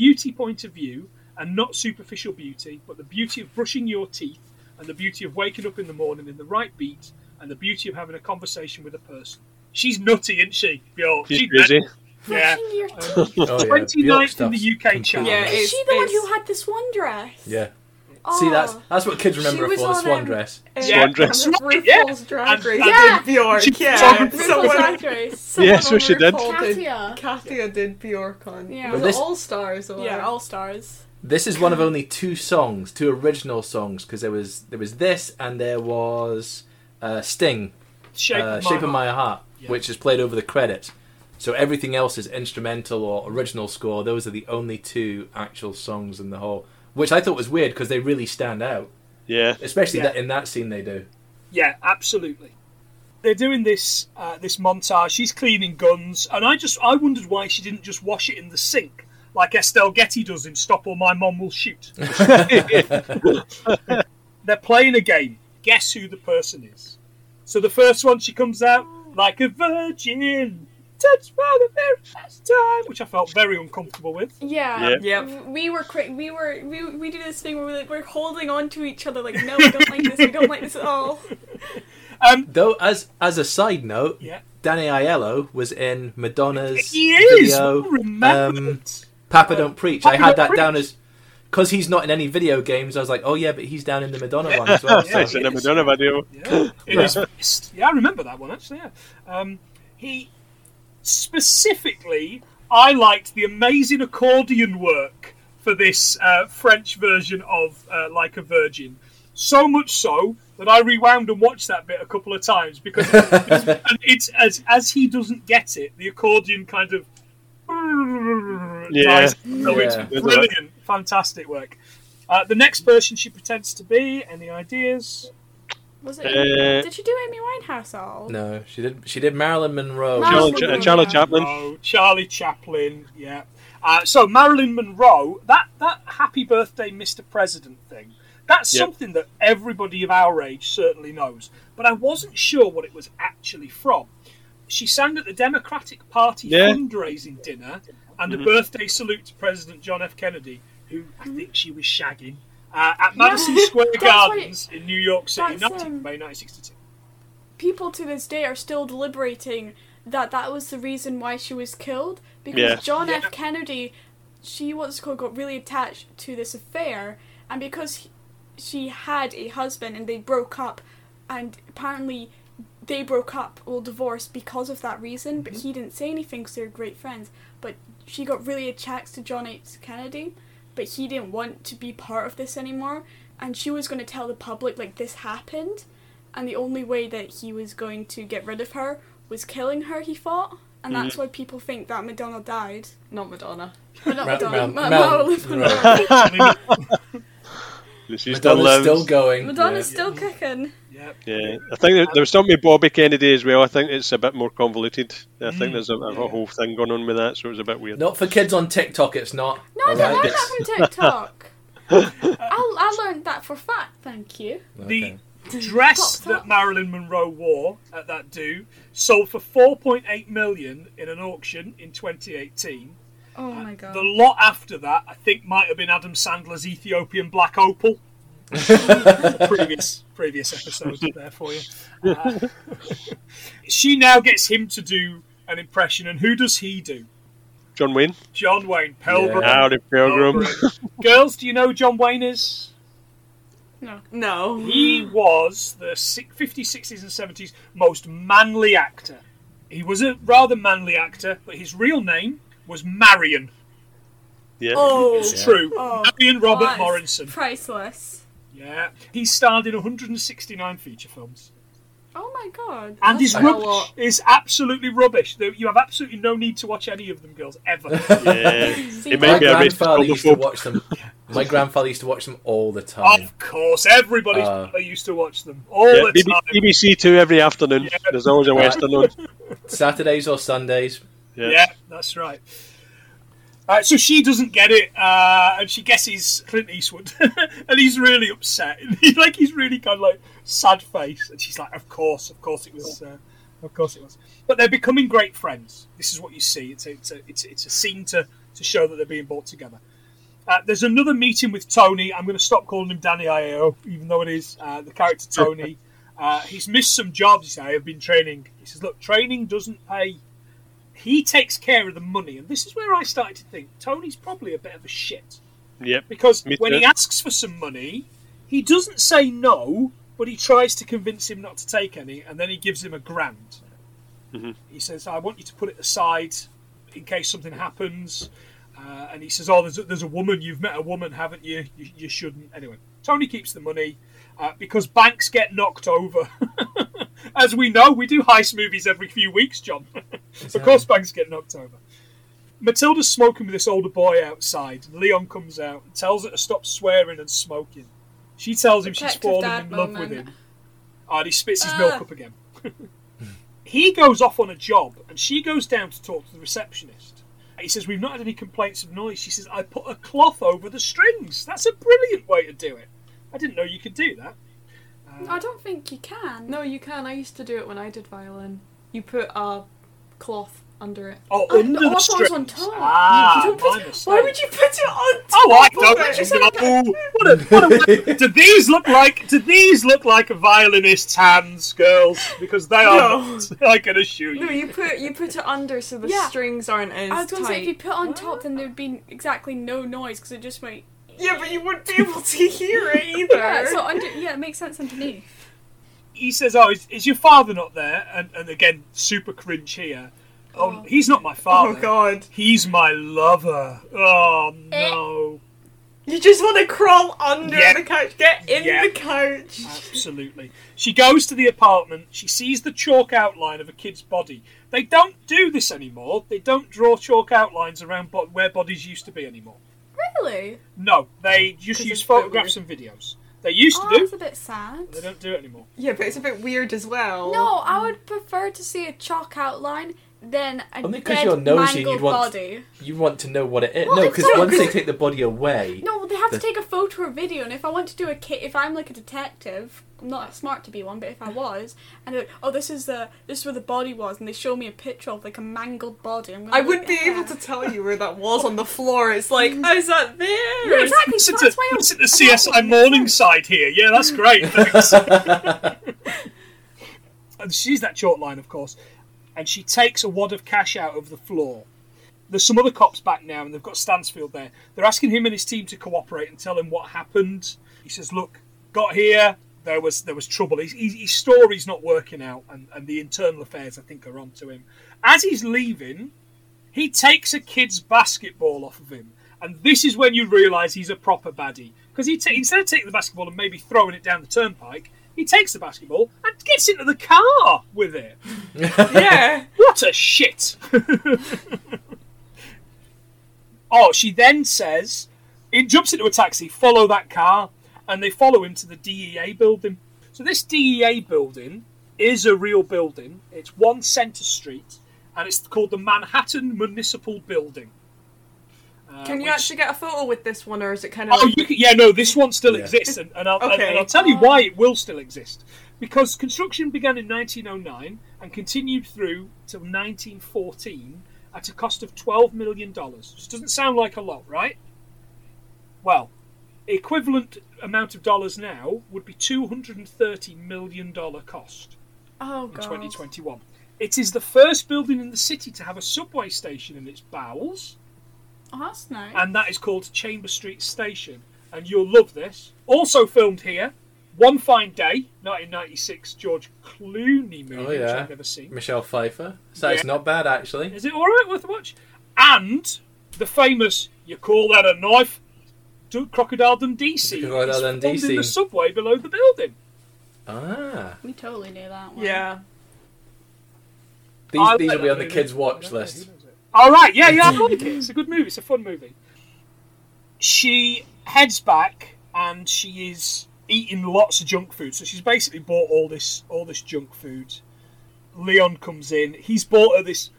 [SPEAKER 4] beauty point of view, and not superficial beauty, but the beauty of brushing your teeth, and the beauty of waking up in the morning in the right beat, and the beauty of having a conversation with a person. She's nutty, isn't she, Bjork?
[SPEAKER 3] She's
[SPEAKER 4] She's
[SPEAKER 3] crazy.
[SPEAKER 4] Yeah.
[SPEAKER 7] Brushing your teeth.
[SPEAKER 5] Oh, yeah.
[SPEAKER 4] 29th in
[SPEAKER 5] Bjork
[SPEAKER 4] the
[SPEAKER 5] stuff's
[SPEAKER 4] UK
[SPEAKER 5] completely
[SPEAKER 4] chart.
[SPEAKER 6] Yeah,
[SPEAKER 5] messed
[SPEAKER 6] it-
[SPEAKER 7] Is she the one
[SPEAKER 6] It's-
[SPEAKER 7] who had the swan dress?
[SPEAKER 5] Yeah.
[SPEAKER 7] Oh.
[SPEAKER 5] See, that's that's what kids remember
[SPEAKER 6] was
[SPEAKER 5] for the
[SPEAKER 6] on,
[SPEAKER 5] swan
[SPEAKER 6] um,
[SPEAKER 5] dress.
[SPEAKER 3] Swan dress.
[SPEAKER 6] [LAUGHS] RuPaul's
[SPEAKER 4] Yeah.
[SPEAKER 6] Drag
[SPEAKER 4] And-
[SPEAKER 6] Race.
[SPEAKER 4] and
[SPEAKER 7] Yeah.
[SPEAKER 6] Bjork. Yeah.
[SPEAKER 4] Someone-
[SPEAKER 7] Someone-
[SPEAKER 6] Someone, someone
[SPEAKER 3] Yes,
[SPEAKER 6] on
[SPEAKER 3] we should did.
[SPEAKER 6] RuPaul
[SPEAKER 7] Katya.
[SPEAKER 6] Katya did Bjork on.
[SPEAKER 7] Yeah.
[SPEAKER 6] Was
[SPEAKER 5] But this-
[SPEAKER 6] it All Stars or?
[SPEAKER 7] Yeah, All Stars.
[SPEAKER 5] This is one of only two songs, two original songs, because there was there was this and there was uh, Sting,
[SPEAKER 4] Shape,
[SPEAKER 5] uh,
[SPEAKER 4] of,
[SPEAKER 5] Shape
[SPEAKER 4] my
[SPEAKER 5] of
[SPEAKER 4] Heart.
[SPEAKER 5] My Heart, which is played over the credits. So everything else is instrumental or original score. Those are the only two actual songs in the whole, which I thought was weird because they really stand out,
[SPEAKER 3] Yeah.
[SPEAKER 5] especially
[SPEAKER 4] Yeah.
[SPEAKER 5] that in that scene they do.
[SPEAKER 4] Yeah, absolutely. They're doing this uh, this montage. She's cleaning guns, and I just I wondered why she didn't just wash it in the sink like Estelle Getty does in Stop or My Mom Will
[SPEAKER 5] [LAUGHS]
[SPEAKER 4] Shoot. They're playing a game. Guess who the person is. So the first one, she comes out like a virgin, touched for the very first time, which I felt very uncomfortable with.
[SPEAKER 7] Yeah.
[SPEAKER 3] Yeah.
[SPEAKER 6] Yep.
[SPEAKER 7] We were quick. We were we, we do this thing where we're, like, we're holding on to each other like no, I don't like this. We don't like this at all.
[SPEAKER 5] Though, as as a side note,
[SPEAKER 4] Yeah.
[SPEAKER 5] Danny Aiello was in Madonna's
[SPEAKER 4] He is.
[SPEAKER 5] video.
[SPEAKER 4] remembered.
[SPEAKER 5] um, Papa Don't Preach. I
[SPEAKER 4] Papa
[SPEAKER 5] had
[SPEAKER 4] Don't
[SPEAKER 5] that down
[SPEAKER 4] Preach.
[SPEAKER 5] as because he's not in any video games. I was like, oh yeah, but he's down in the Madonna one as well.
[SPEAKER 4] Yeah.
[SPEAKER 3] It's
[SPEAKER 5] So.
[SPEAKER 3] in a Madonna video.
[SPEAKER 4] Yeah, it is fist. Yeah, I remember that one actually. Yeah, um, he specifically, I liked the amazing accordion work for this uh, French version of uh, "Like a Virgin." So much so that I rewound and watched that bit a couple of times because
[SPEAKER 5] [LAUGHS]
[SPEAKER 4] and it's as as he doesn't get it, the accordion kind of
[SPEAKER 3] Yeah.
[SPEAKER 4] dies. So it's
[SPEAKER 5] Yeah.
[SPEAKER 4] brilliant, fantastic work. Uh, the next person she pretends to be. Any ideas?
[SPEAKER 7] Was it?
[SPEAKER 3] Uh,
[SPEAKER 7] did she do Amy Winehouse at all?
[SPEAKER 5] No, she did. She did Marilyn Monroe.
[SPEAKER 7] Marilyn
[SPEAKER 3] Charlie,
[SPEAKER 7] Oh,
[SPEAKER 3] Ch- uh, Charlie
[SPEAKER 7] Monroe.
[SPEAKER 3] Chaplin. [LAUGHS]
[SPEAKER 4] Monroe, Oh, Charlie Chaplin, yeah. Uh, so Marilyn Monroe, that that Happy Birthday, Mr. President thing, that's
[SPEAKER 3] Yeah.
[SPEAKER 4] something that everybody of our age certainly knows. But I wasn't sure what it was actually from. She sang at the Democratic Party
[SPEAKER 3] Yeah. Mm-hmm.
[SPEAKER 4] fundraising dinner and a birthday salute to President John F. Kennedy, who I think she was shagging uh, at Madison Square
[SPEAKER 7] [LAUGHS] That's what it-
[SPEAKER 4] Gardens in New York City,
[SPEAKER 7] That's,
[SPEAKER 4] 19,
[SPEAKER 7] um,
[SPEAKER 4] May 1962.
[SPEAKER 7] people to this day are still deliberating that that was the reason why she was killed because
[SPEAKER 3] Yeah.
[SPEAKER 7] John
[SPEAKER 4] Yeah.
[SPEAKER 7] F. Kennedy, she was called got really attached to this affair, and because he, she had a husband and they broke up, and apparently they broke up or divorced because of that reason, but he didn't say anything because they were great friends. But she got really attached to John H. Kennedy, but he didn't want to be part of this anymore, and she was going to tell the public like this happened and the only way that he was going to get rid of her was killing her. He thought, and
[SPEAKER 4] Mm-hmm.
[SPEAKER 7] that's why people think that Madonna [LAUGHS] died.
[SPEAKER 6] Not Madonna.
[SPEAKER 7] But not
[SPEAKER 5] Ra-
[SPEAKER 7] Madonna,
[SPEAKER 5] Mal-
[SPEAKER 7] Ma-
[SPEAKER 5] Mal-
[SPEAKER 7] Marilyn Monroe.
[SPEAKER 5] Monroe.
[SPEAKER 3] [LAUGHS] She still
[SPEAKER 5] Madonna's
[SPEAKER 3] lives.
[SPEAKER 5] still going.
[SPEAKER 7] Madonna's still kicking.
[SPEAKER 4] Yeah.
[SPEAKER 3] Yeah, I think there, there was something with Bobby Kennedy as well. I think it's a bit more convoluted. I
[SPEAKER 4] Mm,
[SPEAKER 3] think there's a, a whole thing going on with that, so it was a bit weird.
[SPEAKER 5] Not for kids on TikTok. It's not.
[SPEAKER 7] No, I
[SPEAKER 5] All
[SPEAKER 7] don't
[SPEAKER 5] right,
[SPEAKER 7] learn
[SPEAKER 5] it's-
[SPEAKER 7] that from TikTok. I, I learned that for fact. Thank you.
[SPEAKER 5] okay.
[SPEAKER 4] The dress
[SPEAKER 7] Popped
[SPEAKER 4] that
[SPEAKER 7] up.
[SPEAKER 4] Marilyn Monroe wore at that do sold for 4.8 million in an auction in 2018.
[SPEAKER 7] Oh my god.
[SPEAKER 4] The lot after that, I think, might have been Adam Sandler's Ethiopian Black Opal.
[SPEAKER 5] [LAUGHS]
[SPEAKER 4] previous previous episode there for you. Uh, [LAUGHS] she now gets him to do an impression, and who does he do?
[SPEAKER 3] John Wayne,
[SPEAKER 4] John Wayne Pelgrim.
[SPEAKER 5] Yeah.
[SPEAKER 3] Harry
[SPEAKER 4] Oh,
[SPEAKER 3] Pilgrim.
[SPEAKER 4] Girls, do you know who John Wayne is?
[SPEAKER 6] No.
[SPEAKER 4] He was the si- 50s, 60s, and 70s most manly actor. He was a rather manly actor, but his real name was Marion.
[SPEAKER 3] yeah,
[SPEAKER 7] Oh,
[SPEAKER 4] It's true.
[SPEAKER 7] Oh,
[SPEAKER 4] Marion Robert
[SPEAKER 7] price-
[SPEAKER 4] Morrison.
[SPEAKER 7] Priceless.
[SPEAKER 4] Yeah. He starred in 169 feature films.
[SPEAKER 7] Oh my god.
[SPEAKER 4] And
[SPEAKER 6] That's
[SPEAKER 4] his
[SPEAKER 6] quite a
[SPEAKER 4] rubbish
[SPEAKER 6] lot.
[SPEAKER 4] is absolutely rubbish. Though You have absolutely no need to watch any of them, girls, ever.
[SPEAKER 3] [LAUGHS] Yeah.
[SPEAKER 6] See,
[SPEAKER 3] it
[SPEAKER 5] My
[SPEAKER 3] may be a racist
[SPEAKER 5] grandfather used to
[SPEAKER 3] homophobe.
[SPEAKER 5] watch them. My grandfather used to watch them all the time.
[SPEAKER 4] of course, everybody's
[SPEAKER 5] Uh,
[SPEAKER 4] mother used to watch them all
[SPEAKER 3] Yeah,
[SPEAKER 4] the
[SPEAKER 3] BB
[SPEAKER 4] time.
[SPEAKER 3] BBC Two every afternoon.
[SPEAKER 4] Yeah.
[SPEAKER 3] There's always a Western on.
[SPEAKER 5] Saturdays or Sundays.
[SPEAKER 3] Yeah.
[SPEAKER 4] Yeah, that's right. Uh, so she doesn't get it, uh, and she guesses Clint Eastwood, [LAUGHS] and he's really upset. [LAUGHS] He's like he's really kind of like sad face, and she's like, "Of course, of course it was, uh, of course it was." But they're becoming great friends. This is what you see. It's a, it's a, it's, it's a scene to, to show that they're being brought together. Uh, there's another meeting with Tony. I'm going to stop calling him Danny Io, even though it is uh, the character Tony. Uh, he's missed some jobs. He says, "I have been training." He says, "Look, training doesn't pay." he takes care of the money, and this is where I started to think Tony's probably a bit of a shit
[SPEAKER 3] Yep.
[SPEAKER 4] because
[SPEAKER 3] Me
[SPEAKER 4] when
[SPEAKER 3] too.
[SPEAKER 4] he asks for some money, he doesn't say no, but he tries to convince him not to take any, and then he gives him a grand.
[SPEAKER 3] Mm-hmm.
[SPEAKER 4] He says, "I want you to put it aside in case something happens," uh, and he says, "Oh, there's a, there's a woman. You've met a woman, haven't you? You, you shouldn't." Anyway, Tony keeps the money. Uh, because banks get knocked over. [LAUGHS] As we know, we do heist movies every few weeks, John. [LAUGHS] Of course, banks get knocked over. Matilda's smoking with this older boy outside. and Leon comes out and tells her to stop swearing and smoking. She tells him she's
[SPEAKER 7] Protective
[SPEAKER 4] fallen
[SPEAKER 7] dad
[SPEAKER 4] in love
[SPEAKER 7] moment.
[SPEAKER 4] with him. And he spits his
[SPEAKER 7] Ah.
[SPEAKER 4] milk up again. [LAUGHS] he goes off on a job and she goes down to talk to the receptionist. He says, We've not had any complaints of noise. She says, I put a cloth over the strings. That's a brilliant way to do it. I didn't know you could do that.
[SPEAKER 7] I don't think you can.
[SPEAKER 6] No, you can. I used to do it when I did violin. You put a cloth under it.
[SPEAKER 4] Oh,
[SPEAKER 7] Oh,
[SPEAKER 4] under
[SPEAKER 7] no, I
[SPEAKER 4] the
[SPEAKER 7] thought it was
[SPEAKER 4] strings.
[SPEAKER 7] on top.
[SPEAKER 4] Ah,
[SPEAKER 6] You
[SPEAKER 4] my
[SPEAKER 6] don't put- Why
[SPEAKER 4] mistake.
[SPEAKER 6] would you put it on top?
[SPEAKER 4] Oh, I
[SPEAKER 6] of
[SPEAKER 4] don't
[SPEAKER 6] it? It's
[SPEAKER 4] know.
[SPEAKER 6] like a-
[SPEAKER 4] What a, [LAUGHS] what a, do these look like? Do these look like a violinist's hands, girls? Because they are.
[SPEAKER 6] No.
[SPEAKER 4] not, [LAUGHS] I can assure you.
[SPEAKER 6] No, you put you put it under so the
[SPEAKER 7] Yeah.
[SPEAKER 6] strings aren't as
[SPEAKER 7] I was going to say, if you
[SPEAKER 6] tight.
[SPEAKER 7] put it on top, then there'd be exactly no noise because it just might.
[SPEAKER 6] Yeah, but you wouldn't be able to hear [LAUGHS] it either.
[SPEAKER 7] Yeah, so under, yeah, it makes sense underneath.
[SPEAKER 4] He says, "Oh, is, is your father not there?" And, and again, super cringe here. Oh, he's not my
[SPEAKER 6] oh
[SPEAKER 4] father.
[SPEAKER 6] god,
[SPEAKER 4] He's my lover. Oh no!
[SPEAKER 6] you just want to crawl under
[SPEAKER 4] Yeah.
[SPEAKER 6] the couch, get in
[SPEAKER 4] Yeah.
[SPEAKER 6] the couch.
[SPEAKER 4] Absolutely. She goes to the apartment. She sees the chalk outline of a kid's body. They don't do this anymore. They don't draw chalk outlines around bo- where bodies used to be anymore.
[SPEAKER 7] Really?
[SPEAKER 4] No, they just
[SPEAKER 6] 'Cause
[SPEAKER 4] use
[SPEAKER 6] it's a bit
[SPEAKER 4] photographs and videos. They used to
[SPEAKER 7] Oh,
[SPEAKER 4] do.
[SPEAKER 7] that's a bit sad.
[SPEAKER 4] They don't do it anymore.
[SPEAKER 6] Yeah, but it's a bit weird as well.
[SPEAKER 7] No, I would prefer to see a chalk outline than a
[SPEAKER 5] Only 'cause
[SPEAKER 7] dead
[SPEAKER 5] you're nosy and
[SPEAKER 7] mangled
[SPEAKER 5] you'd want-
[SPEAKER 7] body.
[SPEAKER 5] [LAUGHS] You want to know what it is?
[SPEAKER 7] Well,
[SPEAKER 5] no,
[SPEAKER 7] it's
[SPEAKER 5] because
[SPEAKER 7] not-
[SPEAKER 5] once they take the body away,
[SPEAKER 7] No, well, they have to
[SPEAKER 5] The-
[SPEAKER 7] take a photo or video, and if I want to do a kit, if I'm like a detective, I'm not smart to be one, but if I was, and they're like, oh, this is the this is where the body was, and they show me a picture of like a mangled body, I'm gonna
[SPEAKER 6] I
[SPEAKER 7] be
[SPEAKER 6] wouldn't be
[SPEAKER 7] like, "Ah."
[SPEAKER 6] able
[SPEAKER 7] "Yeah."
[SPEAKER 6] to tell you where that was on the floor. [LAUGHS] It's like, oh, is that there?
[SPEAKER 7] Yeah, exactly. So
[SPEAKER 4] Listen
[SPEAKER 7] that's
[SPEAKER 4] to,
[SPEAKER 7] why I
[SPEAKER 4] listen to CSI Morningside here. Yeah, that's great. Thanks. and she's that short line, of course. And she takes a wad of cash out of the floor. There's some other cops back now, and they've got Stansfield there. They're asking him and his team to cooperate and tell him what happened. He says, "Look, got here. There was there was trouble. His, his, his story's not working out, and, and the internal affairs I think are on to him." As he's leaving, he takes a kid's basketball off of him, and this is when you realise he's a proper baddie. Because he ta- instead of taking the basketball and maybe throwing it down the turnpike, he takes the basketball and gets into the car with it.
[SPEAKER 6] yeah.
[SPEAKER 4] What a
[SPEAKER 6] [LAUGHS]
[SPEAKER 4] shit! oh, she then says, it jumps into a taxi, follow that car, and they follow him to the DEA building. So, this DEA building is a real building, it's one centre street, and it's called the Manhattan Municipal Building. Uh,
[SPEAKER 6] Can you
[SPEAKER 4] which-
[SPEAKER 6] actually get a photo with this one, or is it kind of?
[SPEAKER 4] Oh,
[SPEAKER 6] like-
[SPEAKER 4] you can, yeah, no, this one still
[SPEAKER 5] Yeah.
[SPEAKER 4] exists, and, and, I'll, and-
[SPEAKER 6] Okay.
[SPEAKER 4] and I'll tell you why it will still exist. Because construction began in 1909 and continued through till 1914 at a cost of $12 million. Which doesn't sound like a lot, right? Well, equivalent amount of dollars now would be $230 million cost
[SPEAKER 7] Oh
[SPEAKER 4] in
[SPEAKER 7] god.
[SPEAKER 4] 2021. It is the first building in the city to have a subway station in its bowels
[SPEAKER 7] Oh, that's nice.
[SPEAKER 4] and that is called Chamber Street Station. And you'll love this. Also filmed here, One Fine Day, 1996 George Clooney movie,
[SPEAKER 5] Oh,
[SPEAKER 4] which
[SPEAKER 5] yeah.
[SPEAKER 4] I've never seen.
[SPEAKER 5] Michelle Pfeiffer. So it's
[SPEAKER 4] Yeah.
[SPEAKER 5] not bad actually.
[SPEAKER 4] Is it all right worth a watch? And the famous "You call that a knife?" Do- Crocodile Dundee scene.
[SPEAKER 5] Crocodile
[SPEAKER 4] It's
[SPEAKER 5] Dundee
[SPEAKER 4] filmed in
[SPEAKER 5] scene.
[SPEAKER 4] the subway below the building.
[SPEAKER 5] Ah,
[SPEAKER 8] We totally knew that one.
[SPEAKER 6] Yeah.
[SPEAKER 5] these
[SPEAKER 4] I
[SPEAKER 5] these
[SPEAKER 4] like
[SPEAKER 5] will be
[SPEAKER 4] that
[SPEAKER 5] on the
[SPEAKER 4] movie.
[SPEAKER 5] kids' watch list.
[SPEAKER 4] All right, yeah,
[SPEAKER 5] [LAUGHS]
[SPEAKER 4] yeah, I like it. It's a good movie. It's a fun movie. She heads back and she is eating lots of junk food. So she's basically bought all this all this junk food. Leon comes in. He's bought her this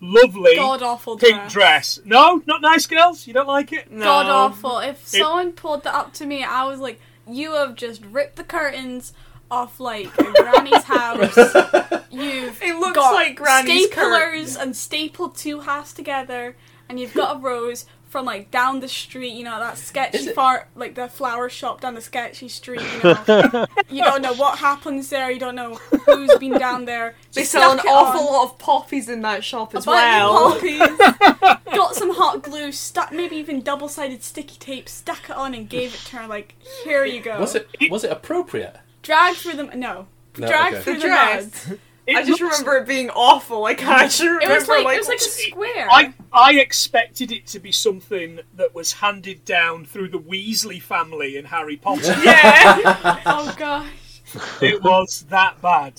[SPEAKER 4] lovely
[SPEAKER 7] God awful
[SPEAKER 4] pink
[SPEAKER 7] dress.
[SPEAKER 4] dress. No, not nice girls. You don't like it?
[SPEAKER 6] No.
[SPEAKER 7] God awful. If someone pulled that up to me, I was like, you have just ripped the curtains off like
[SPEAKER 6] [LAUGHS]
[SPEAKER 7] Granny's house. You've
[SPEAKER 6] It looks
[SPEAKER 7] got
[SPEAKER 6] like Granny's
[SPEAKER 7] staplers and stapled two halves together, and you've got a rose from like down the street. You know that sketchy part, like the flower shop down the sketchy street. You
[SPEAKER 6] [LAUGHS]
[SPEAKER 7] know, you don't know what happens there. You don't know who's been down there.
[SPEAKER 6] [LAUGHS] They
[SPEAKER 7] She
[SPEAKER 6] sell an
[SPEAKER 7] stuck it
[SPEAKER 6] awful
[SPEAKER 7] on
[SPEAKER 6] lot of poppies in that shop as
[SPEAKER 7] a bunch
[SPEAKER 6] well.
[SPEAKER 7] of poppies, got some hot glue, stuck maybe even double-sided sticky tape, stuck it on, and gave it to her. Like, here you go.
[SPEAKER 5] Was it was it appropriate?
[SPEAKER 7] Dragged through the no,
[SPEAKER 5] No,
[SPEAKER 7] dragged
[SPEAKER 5] okay.
[SPEAKER 7] through
[SPEAKER 6] The
[SPEAKER 7] the,
[SPEAKER 6] dress.
[SPEAKER 7] mud.
[SPEAKER 4] It
[SPEAKER 6] I just
[SPEAKER 4] looks-
[SPEAKER 6] remember it being awful. Like I just remember
[SPEAKER 7] It was like,
[SPEAKER 6] like
[SPEAKER 7] it was like a square.
[SPEAKER 6] [LAUGHS]
[SPEAKER 4] I, I expected it to be something that was handed down through the Weasley family in Harry Potter.
[SPEAKER 6] yeah.
[SPEAKER 7] oh gosh.
[SPEAKER 4] it was that bad.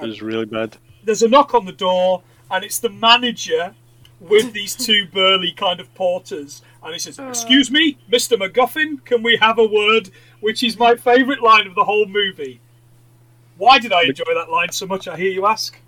[SPEAKER 3] It was really bad.
[SPEAKER 4] there's a knock on the door, and it's the manager with these two burly kind of porters. And he says, Excuse me, Mr. MacGuffin, can we have a word? Which is my favourite line of the whole movie. Why did I enjoy that line so much, I hear you ask?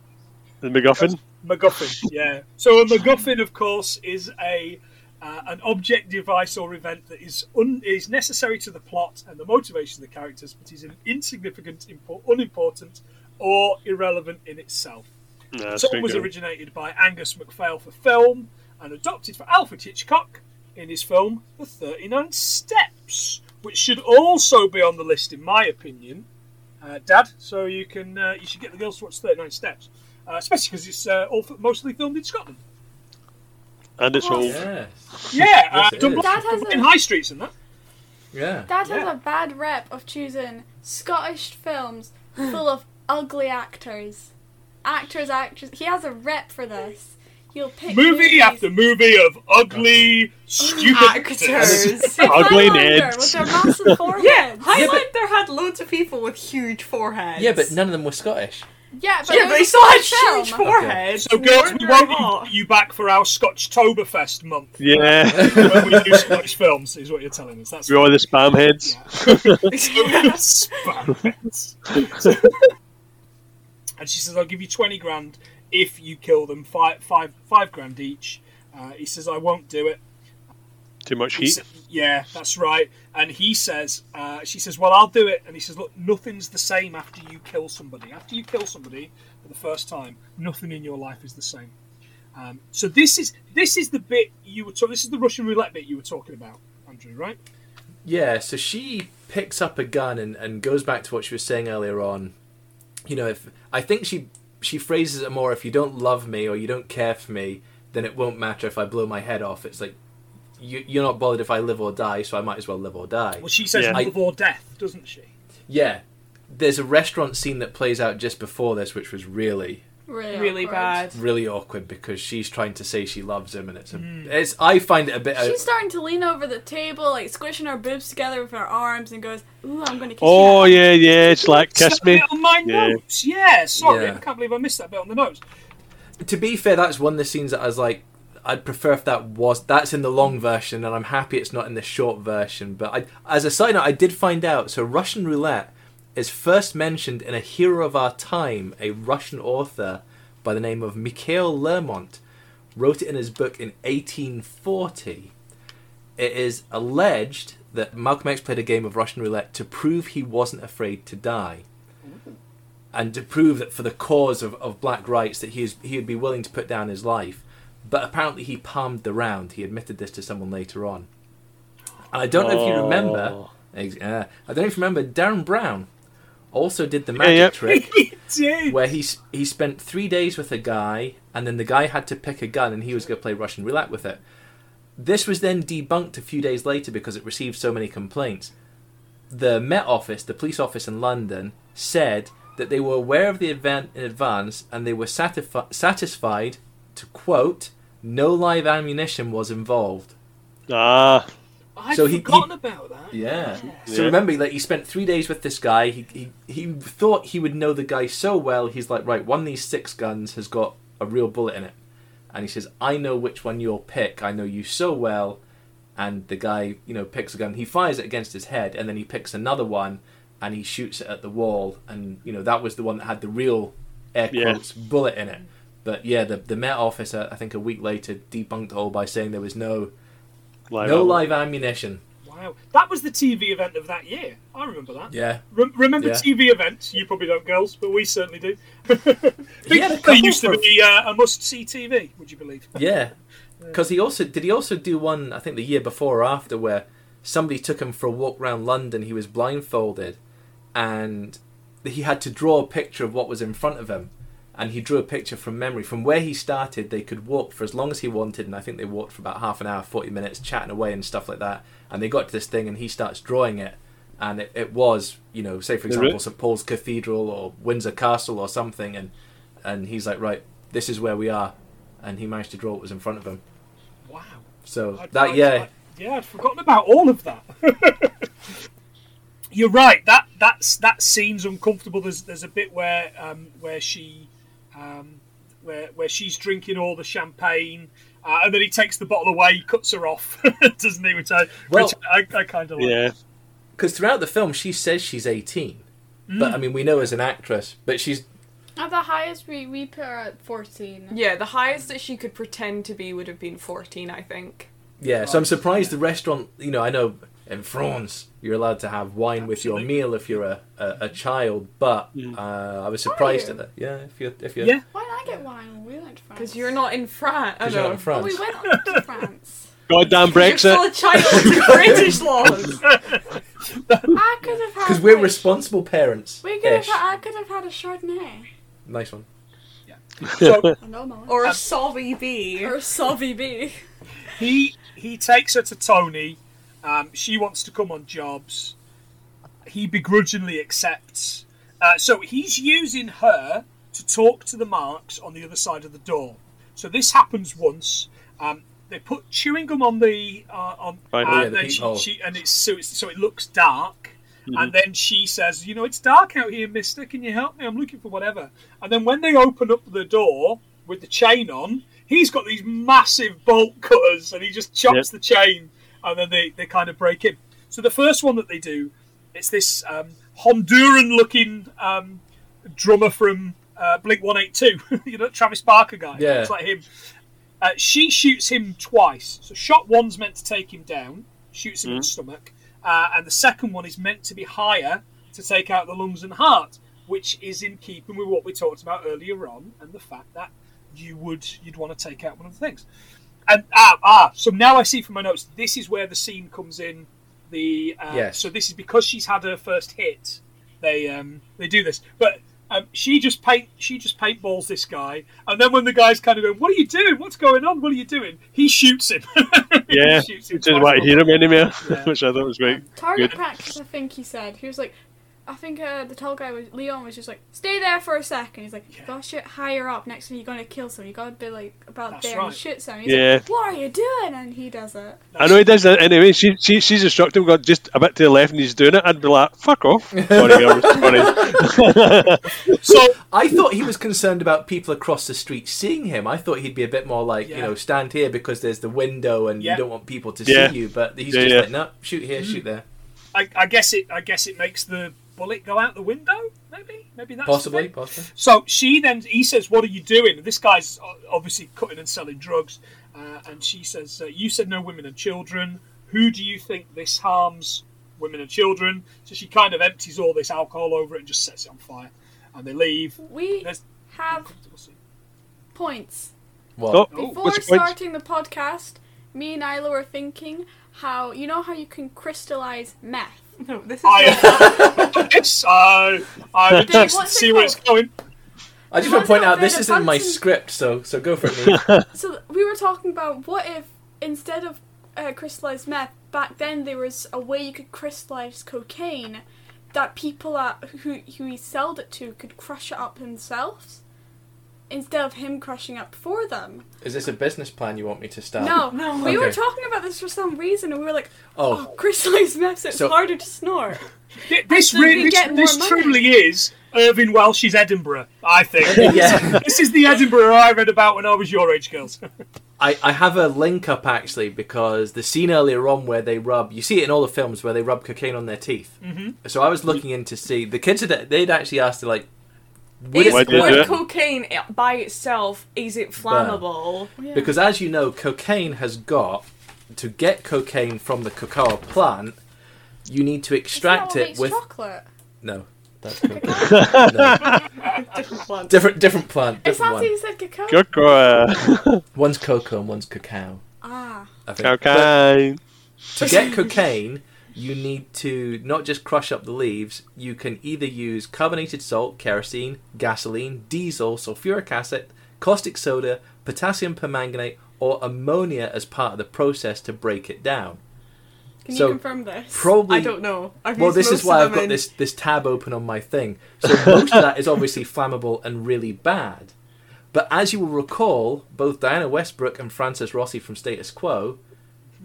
[SPEAKER 3] The MacGuffin.
[SPEAKER 4] MacGuffin, yeah. So a MacGuffin, of course, is a uh, an object, device, or event that is un- is necessary to the plot and the motivation of the characters, but is insignificant, impo- unimportant, or irrelevant in itself.
[SPEAKER 3] Nah,
[SPEAKER 5] Uh,
[SPEAKER 3] that's
[SPEAKER 4] The
[SPEAKER 3] pretty
[SPEAKER 4] song was
[SPEAKER 3] good.
[SPEAKER 4] originated by Angus MacPhail for film and adopted for Alfred Hitchcock in his film The 39 Steps, which should also be on the list, in my opinion, uh, Dad. So you can uh, you should get the girls to watch 39 Steps, uh, especially because it's uh, all mostly filmed in
[SPEAKER 5] [LAUGHS]
[SPEAKER 4] Scotland.
[SPEAKER 3] And it's old.
[SPEAKER 5] Yes.
[SPEAKER 4] Yeah, uh,
[SPEAKER 5] Yes, it
[SPEAKER 4] Dublin,
[SPEAKER 5] is.
[SPEAKER 7] Dad has a-
[SPEAKER 4] Dublin High Streets and that.
[SPEAKER 5] Yeah.
[SPEAKER 7] Dad has
[SPEAKER 4] Yeah.
[SPEAKER 7] a bad rep of choosing Scottish films full of ugly actors, actors, actors. He has a rep for this. He'll pick
[SPEAKER 4] Movie
[SPEAKER 7] movies.
[SPEAKER 4] after movie of ugly, stupid
[SPEAKER 6] [LAUGHS]
[SPEAKER 4] actors.
[SPEAKER 6] Actors.
[SPEAKER 7] Like
[SPEAKER 3] Ugly
[SPEAKER 7] Highlander
[SPEAKER 3] Neds.
[SPEAKER 7] with their massive foreheads.
[SPEAKER 6] Yeah,
[SPEAKER 5] Yeah,
[SPEAKER 6] Highlander
[SPEAKER 5] but-
[SPEAKER 6] had loads of people with huge foreheads.
[SPEAKER 5] Yeah, but none of them were [LAUGHS] Scottish.
[SPEAKER 7] yeah, but,
[SPEAKER 6] Yeah,
[SPEAKER 7] it
[SPEAKER 6] but
[SPEAKER 7] was
[SPEAKER 6] they
[SPEAKER 7] a
[SPEAKER 6] still had
[SPEAKER 7] film.
[SPEAKER 6] huge foreheads.
[SPEAKER 4] So, girls,
[SPEAKER 6] Weren't
[SPEAKER 4] we
[SPEAKER 6] very
[SPEAKER 4] won't
[SPEAKER 5] [LAUGHS]
[SPEAKER 6] hot. [LAUGHS]
[SPEAKER 4] invite you back for our Scotch Toberfest month.
[SPEAKER 3] Yeah.
[SPEAKER 4] when we do Scottish films, is what you're telling us. That's
[SPEAKER 3] we are the spam heads.
[SPEAKER 4] Spamheads. and she says, "I'll give you twenty grand if you kill them, five, five, five grand each." Uh, he says, "I won't do it."
[SPEAKER 3] [LAUGHS] Too much
[SPEAKER 4] He
[SPEAKER 3] heat.
[SPEAKER 4] sa- yeah, that's right. And he says, uh, "She says, well, I'll do it." And he says, "Look, nothing's the same after you kill somebody. After you kill somebody for the first time, nothing in your life is the same." Um, so this is this is the bit you were talking. This is the Russian roulette bit you were talking about, Andrew, right?
[SPEAKER 5] Yeah, so she picks up a gun and, and goes back to what she was saying earlier on. You know, if I think she she phrases it more if you don't love me or you don't care for me, then it won't matter if I blow my head off. It's like you, you're not bothered if I live or die, so I might as well live or die.
[SPEAKER 4] Well, she says
[SPEAKER 3] Yeah.
[SPEAKER 4] love or death, doesn't she?
[SPEAKER 5] yeah, there's a restaurant scene that plays out just before this, which was really
[SPEAKER 7] Really,
[SPEAKER 6] really
[SPEAKER 7] awkward.
[SPEAKER 6] bad.
[SPEAKER 5] really awkward because she's trying to say she loves him, and it's a, it's I find it a bit. uh,
[SPEAKER 7] She's starting to lean over the table, like squishing her boobs together with her arms, and goes, "Ooh, I'm gonna kiss
[SPEAKER 3] Oh
[SPEAKER 7] you."
[SPEAKER 3] yeah, yeah. It's like kiss
[SPEAKER 4] Stuck
[SPEAKER 3] me.
[SPEAKER 4] it on my
[SPEAKER 3] Yeah.
[SPEAKER 4] notes. Yeah, sorry,
[SPEAKER 5] Yeah.
[SPEAKER 4] I can't believe I missed that bit on the [LAUGHS] notes.
[SPEAKER 5] to be fair, that's one of the scenes that I was like, I'd prefer if that was that's in the long version, and I'm happy it's not in the short version. But I, as a side note, I did find out so Russian roulette is first mentioned in a hero of our time, a Russian author by the name of Mikhail Lermont, wrote it in his book in 1840. It is alleged that Malcolm X played a game of Russian roulette to prove he wasn't afraid to die and to prove that for the cause of, of black rights that he is, he would be willing to put down his life. But apparently he palmed the round. He admitted this to someone later on. And I don't know if you remember.
[SPEAKER 3] Oh.
[SPEAKER 5] ex- uh, I don't know if you remember. Darren Brown also did the magic
[SPEAKER 3] yeah.
[SPEAKER 5] trick
[SPEAKER 4] Dude,
[SPEAKER 5] where he s- he spent three days with a guy, and then the guy had to pick a gun, and he was going to play Russian roulette with it. This was then debunked a few days later because it received so many complaints. The Met Office, the police office in London, said that they were aware of the event in advance and they were satisfi- satisfied to quote, no live ammunition was involved.
[SPEAKER 3] Ah,
[SPEAKER 4] I'd
[SPEAKER 5] So he-
[SPEAKER 4] forgotten about that.
[SPEAKER 5] Yeah. So
[SPEAKER 3] Yeah.
[SPEAKER 5] remember, like, he spent three days with this guy. He, he he thought he would know the guy so well. He's like, right, one of these six guns has got a real bullet in it, and he says, I know which one you'll pick. I know you so well. And the guy, you know, picks a gun. He fires it against his head, and then he picks another one, and he shoots it at the wall. And you know, that was the one that had the real air
[SPEAKER 3] Yeah.
[SPEAKER 5] quotes bullet in it. But yeah, the the Met Office, uh, I think a week later, debunked it all by saying there was no
[SPEAKER 3] Live
[SPEAKER 5] no
[SPEAKER 3] album.
[SPEAKER 5] live ammunition.
[SPEAKER 4] Wow, that was the TV event of that year. I remember that.
[SPEAKER 5] Yeah,
[SPEAKER 4] Rem- remember
[SPEAKER 5] Yeah.
[SPEAKER 4] TV events? You probably don't, girls, but we certainly do. [LAUGHS]
[SPEAKER 5] He had a
[SPEAKER 4] They
[SPEAKER 5] couple
[SPEAKER 4] used to
[SPEAKER 5] for-
[SPEAKER 4] be uh, a must-see TV. Would you believe?
[SPEAKER 5] Yeah, because he also did. He also do one. I think the year before or after, where somebody took him for a walk round London. He was blindfolded, and he had to draw a picture of what was in front of him. And he drew a picture from memory. From where he started, they could walk for as long as he wanted, and I think they walked for about half an hour, forty minutes, chatting away and stuff like that. And they got to this thing, and he starts drawing it, and it, it was, you know, say for
[SPEAKER 3] The
[SPEAKER 5] example,
[SPEAKER 3] route?
[SPEAKER 5] St Paul's Cathedral or Windsor Castle or something, and and he's like, right, this is where we are, and he managed to draw what was in front of him.
[SPEAKER 4] Wow.
[SPEAKER 5] So
[SPEAKER 4] I'd-
[SPEAKER 5] that
[SPEAKER 4] I'd-
[SPEAKER 5] yeah,
[SPEAKER 4] I'd- yeah, I'd forgotten about all of that. [LAUGHS] You're right. That that's that seems uncomfortable. There's there's a bit where um, where she um, where where she's drinking all the champagne, uh, and then he takes the bottle away, cuts her off, [LAUGHS] doesn't he? Which I
[SPEAKER 5] Well-
[SPEAKER 4] which I, I kind of like.
[SPEAKER 3] Yeah,
[SPEAKER 5] because throughout the film she says she's eighteen, but I mean we know as an actress, but she's
[SPEAKER 8] At the highest, we, we put her at 14.
[SPEAKER 6] Yeah, the highest that she could pretend to be would have been 14, I think.
[SPEAKER 5] yeah. So I'm surprised the restaurant. You know, I know in France you're allowed to have wine with your
[SPEAKER 4] Absolutely.
[SPEAKER 5] meal if you're a, a, a child, but uh, I was surprised at that. Yeah, if you're if you're
[SPEAKER 4] Yeah.
[SPEAKER 8] Why did I get wine when we went to France?
[SPEAKER 6] Because you're not in France. I
[SPEAKER 5] 'cause you're not in
[SPEAKER 6] know.
[SPEAKER 8] Well,
[SPEAKER 5] France.
[SPEAKER 8] we went on [LAUGHS] to France.
[SPEAKER 3] goddamn
[SPEAKER 6] You're still
[SPEAKER 3] Brexit.
[SPEAKER 6] a child
[SPEAKER 5] [LAUGHS]
[SPEAKER 6] to British laws.
[SPEAKER 8] I could have had.
[SPEAKER 5] Because we're
[SPEAKER 8] like-
[SPEAKER 5] responsible parents.
[SPEAKER 8] We could have,
[SPEAKER 5] ish.
[SPEAKER 8] had- I could have had a Chardonnay.
[SPEAKER 5] Nice one.
[SPEAKER 4] So
[SPEAKER 8] I know, Mama.
[SPEAKER 6] Or a Sauvy B. [LAUGHS]
[SPEAKER 8] Or a Sauvy B.
[SPEAKER 4] he he takes her to Tony. Um, she wants to come on jobs. He begrudgingly accepts. Uh, so he's using her to talk to the marks on the other side of the door. So this happens once. Um, they put chewing gum on the uh, on,
[SPEAKER 3] Right,
[SPEAKER 5] yeah,
[SPEAKER 4] and
[SPEAKER 5] the
[SPEAKER 4] then she,
[SPEAKER 5] peephole.
[SPEAKER 4] she and it's so it's, so it looks dark. And then she says, "You know, it's dark out here, Mister. Can you help me? I'm looking for whatever." And then when they open up the door with the chain on, he's got these massive bolt cutters, and he just chops
[SPEAKER 3] Yep.
[SPEAKER 4] the chain, and then they they kind of break in. So the first one that they do, it's this um, Honduran-looking um, drummer from uh, Blink One Eight Two, [LAUGHS] you know, Travis Barker guy.
[SPEAKER 5] Yeah.
[SPEAKER 4] it's like him. Uh, she shoots him twice. So shot one's meant to take him down, shoots him in the stomach, uh, and the second one is meant to be higher to take out the lungs and heart, which is in keeping with what we talked about earlier on, and the fact that you would you'd want to take out one of the things. And ah, ah so now I see from my notes. This is where the scene comes in. The uh,
[SPEAKER 5] Yes.
[SPEAKER 4] so this is because she's had her first hit. They um they do this, but um, she just paint she just paintballs this guy, and then when the guy's kind of going, "What are you doing? What's going on? What are you doing?" He shoots him. [LAUGHS]
[SPEAKER 3] Yeah,
[SPEAKER 4] he shoots him
[SPEAKER 3] didn't
[SPEAKER 4] twice.
[SPEAKER 3] want to hear him anymore, [LAUGHS]
[SPEAKER 4] Yeah.
[SPEAKER 3] which I thought was great.
[SPEAKER 8] Target
[SPEAKER 3] Good.
[SPEAKER 8] practice, I think he said. He was like, I think uh, the tall guy was Leon was just like, stay there for a second. He's like, you gotta shoot higher up. Next time you're gonna kill someone. You gotta be like about
[SPEAKER 4] That's
[SPEAKER 8] there
[SPEAKER 4] right.
[SPEAKER 8] and shoot someone. He's
[SPEAKER 3] Yeah,
[SPEAKER 8] like, what are you doing? And he does it.
[SPEAKER 3] I know he does that anyway. She, she, she's instructing him, got just a bit to the left, and he's doing it. I'd be like, fuck
[SPEAKER 5] [LAUGHS]
[SPEAKER 3] off. Sorry, girls, sorry.
[SPEAKER 4] So
[SPEAKER 5] I thought he was concerned about people across the street seeing him. I thought he'd be a bit more like, you
[SPEAKER 4] Yeah.
[SPEAKER 5] know, stand here because there's the window and
[SPEAKER 4] Yeah.
[SPEAKER 5] you don't want people to
[SPEAKER 3] Yeah.
[SPEAKER 5] see you. But he's
[SPEAKER 3] Yeah,
[SPEAKER 5] just
[SPEAKER 3] yeah.
[SPEAKER 5] like, no, shoot here, shoot there.
[SPEAKER 4] I, I guess it I guess it makes the bullet go out the window. Maybe maybe that's the
[SPEAKER 5] Possibly,
[SPEAKER 4] thing.
[SPEAKER 5] possibly.
[SPEAKER 4] So she then he says, "What are you doing?" This guy's o- obviously cutting and selling drugs, uh, and she says, uh, "You said no women and children. Who do you think this harms? Women and children." So she kind of empties all this alcohol over it and just sets it on fire, and they leave.
[SPEAKER 8] We
[SPEAKER 4] There's-
[SPEAKER 7] Um,
[SPEAKER 8] have points.
[SPEAKER 5] What?
[SPEAKER 3] Oh,
[SPEAKER 8] Before
[SPEAKER 3] what's the point?
[SPEAKER 8] starting the podcast, me and Isla were thinking how you know how you can crystallize meth.
[SPEAKER 6] No, this is
[SPEAKER 4] I yes, I I would
[SPEAKER 8] Dave,
[SPEAKER 4] just
[SPEAKER 8] what's it
[SPEAKER 4] see where it's going.
[SPEAKER 5] I just
[SPEAKER 8] Well,
[SPEAKER 5] want to point
[SPEAKER 8] no,
[SPEAKER 5] out this
[SPEAKER 8] they're
[SPEAKER 5] isn't in my
[SPEAKER 8] advancing-
[SPEAKER 5] script, so so go for it. Neve.
[SPEAKER 8] So th- we were talking about what if instead of uh, crystallized meth, back then there was a way you could crystallize cocaine that people at, who who he sold it to could crush it up themselves
[SPEAKER 7] instead of him crushing up for them.
[SPEAKER 5] Is this a business plan you want me to start? [LAUGHS]
[SPEAKER 7] No,
[SPEAKER 6] No.
[SPEAKER 7] we were
[SPEAKER 5] Oh. Okay.
[SPEAKER 7] talking about this for some reason, and we were like,
[SPEAKER 5] Oh,
[SPEAKER 7] "Oh, crystallized mess. It's
[SPEAKER 5] So-
[SPEAKER 7] harder to snort."
[SPEAKER 4] Th- This
[SPEAKER 6] So we
[SPEAKER 4] really, this,
[SPEAKER 6] get more
[SPEAKER 4] this
[SPEAKER 6] money.
[SPEAKER 4] truly is Irving Welsh's Edinburgh. I think
[SPEAKER 5] yeah.
[SPEAKER 4] this is the Edinburgh I read about when I was your age, girls. [LAUGHS]
[SPEAKER 5] I, I have a link up actually because the scene earlier on where they rub, you see it in all the films where they rub cocaine on their teeth. Mm-hmm. So I was looking in to see the kids had they'd actually asked to like, would it,
[SPEAKER 6] Is
[SPEAKER 3] Why did
[SPEAKER 6] would
[SPEAKER 3] it?
[SPEAKER 6] cocaine i- by itself is it flammable?
[SPEAKER 5] because as you know, cocaine has got to get cocaine from the cacao plant, you need to extract it with
[SPEAKER 7] chocolate.
[SPEAKER 5] no,
[SPEAKER 7] [LAUGHS]
[SPEAKER 5] that's cocaine. no.
[SPEAKER 6] Different plant.
[SPEAKER 5] different different plant,
[SPEAKER 7] It's
[SPEAKER 5] different
[SPEAKER 7] not
[SPEAKER 5] one.
[SPEAKER 7] that you said cacao.
[SPEAKER 3] Good
[SPEAKER 5] [LAUGHS]
[SPEAKER 3] girl.
[SPEAKER 5] One's cocoa and one's cacao.
[SPEAKER 7] Ah,
[SPEAKER 5] I think. But-
[SPEAKER 3] Okay.
[SPEAKER 5] to get cocaine, you need to not just crush up the leaves, you can either use carbonated salt, kerosene, gasoline, diesel, sulfuric acid, caustic soda, potassium permanganate, or ammonia as part of the process to break it down.
[SPEAKER 6] Can
[SPEAKER 5] So,
[SPEAKER 6] you confirm this?
[SPEAKER 5] probably-
[SPEAKER 6] I don't know. I've
[SPEAKER 5] Well,
[SPEAKER 6] used
[SPEAKER 5] this is
[SPEAKER 6] most
[SPEAKER 5] why
[SPEAKER 6] of
[SPEAKER 5] I've
[SPEAKER 6] them
[SPEAKER 5] got
[SPEAKER 6] in-
[SPEAKER 7] [LAUGHS]
[SPEAKER 5] this, this tab open on my thing.
[SPEAKER 6] [LAUGHS]
[SPEAKER 5] So most of that is obviously flammable and really bad. But as you will recall, both Diana Westbrook and Frances Rossi from Status Quo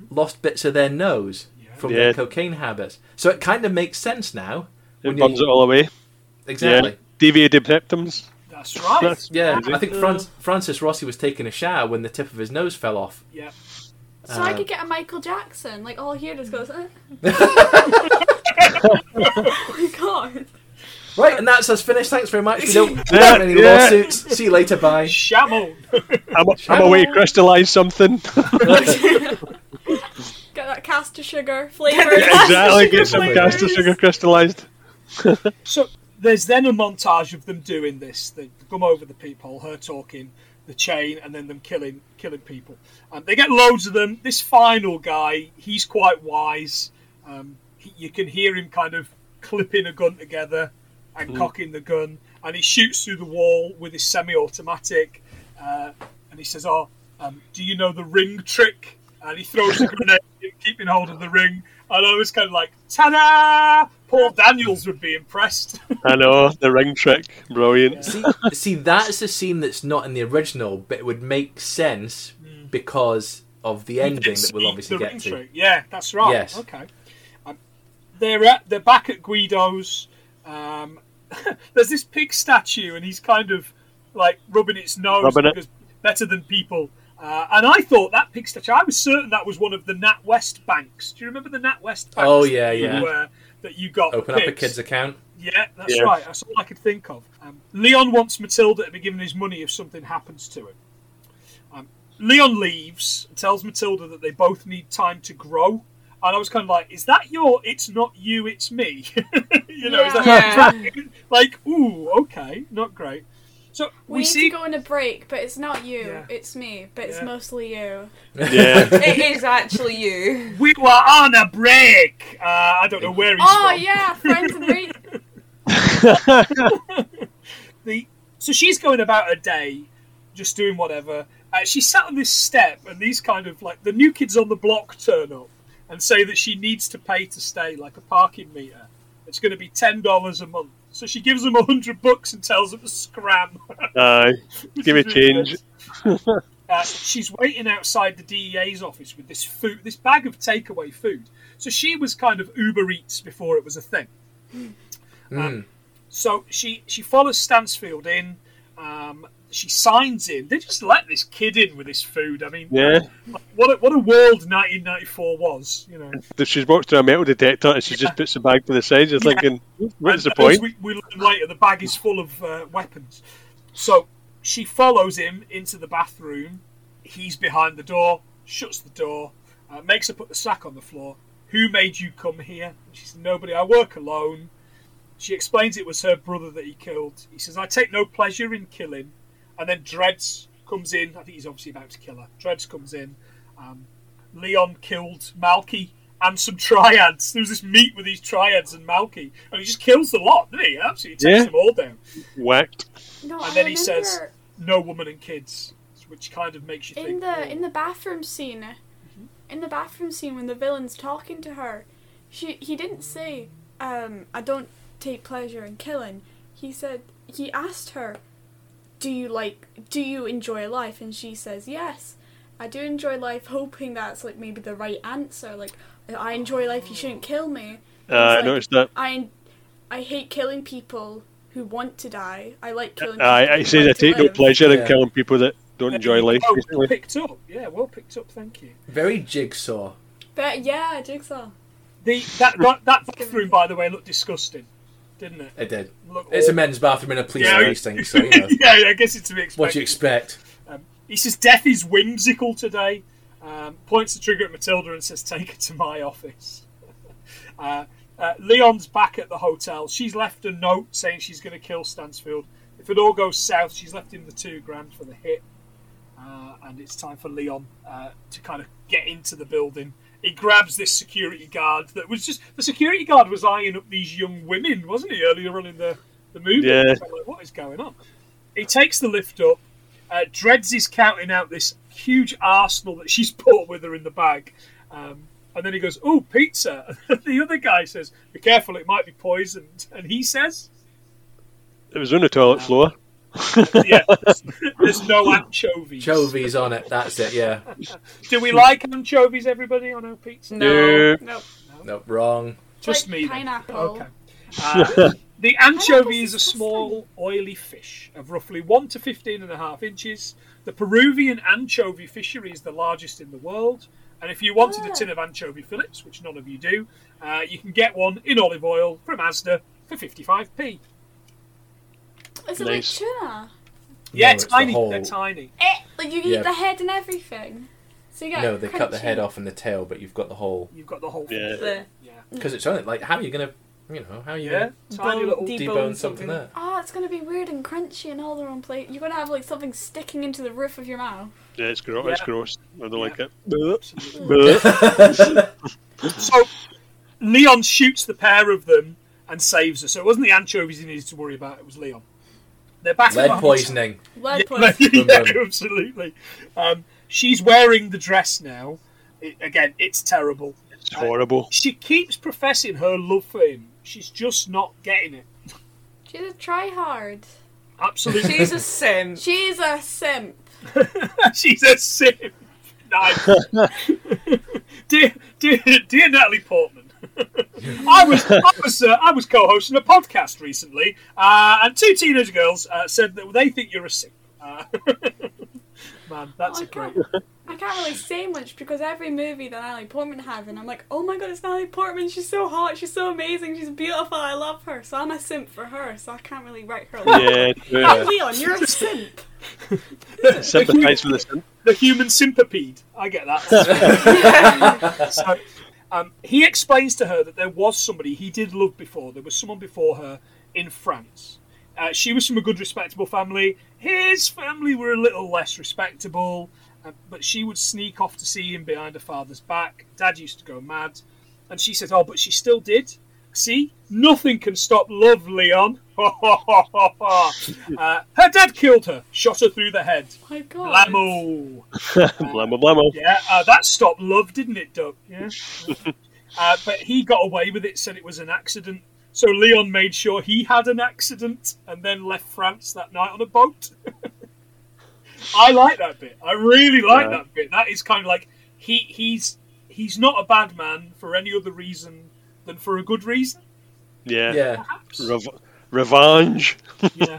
[SPEAKER 5] lost bits of their nose from
[SPEAKER 3] Yeah.
[SPEAKER 5] their cocaine habits. So it kind of makes sense now.
[SPEAKER 3] It
[SPEAKER 5] when
[SPEAKER 3] burns it
[SPEAKER 5] you,
[SPEAKER 3] all away.
[SPEAKER 5] exactly.
[SPEAKER 3] Yeah. Deviated septums.
[SPEAKER 4] That's right.
[SPEAKER 3] That's-
[SPEAKER 5] Yeah,
[SPEAKER 3] Crazy.
[SPEAKER 5] I think Fran- Francis Rossi was taking a shower when the tip of his nose fell off.
[SPEAKER 4] Yeah.
[SPEAKER 7] so I
[SPEAKER 5] Uh,
[SPEAKER 7] could get a Michael Jackson. Like all here just
[SPEAKER 5] [LAUGHS]
[SPEAKER 7] goes. Uh. [LAUGHS] oh my god!
[SPEAKER 5] Right, and that's us finished. Thanks very
[SPEAKER 6] [LAUGHS]
[SPEAKER 5] much. We don't we don't
[SPEAKER 3] Yeah,
[SPEAKER 5] have any
[SPEAKER 3] yeah.
[SPEAKER 5] lawsuits. See you later. Bye.
[SPEAKER 4] Shaman.
[SPEAKER 3] I'm, I'm away to crystallise
[SPEAKER 5] [LAUGHS]
[SPEAKER 3] something. [LAUGHS]
[SPEAKER 7] Get that
[SPEAKER 4] [LAUGHS]
[SPEAKER 7] caster sugar flavour. [LAUGHS]
[SPEAKER 3] exactly. Get some caster sugar crystallised.
[SPEAKER 4] So there's then a montage of them doing this. They come over the peephole, her talking, the chain, and then them killing killing people. Um, they get loads of them. This final guy, he's quite wise. Um, he, you can hear him kind of clipping a gun together and cocking the gun, and he shoots through the wall with his semi-automatic. Uh, and he says, "Oh, um, do you know the ring trick?" And he throws the grenade, keeping hold of the ring. And I was kind of like, "Ta-da!" Paul Daniels would be impressed. [LAUGHS]
[SPEAKER 3] I know the ring trick. Brilliant.
[SPEAKER 5] see, see, that's a scene that's not in the original, but it would make sense
[SPEAKER 4] Hmm.
[SPEAKER 5] because of the ending that we'll obviously
[SPEAKER 4] The
[SPEAKER 5] get
[SPEAKER 4] ring
[SPEAKER 5] to.
[SPEAKER 4] trick. Yeah, that's right.
[SPEAKER 5] Yes.
[SPEAKER 4] Okay. Um, they're at, they're back at Guido's. Um, [LAUGHS] there's this pig statue, and he's kind of like rubbing its nose
[SPEAKER 3] Rubbing it.
[SPEAKER 4] because better than people. Uh, and I thought that pig statue. I was certain that was one of the Nat West banks. Do you remember the Nat West banks?
[SPEAKER 5] Oh, yeah,
[SPEAKER 4] that you,
[SPEAKER 5] yeah.
[SPEAKER 4] uh, that you got.
[SPEAKER 5] Open
[SPEAKER 4] the
[SPEAKER 5] up a
[SPEAKER 4] pigs?
[SPEAKER 5] kid's account.
[SPEAKER 4] Yeah, that's
[SPEAKER 3] Yeah.
[SPEAKER 4] right. That's all I could think of. Um, Leon wants Matilda to be given his money if something happens to him. Um, Leon leaves, and tells Matilda that they both need time to grow. And I was kind of like, is that your it's not you, it's me? [LAUGHS] you know, is that, is that- [LAUGHS] like, ooh, okay, not great. So
[SPEAKER 7] We,
[SPEAKER 4] we,
[SPEAKER 7] need
[SPEAKER 4] see.
[SPEAKER 7] to go on a break, but it's not you.
[SPEAKER 4] Yeah.
[SPEAKER 7] It's me, but it's
[SPEAKER 4] Yeah.
[SPEAKER 7] mostly you.
[SPEAKER 5] [LAUGHS]
[SPEAKER 3] Yeah.
[SPEAKER 6] [LAUGHS] It is actually you.
[SPEAKER 7] [LAUGHS]
[SPEAKER 4] We were on a break! Uh, I don't know where he's
[SPEAKER 7] Oh
[SPEAKER 4] from.
[SPEAKER 7] yeah, friends
[SPEAKER 4] [LAUGHS]
[SPEAKER 7] and re-
[SPEAKER 4] the so she's going about her day, just doing whatever. Uh, she sat on this step, and these kind of like the new kids on the block turn up and say that she needs to pay to stay, like a parking meter. It's going to be ten dollars a month. So she gives them a hundred bucks and tells them to scram. [LAUGHS]
[SPEAKER 3] Aye. Give me
[SPEAKER 4] Which is ridiculous.
[SPEAKER 3] change.
[SPEAKER 4] Uh, she's waiting outside the DEA's office with this food, this bag of takeaway food. So she was kind of Uber Eats before it was a thing. Um, so she she follows Stansfield in. Um, she signs in. They just let this kid in with his food. I mean,
[SPEAKER 3] Yeah.
[SPEAKER 4] what a, what a world 1994 was, you know.
[SPEAKER 3] That She's walked through a metal detector and she just puts the bag to the side. She's thinking, what's the
[SPEAKER 4] And as
[SPEAKER 3] point?
[SPEAKER 4] We, we learn later the bag is full of uh, weapons. So she follows him into the bathroom. He's behind the door, shuts the door, uh, makes her put the sack on the floor. Who made you come here? She says, Nobody, I work alone. She explains it was her brother that he killed. He says, I take no pleasure in killing. And then Dreads comes in. I think he's obviously about to kill her. Dreads comes in. Um, Leon killed Malky and some triads. There was this meet with these triads and Malky, and he just kills the lot, doesn't he? Absolutely takes
[SPEAKER 3] Yeah.
[SPEAKER 4] them all down.
[SPEAKER 3] Whacked.
[SPEAKER 7] No,
[SPEAKER 4] And
[SPEAKER 7] I
[SPEAKER 4] then he
[SPEAKER 7] remember
[SPEAKER 4] says- No woman and kids, which kind of makes you
[SPEAKER 7] in
[SPEAKER 4] think.
[SPEAKER 7] the
[SPEAKER 4] oh.
[SPEAKER 7] in the bathroom scene,
[SPEAKER 3] Mm-hmm.
[SPEAKER 7] in the bathroom scene when the villain's talking to her, she he didn't say, um, "I don't take pleasure in killing." He said he asked her, do you like do you enjoy life and she says yes i do enjoy life hoping that's like maybe the right answer like i enjoy life you shouldn't kill me
[SPEAKER 3] Uh, I
[SPEAKER 7] like-
[SPEAKER 3] noticed that.
[SPEAKER 7] i i hate killing people who want to die i like killing people
[SPEAKER 3] I, I
[SPEAKER 7] who
[SPEAKER 3] says I
[SPEAKER 7] want to
[SPEAKER 3] take no
[SPEAKER 7] live."
[SPEAKER 3] pleasure in
[SPEAKER 5] Yeah.
[SPEAKER 3] killing people that don't enjoy life.
[SPEAKER 4] Oh, well
[SPEAKER 3] basically.
[SPEAKER 4] picked up. Yeah, well picked up. Thank you.
[SPEAKER 5] Very jigsaw.
[SPEAKER 7] but yeah jigsaw
[SPEAKER 4] The that that,
[SPEAKER 7] [LAUGHS]
[SPEAKER 4] that bathroom, by the way, looked disgusting, didn't it?
[SPEAKER 5] It did.
[SPEAKER 4] Looked
[SPEAKER 5] It's a
[SPEAKER 4] awful.
[SPEAKER 5] men's bathroom in a police
[SPEAKER 4] oh. Yeah.
[SPEAKER 5] precinct,
[SPEAKER 4] [LAUGHS]
[SPEAKER 5] so you know
[SPEAKER 4] yeah, yeah, I guess it's to be expected.
[SPEAKER 5] what do you expect.
[SPEAKER 4] He says death is whimsical today. Um, points the trigger at Matilda and says, "Take her to my office." [LAUGHS] uh, uh, Leon's back at the hotel. She's left a note saying she's going to kill Stansfield. If it all goes south, she's left him the two grand for the hit, uh, and it's time for Leon uh, to kind of get into the building. He grabs this security guard that was just the security guard was eyeing up these young women, wasn't he? Earlier on in the the movie,
[SPEAKER 3] Yeah.
[SPEAKER 4] So, like, what is going on? He takes the lift up. Uh, Dreads is counting out this huge arsenal that she's [LAUGHS] brought with her in the bag. Um, and then he goes, Oh, pizza. [LAUGHS] And the other guy says, Be careful, it might be poisoned. And he says,
[SPEAKER 3] It was on the toilet floor.
[SPEAKER 4] Yeah, there's, there's no anchovies.
[SPEAKER 5] Chovy's on it. That's it. Yeah.
[SPEAKER 4] Do we like anchovies, everybody, on our pizza?
[SPEAKER 6] No,
[SPEAKER 3] Yeah.
[SPEAKER 6] no.
[SPEAKER 5] No, wrong.
[SPEAKER 4] Just
[SPEAKER 7] like
[SPEAKER 4] me. then.
[SPEAKER 7] pineapple
[SPEAKER 4] Okay. Uh, the anchovy is a
[SPEAKER 7] disgusting.
[SPEAKER 4] small, oily fish of roughly 1 to 15 and a half inches. The Peruvian anchovy fishery is the largest in the world. And if you wanted a tin of anchovy fillets, which none of you do, uh, you can get one in olive oil from Asda for 55p.
[SPEAKER 7] is it
[SPEAKER 3] Nice.
[SPEAKER 7] like tuna
[SPEAKER 4] Yeah,
[SPEAKER 5] No,
[SPEAKER 4] it's
[SPEAKER 5] the
[SPEAKER 4] tiny.
[SPEAKER 5] whole-
[SPEAKER 4] They're tiny.
[SPEAKER 7] Eh, like you eat
[SPEAKER 5] Yeah.
[SPEAKER 7] the head and everything so you get
[SPEAKER 5] No, they cut the
[SPEAKER 7] crunchy.
[SPEAKER 5] head off and the tail, but you've got the whole
[SPEAKER 4] You've got the whole
[SPEAKER 3] Yeah.
[SPEAKER 4] thing.
[SPEAKER 6] The
[SPEAKER 5] because it's on it. Like, how are you gonna, you know, how are you
[SPEAKER 4] Yeah, tiny
[SPEAKER 6] bone-
[SPEAKER 4] little.
[SPEAKER 6] deep-
[SPEAKER 5] gonna
[SPEAKER 6] Debone
[SPEAKER 5] debone something
[SPEAKER 6] something.
[SPEAKER 5] there?
[SPEAKER 7] Oh, it's gonna be weird and crunchy and all the wrong place. You're gonna have like something sticking into the roof of your mouth.
[SPEAKER 3] Yeah, it's gross. It's
[SPEAKER 4] Yeah.
[SPEAKER 3] gross. I don't like it.
[SPEAKER 4] So Leon shoots the pair of them and saves her. So it wasn't the anchovies he needed to worry about, it was Leon. They're back at the
[SPEAKER 5] Lead
[SPEAKER 4] hotel.
[SPEAKER 5] poisoning.
[SPEAKER 7] Lead
[SPEAKER 4] Yeah,
[SPEAKER 7] poison.
[SPEAKER 4] [LAUGHS] yeah,
[SPEAKER 5] Boom, boom.
[SPEAKER 4] absolutely. Um, she's wearing the dress now. It, again, it's terrible. Uh,
[SPEAKER 3] It's horrible.
[SPEAKER 4] She keeps professing her love for him. She's just not getting it.
[SPEAKER 7] She's a tryhard.
[SPEAKER 4] Absolutely.
[SPEAKER 6] she's a sim.
[SPEAKER 7] She's a simp.
[SPEAKER 4] [LAUGHS] She's a simp. Nice. dear, dear, dear Natalie Portman. [LAUGHS] I was I was, uh, I was co-hosting a podcast recently, uh, and two teenage girls uh, said that they think you're a simp. Uh, [LAUGHS] man, that's
[SPEAKER 7] I
[SPEAKER 4] a great.
[SPEAKER 7] can't,
[SPEAKER 5] [LAUGHS]
[SPEAKER 7] I can't really say much because every movie that Natalie Portman has, and I'm like, oh my god, it's Natalie Portman. She's so hot. She's so amazing. She's beautiful. I love her. So I'm a simp for her. So I can't really write her. along.
[SPEAKER 3] Yeah,
[SPEAKER 7] But
[SPEAKER 3] yeah.
[SPEAKER 7] Leon, you're a
[SPEAKER 6] [LAUGHS]
[SPEAKER 7] simp.
[SPEAKER 3] sympathise with the simp.
[SPEAKER 4] the human sympipede. I get that. so, um, he explains to her that there was somebody he did love before. There was someone before her in France. Uh, she was from a good, respectable family. His family were a little less respectable, uh, but she would sneak off to see him behind her father's back. Dad used to go mad. And she says, Oh, but she still did. See, nothing can stop love, Leon. [LAUGHS] uh, her dad killed her, shot her through the head.
[SPEAKER 7] Oh my god.
[SPEAKER 4] Blammo.
[SPEAKER 3] Blammo, blammo.
[SPEAKER 4] Yeah, uh, that stopped love, didn't it, Doug? Yeah. uh, but he got away with it, said it was an accident. So Leon made sure he had an accident and then left France that night on a boat. [LAUGHS] I like that bit. I really like
[SPEAKER 3] Yeah.
[SPEAKER 4] that bit. That is kind of like he he's he's not a bad man for any other reason than for a good reason.
[SPEAKER 3] Yeah.
[SPEAKER 5] Yeah,
[SPEAKER 4] Perhaps.
[SPEAKER 3] Rev- revenge.
[SPEAKER 4] Yeah,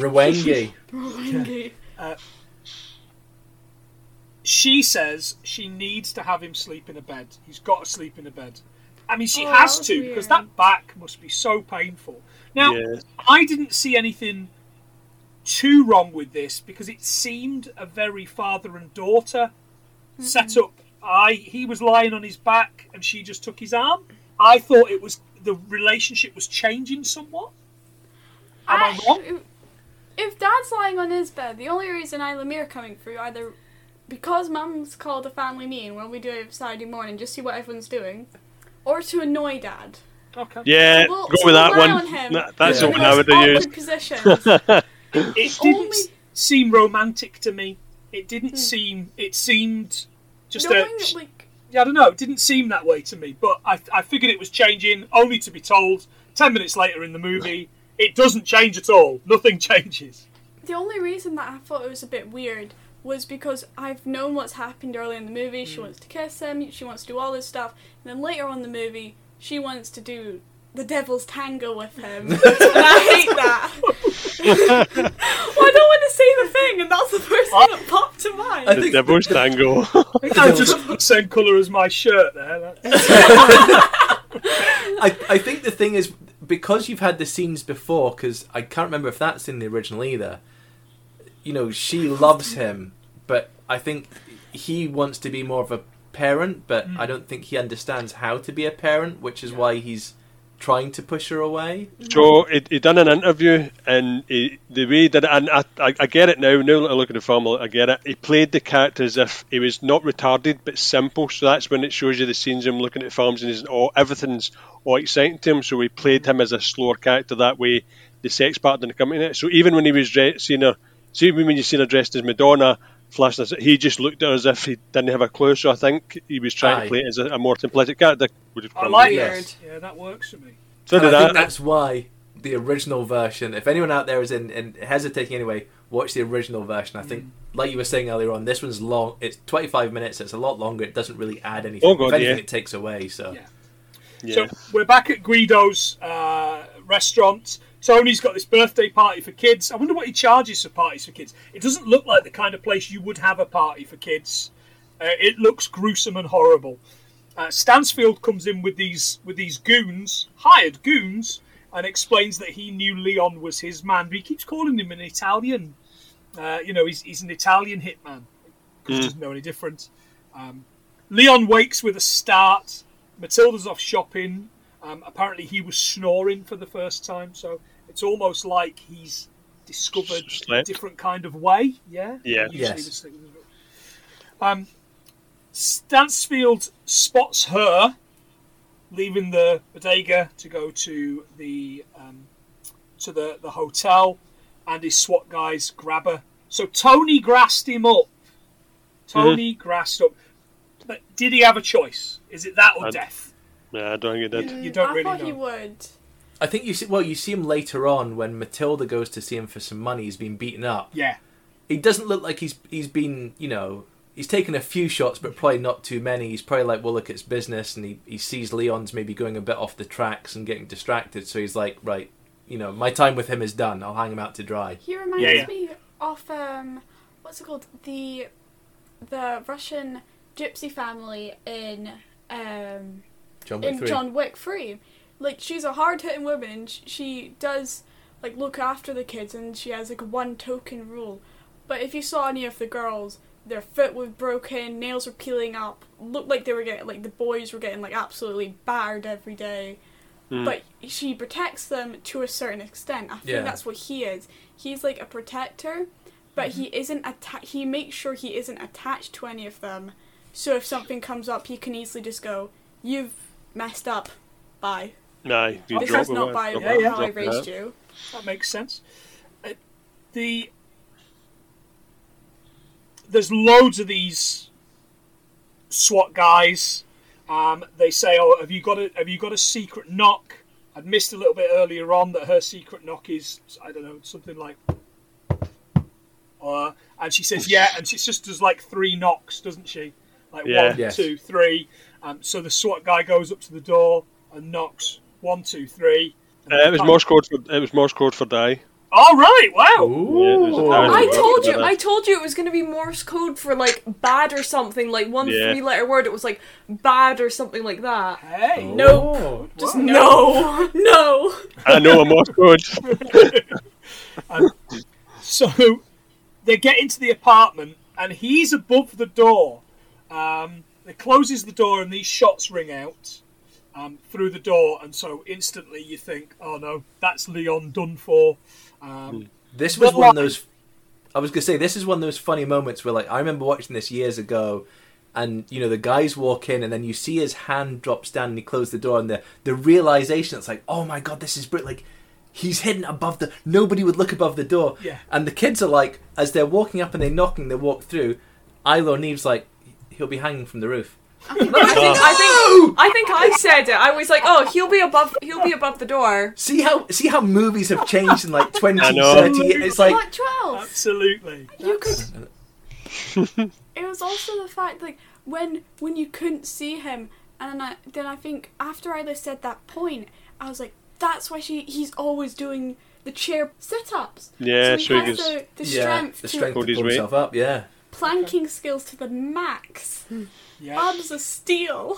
[SPEAKER 3] [LAUGHS] revenge.
[SPEAKER 5] Rwengi.
[SPEAKER 7] Rwangi.
[SPEAKER 4] she says she needs to have him sleep in a bed. He's got to sleep in a bed. I mean, she
[SPEAKER 7] Oh,
[SPEAKER 4] has
[SPEAKER 7] that was
[SPEAKER 4] to because
[SPEAKER 7] weird.
[SPEAKER 4] that back must be so painful. Now,
[SPEAKER 3] Yeah.
[SPEAKER 4] I didn't see anything too wrong with this because it seemed a very father and daughter setup. I he was lying on his back and she just took his arm. I thought it was the relationship was changing somewhat. Am I, wrong?
[SPEAKER 7] If dad's lying on his bed, the only reason I Lemire coming through either because mum's called a family meeting when we do it Saturday morning, just see what everyone's doing, or to annoy dad.
[SPEAKER 4] Okay.
[SPEAKER 3] Yeah,
[SPEAKER 7] Well,
[SPEAKER 3] go with that
[SPEAKER 7] rely
[SPEAKER 3] one.
[SPEAKER 7] on him.
[SPEAKER 3] That- that's
[SPEAKER 5] Yeah.
[SPEAKER 3] the one I would have used.
[SPEAKER 4] [LAUGHS]
[SPEAKER 7] Position.
[SPEAKER 4] it didn't
[SPEAKER 7] only- Hmm.
[SPEAKER 4] s- seem romantic to me. It didn't seem. It seemed just a.
[SPEAKER 7] Knowing that, like,
[SPEAKER 4] Yeah, I don't know. It didn't seem that way to me. But I, I figured it was changing, only to be told ten minutes later in the movie it doesn't change at all. Nothing [LAUGHS] changes.
[SPEAKER 7] the only reason that I thought it was a bit weird was because I've known what's happened early in the movie.
[SPEAKER 4] Mm.
[SPEAKER 7] She wants to kiss him, she wants to do all this stuff, and then later on in the movie, she wants to do the devil's tango
[SPEAKER 4] [LAUGHS]
[SPEAKER 7] with him. and I hate [LAUGHS] that. well, I don't want to say the thing, and that's the first thing that popped to mind.
[SPEAKER 5] I
[SPEAKER 3] The
[SPEAKER 5] think
[SPEAKER 3] devil's tango.
[SPEAKER 4] I just same colour as my shirt there. That's-
[SPEAKER 5] I, I think the thing is because you've had the scenes before because i can't remember if that's in the original either you know she loves him but i think he wants to be more of a parent but i don't think he understands how to be a parent which is why he's trying to push her away
[SPEAKER 3] So he, he done an interview, and he, the way he did it, and I, I, I get it now. Now that I look at the film, I get it. He played the character as if he was not retarded but simple. So that's when it shows you the scenes of him looking at films, and he's all everything's all exciting to him. So we played him as a slower character that way. The sex part didn't come in it. So even when he was dre- seeing her, see when you seen her dressed as Madonna. Flashing, us- he just looked at her as if he didn't have a clue. So I think he was trying
[SPEAKER 5] Aye.
[SPEAKER 3] to play it as a, a more simplistic character. Would have
[SPEAKER 4] I like
[SPEAKER 5] Yes.
[SPEAKER 4] that. Yeah, that works for me.
[SPEAKER 3] so
[SPEAKER 5] And
[SPEAKER 3] did
[SPEAKER 5] I
[SPEAKER 3] I.
[SPEAKER 5] think that's why the original version. If anyone out there is in and hesitating anyway, watch the original version. I think, like you were saying earlier on, this one's long. It's twenty five minutes. It's a lot longer. It doesn't really add anything.
[SPEAKER 3] Oh, God,
[SPEAKER 5] if anything,
[SPEAKER 3] yeah.
[SPEAKER 5] it takes away. So
[SPEAKER 4] Yeah.
[SPEAKER 3] yeah.
[SPEAKER 4] So we're back at Guido's uh, restaurant. Tony's got this birthday party for kids. I wonder what he charges for parties for kids. It doesn't look like the kind of place you would have a party for kids. Uh, it looks gruesome and horrible. Uh, Stansfield comes in with these with these goons, hired goons, and explains that he knew Leon was his man, but he keeps calling him an Italian. Uh, you know, he's, he's an Italian hitman. He doesn't know any different. Um, Leon wakes with a start. Matilda's off shopping. Um, apparently, he was snoring for the first time, so it's almost like he's discovered a
[SPEAKER 3] Slept.
[SPEAKER 4] different kind of way. Yeah.
[SPEAKER 3] Yeah.
[SPEAKER 4] Usually
[SPEAKER 5] Yes.
[SPEAKER 4] this thing is a bit- Um, Stansfield spots her leaving the bodega to go to the um, to the, the hotel, and his SWAT guys grab her. So Tony grassed him up. Tony grassed up. But did he have a choice? Is it that or
[SPEAKER 3] I'd-
[SPEAKER 4] death?
[SPEAKER 3] Nah, I don't think it did.
[SPEAKER 4] You don't
[SPEAKER 7] Mm, I
[SPEAKER 4] really
[SPEAKER 7] thought
[SPEAKER 4] know.
[SPEAKER 7] he would.
[SPEAKER 5] I think you see. Well, you see him later on when Matilda goes to see him for some money. He's been beaten up.
[SPEAKER 4] Yeah.
[SPEAKER 5] He doesn't look like he's he's been you know. He's taken a few shots, but probably not too many. He's probably like, well, look, it's business, and he, he sees Leon's maybe going a bit off the tracks and getting distracted. So he's like, right, you know, my time with him is done. I'll hang him out to dry.
[SPEAKER 7] He reminds
[SPEAKER 4] Yeah, yeah.
[SPEAKER 7] me of um, what's it called? The the Russian gypsy family in um,
[SPEAKER 5] John Wick
[SPEAKER 7] in
[SPEAKER 5] 3.
[SPEAKER 7] John Wick Three. Like she's a hard hitting woman. And sh- she does like look after the kids, and she has like one token rule. But if you saw any of the girls, their foot was broken, nails were peeling up, looked like they were getting like the boys were getting like absolutely battered every day.
[SPEAKER 3] Hmm.
[SPEAKER 7] But she protects them to a certain extent. I think
[SPEAKER 5] Yeah.
[SPEAKER 7] that's what he is. He's like a protector, but he
[SPEAKER 3] Mm-hmm.
[SPEAKER 7] isn't atta- he makes sure he isn't attached to any of them. So if something comes up, he can easily just go, "You've messed up. Bye."
[SPEAKER 3] Nah, you
[SPEAKER 4] This
[SPEAKER 3] drop
[SPEAKER 7] Because
[SPEAKER 4] is
[SPEAKER 3] it,
[SPEAKER 7] not
[SPEAKER 3] man.
[SPEAKER 7] by
[SPEAKER 3] Drop
[SPEAKER 4] yeah,
[SPEAKER 3] it,
[SPEAKER 4] yeah.
[SPEAKER 7] how
[SPEAKER 3] drop
[SPEAKER 7] I
[SPEAKER 3] it.
[SPEAKER 7] raised you.
[SPEAKER 4] That makes sense. Uh, the there's loads of these SWAT guys. Um, they say, "Oh, have you got a have you got a secret knock?" I'd missed a little bit earlier on that her secret knock is I don't know something like. Uh, and she says, "Yeah," and she just does like three knocks, doesn't she? Like
[SPEAKER 3] Yeah.
[SPEAKER 4] one,
[SPEAKER 5] Yes.
[SPEAKER 4] two, three. Um, so the SWAT guy goes up to the door and knocks one, two, three. and
[SPEAKER 3] Uh,
[SPEAKER 4] then
[SPEAKER 3] it was
[SPEAKER 4] comes-
[SPEAKER 3] Morse code for it was Morse code for die.
[SPEAKER 4] All right, wow.
[SPEAKER 3] Ooh.
[SPEAKER 6] I
[SPEAKER 3] Yeah,
[SPEAKER 6] told you,
[SPEAKER 3] yeah.
[SPEAKER 6] I told you it was going to be Morse code for like bad or something, like one
[SPEAKER 3] Yeah.
[SPEAKER 6] three letter word. It was like bad or something like that.
[SPEAKER 4] Hey.
[SPEAKER 6] Nope.
[SPEAKER 5] Oh.
[SPEAKER 6] Just no. [LAUGHS] No.
[SPEAKER 3] I know a Morse code.
[SPEAKER 4] [LAUGHS] So they get into the apartment, and he's above the door. Um, it closes the door, and these shots ring out um, through the door, and so instantly you think, "Oh no, that's Leon done for." Um,
[SPEAKER 5] This was
[SPEAKER 4] But
[SPEAKER 5] one of
[SPEAKER 4] like-
[SPEAKER 5] those. I was gonna say this is one of those funny moments where, like, I remember watching this years ago, and you know the guys walk in, and then you see his hand drops down, and he closed the door, and the the realization it's like, oh my god, this is br Like, he's hidden above the. Nobody would look above the door.
[SPEAKER 4] Yeah.
[SPEAKER 5] And the kids are like, as they're walking up and they're knocking, they walk through. Ilo Neve's like, he'll be hanging from the roof.
[SPEAKER 6] I think, I think I think I said it. I was like, oh, he'll be above he'll be above the door.
[SPEAKER 5] See how see how movies have changed in like 20,
[SPEAKER 3] [LAUGHS] I know.
[SPEAKER 5] 30 It's like
[SPEAKER 8] What twelve?
[SPEAKER 4] Absolutely.
[SPEAKER 8] You could.
[SPEAKER 5] [LAUGHS]
[SPEAKER 8] it was also the fact like when when you couldn't see him, and then I then I think after I said that point, I was like, that's why she he's always doing the chair sit-ups. so
[SPEAKER 3] Yeah,
[SPEAKER 8] he
[SPEAKER 3] sure he
[SPEAKER 8] has
[SPEAKER 3] gives-
[SPEAKER 8] the, the
[SPEAKER 5] yeah,
[SPEAKER 8] strength,
[SPEAKER 5] the strength
[SPEAKER 8] to
[SPEAKER 5] to
[SPEAKER 3] Hold his
[SPEAKER 5] pull
[SPEAKER 3] weight.
[SPEAKER 5] himself up. Yeah,
[SPEAKER 8] planking skills to the max.
[SPEAKER 4] Yeah.
[SPEAKER 8] Arms of steel.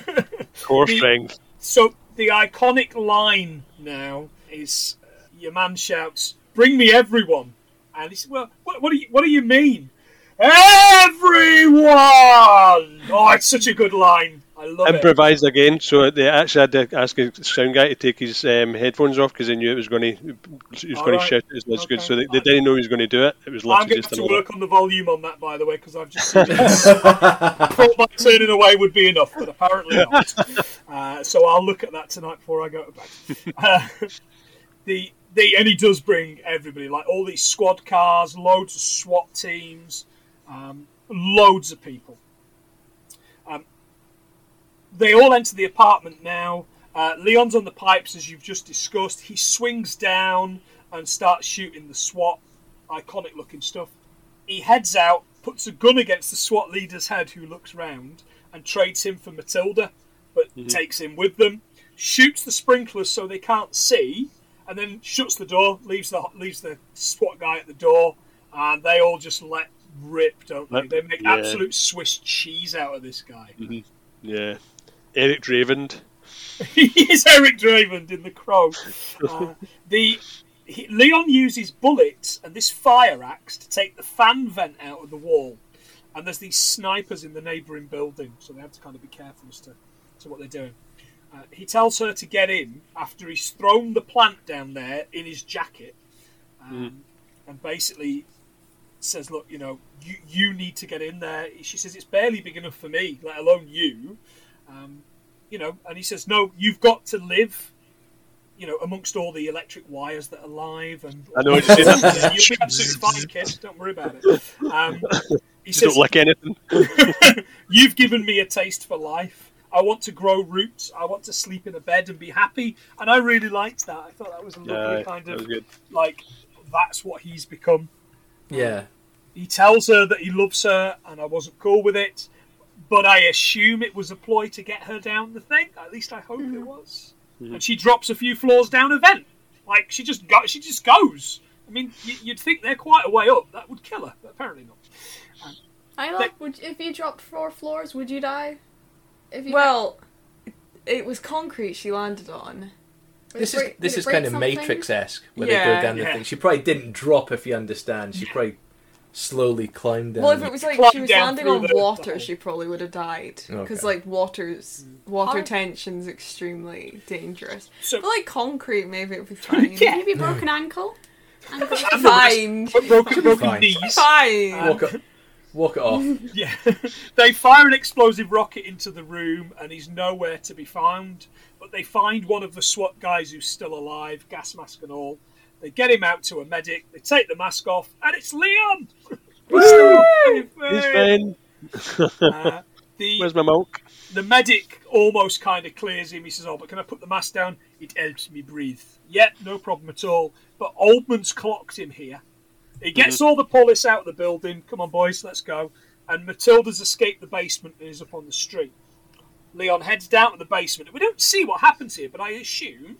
[SPEAKER 4] [LAUGHS]
[SPEAKER 3] Core strength.
[SPEAKER 4] So the iconic line now is uh, your man shouts, "Bring me everyone," and he says, "Well, what, what do you what do you mean?" Everyone! Oh, it's such a good line. I love it.
[SPEAKER 3] Improvised again, so they actually had to ask a sound guy to take his um, headphones off because they knew it was going to he was
[SPEAKER 4] All
[SPEAKER 3] going
[SPEAKER 4] right.
[SPEAKER 3] to shout it as much good.
[SPEAKER 4] Okay.
[SPEAKER 3] So they, they didn't know he was going to do it. It was
[SPEAKER 4] I'm
[SPEAKER 3] literally
[SPEAKER 4] going to
[SPEAKER 3] just
[SPEAKER 4] have to
[SPEAKER 3] another.
[SPEAKER 4] work on the volume on that, by the way, because I've just suggested thought by turning away would be enough, but apparently not. Uh, so I'll look at that tonight before I go to bed. Uh, the the and he does bring everybody, like all these squad cars, loads of SWAT teams, um, loads of people. Um, they all enter the apartment now. Uh, Leon's on the pipes, as you've just discussed. He swings down and starts shooting the SWAT, iconic looking stuff. He heads out, puts a gun against the SWAT leader's head, who looks round, and trades him for Matilda, but
[SPEAKER 3] Mm-hmm.
[SPEAKER 4] takes him with them. Shoots the sprinklers so they can't see, and then shuts the door. leaves the leaves the SWAT guy at the door, and they all just let rip, don't they?
[SPEAKER 3] Let-
[SPEAKER 4] They make
[SPEAKER 3] yeah.
[SPEAKER 4] absolute Swiss cheese out of this guy.
[SPEAKER 3] Yeah, Eric Dravend.
[SPEAKER 4] [LAUGHS] he is Eric Draymond in The Crow. Uh, the he, Leon uses bullets and this fire axe to take the fan vent out of the wall. And there's these snipers in the neighbouring building, so they have to kind of be careful as to, to what they're doing. Uh, he tells her to get in after he's thrown the plant down there in his jacket, um,
[SPEAKER 3] Hmm.
[SPEAKER 4] and basically says, "Look, you know, you you need to get in there." She says, "It's barely big enough for me, let alone you." Um, you know, and he says, "No, you've got to live." You know, amongst all the electric wires that are live, and
[SPEAKER 3] I know, I just did
[SPEAKER 4] you'll
[SPEAKER 3] that.
[SPEAKER 4] be absolutely fine, kid. Don't worry about it. Um, he
[SPEAKER 3] Just
[SPEAKER 4] says,
[SPEAKER 3] don't lick
[SPEAKER 4] [LAUGHS]
[SPEAKER 3] anything.
[SPEAKER 4] You've given me a taste for life. I want to grow roots. I want to sleep in a bed and be happy. And I really liked that. I thought that was a lovely
[SPEAKER 3] Yeah,
[SPEAKER 4] kind
[SPEAKER 3] that was
[SPEAKER 4] of
[SPEAKER 3] good.
[SPEAKER 4] like that's what he's become.
[SPEAKER 5] yeah.
[SPEAKER 4] He tells her that he loves her, and I wasn't cool with it. But I assume it was a ploy to get her down the thing. At least I hope it was.
[SPEAKER 3] Mm-hmm.
[SPEAKER 4] And she drops a few floors down a vent. Like she just go, she just goes. I mean, y- you'd think they're quite a way up. That would kill her, but apparently not.
[SPEAKER 8] I like. Would if you dropped four floors, would you die? If you
[SPEAKER 6] Well, it was concrete she landed on.
[SPEAKER 8] Would
[SPEAKER 5] This
[SPEAKER 8] it
[SPEAKER 5] is
[SPEAKER 8] break-
[SPEAKER 5] this
[SPEAKER 8] would it
[SPEAKER 5] is
[SPEAKER 8] break
[SPEAKER 5] kind of
[SPEAKER 8] something?
[SPEAKER 5] Matrix esque where they
[SPEAKER 6] Yeah.
[SPEAKER 5] go down the
[SPEAKER 4] Yeah.
[SPEAKER 5] thing. She probably didn't drop, if you understand. She probably slowly climbed down.
[SPEAKER 6] Well, if it was like
[SPEAKER 4] Climb
[SPEAKER 6] she was
[SPEAKER 4] down
[SPEAKER 6] landing
[SPEAKER 4] through
[SPEAKER 6] on
[SPEAKER 4] the-
[SPEAKER 6] water, she probably would have died because
[SPEAKER 5] Okay.
[SPEAKER 6] like water's water
[SPEAKER 8] Hard.
[SPEAKER 6] tension's extremely dangerous.
[SPEAKER 4] So-
[SPEAKER 6] but like concrete, maybe it'd be fine.
[SPEAKER 4] [LAUGHS] Yeah.
[SPEAKER 8] Maybe broken ankle. And
[SPEAKER 4] [LAUGHS]
[SPEAKER 6] Fine,
[SPEAKER 4] But broken, broken
[SPEAKER 5] Fine.
[SPEAKER 4] knees.
[SPEAKER 6] fine.
[SPEAKER 5] walk it, walk it off.
[SPEAKER 4] Yeah. [LAUGHS] they fire an explosive rocket into the room and he's nowhere to be found. But they find one of the SWAT guys who's still alive, gas mask and all. They get him out to a medic, they take the mask off, and it's Leon! He's still alive.
[SPEAKER 3] He's
[SPEAKER 4] Hey!
[SPEAKER 3] fine.
[SPEAKER 4] Uh, the,
[SPEAKER 3] Where's my milk?
[SPEAKER 4] the medic almost kind of clears him. He says, Oh, but can I put the mask down? It helps me breathe. Yeah, no problem at all. But Oldman's clocked him here. He gets all the police out of the building. Come on, boys, let's go. And Matilda's escaped the basement and is up on the street. Leon heads down to the basement. We don't see what happens here, but I assume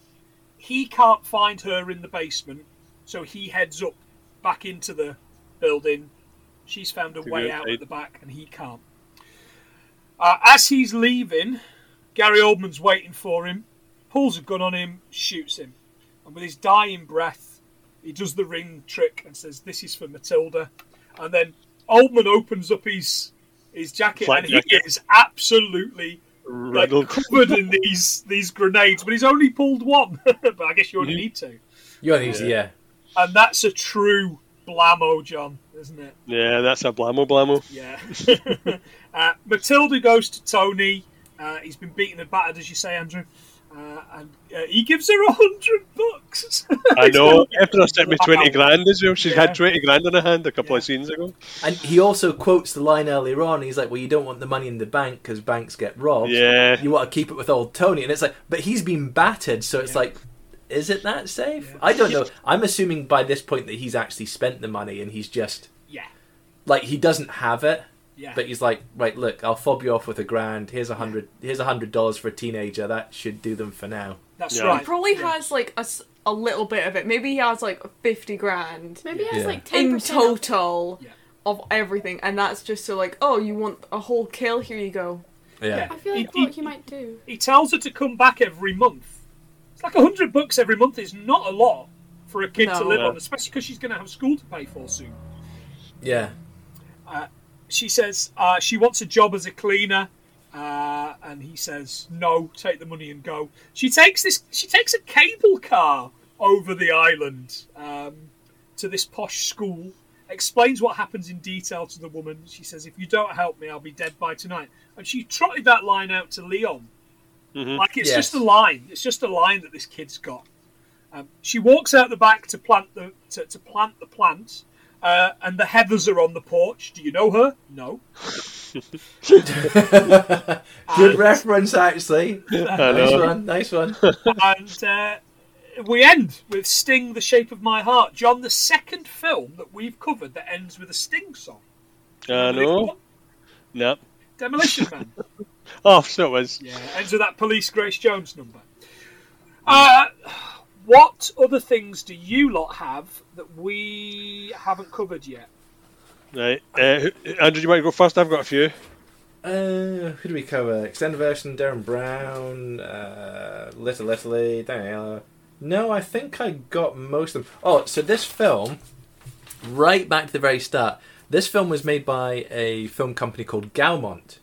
[SPEAKER 4] he can't find her in the basement, so he heads up back into the building. She's found a
[SPEAKER 3] To
[SPEAKER 4] way
[SPEAKER 3] go
[SPEAKER 4] out
[SPEAKER 3] outside.
[SPEAKER 4] at the back, and he can't. Uh, as he's leaving, Gary Oldman's waiting for him, pulls a gun on him, shoots him. And with his dying breath, he does the ring trick and says, This is for Matilda. And then Oldman opens up his his jacket
[SPEAKER 3] Flak
[SPEAKER 4] and he
[SPEAKER 3] jacket.
[SPEAKER 4] is absolutely like,
[SPEAKER 3] Riddled.
[SPEAKER 4] covered in these these grenades, but he's only pulled one. [LAUGHS] but I guess you
[SPEAKER 3] Mm-hmm.
[SPEAKER 4] only need to.
[SPEAKER 5] You only yeah.
[SPEAKER 4] And that's a true blammo, John,
[SPEAKER 3] [LAUGHS]
[SPEAKER 4] isn't it?
[SPEAKER 3] Yeah, that's a blammo blammo.
[SPEAKER 4] Yeah. [LAUGHS] uh, Matilda goes to Tony. Uh, he's been beaten and battered, as you say, Andrew. Uh, and uh, he gives her a hundred bucks. [LAUGHS]
[SPEAKER 3] I know. After I sent me twenty grand as well, she's
[SPEAKER 4] Yeah.
[SPEAKER 3] had twenty grand in her hand a couple of scenes ago.
[SPEAKER 5] And he also quotes the line earlier on. He's like, "Well, you don't want the money in the bank because banks get robbed.
[SPEAKER 3] Yeah.
[SPEAKER 5] You want to keep it with old Tony." And it's like, but he's been battered, so it's like, is it that safe?
[SPEAKER 4] Yeah.
[SPEAKER 5] I don't know. I'm assuming by this point that he's actually spent the money and he's just
[SPEAKER 4] Yeah.
[SPEAKER 5] like he doesn't have it,
[SPEAKER 4] Yeah.
[SPEAKER 5] but he's like, "Right, look, I'll fob you off with a grand. Here's a hundred. Here's a hundred dollars for a teenager. That should do them for now."
[SPEAKER 4] That's
[SPEAKER 3] Yeah.
[SPEAKER 6] He
[SPEAKER 4] right.
[SPEAKER 6] probably
[SPEAKER 4] Yeah.
[SPEAKER 6] has like a, s- a little bit of it. Maybe he has like 50 grand
[SPEAKER 8] Maybe it's
[SPEAKER 5] Yeah.
[SPEAKER 8] like ten
[SPEAKER 6] in
[SPEAKER 8] percent.
[SPEAKER 6] total
[SPEAKER 4] Yeah.
[SPEAKER 6] of everything, and that's just so like, oh, you want a whole kill? Here you go.
[SPEAKER 5] Yeah.
[SPEAKER 8] I feel
[SPEAKER 4] He-
[SPEAKER 8] like what
[SPEAKER 4] he-
[SPEAKER 8] he might do.
[SPEAKER 4] He tells her to come back every month. It's like a hundred bucks every month is not a lot for a kid to
[SPEAKER 6] No.
[SPEAKER 4] live
[SPEAKER 3] No.
[SPEAKER 4] on, especially because she's going to have school to pay for soon.
[SPEAKER 5] Yeah.
[SPEAKER 4] She says uh, she wants a job as a cleaner, uh, and he says no. Take the money and go. She takes this. She takes a cable car over the island um, to this posh school. Explains what happens in detail to the woman. She says, "If you don't help me, I'll be dead by tonight." And she trotted that line out to Leon. Like it's
[SPEAKER 5] Yes.
[SPEAKER 4] just a line. It's just a line that this kid's got. Um, she walks out the back to plant the to, to plant the plants, uh, and the heathers are on the porch. Do you know her? No.
[SPEAKER 5] Good reference, actually.
[SPEAKER 3] I
[SPEAKER 5] Nice
[SPEAKER 3] know.
[SPEAKER 5] one.
[SPEAKER 3] [LAUGHS]
[SPEAKER 5] Nice one.
[SPEAKER 4] and uh, we end with Sting, The Shape of My Heart. John, the second film that we've covered that ends with a Sting song.
[SPEAKER 3] I know. No.
[SPEAKER 4] Demolition Man.
[SPEAKER 3] Oh, so it was.
[SPEAKER 4] yeah, ends with that Police Grace Jones number. Uh, what other things do you lot have that we haven't covered yet?
[SPEAKER 3] Right. Uh, who- Andrew, you might go first. I've got a few.
[SPEAKER 5] Uh, who do we cover? Extended version, Darren Brown, uh, Little Italy, Daniela. No, I think I got most of them. Oh, so this film, right back to the very start, this film was made by a film company called Gaumont.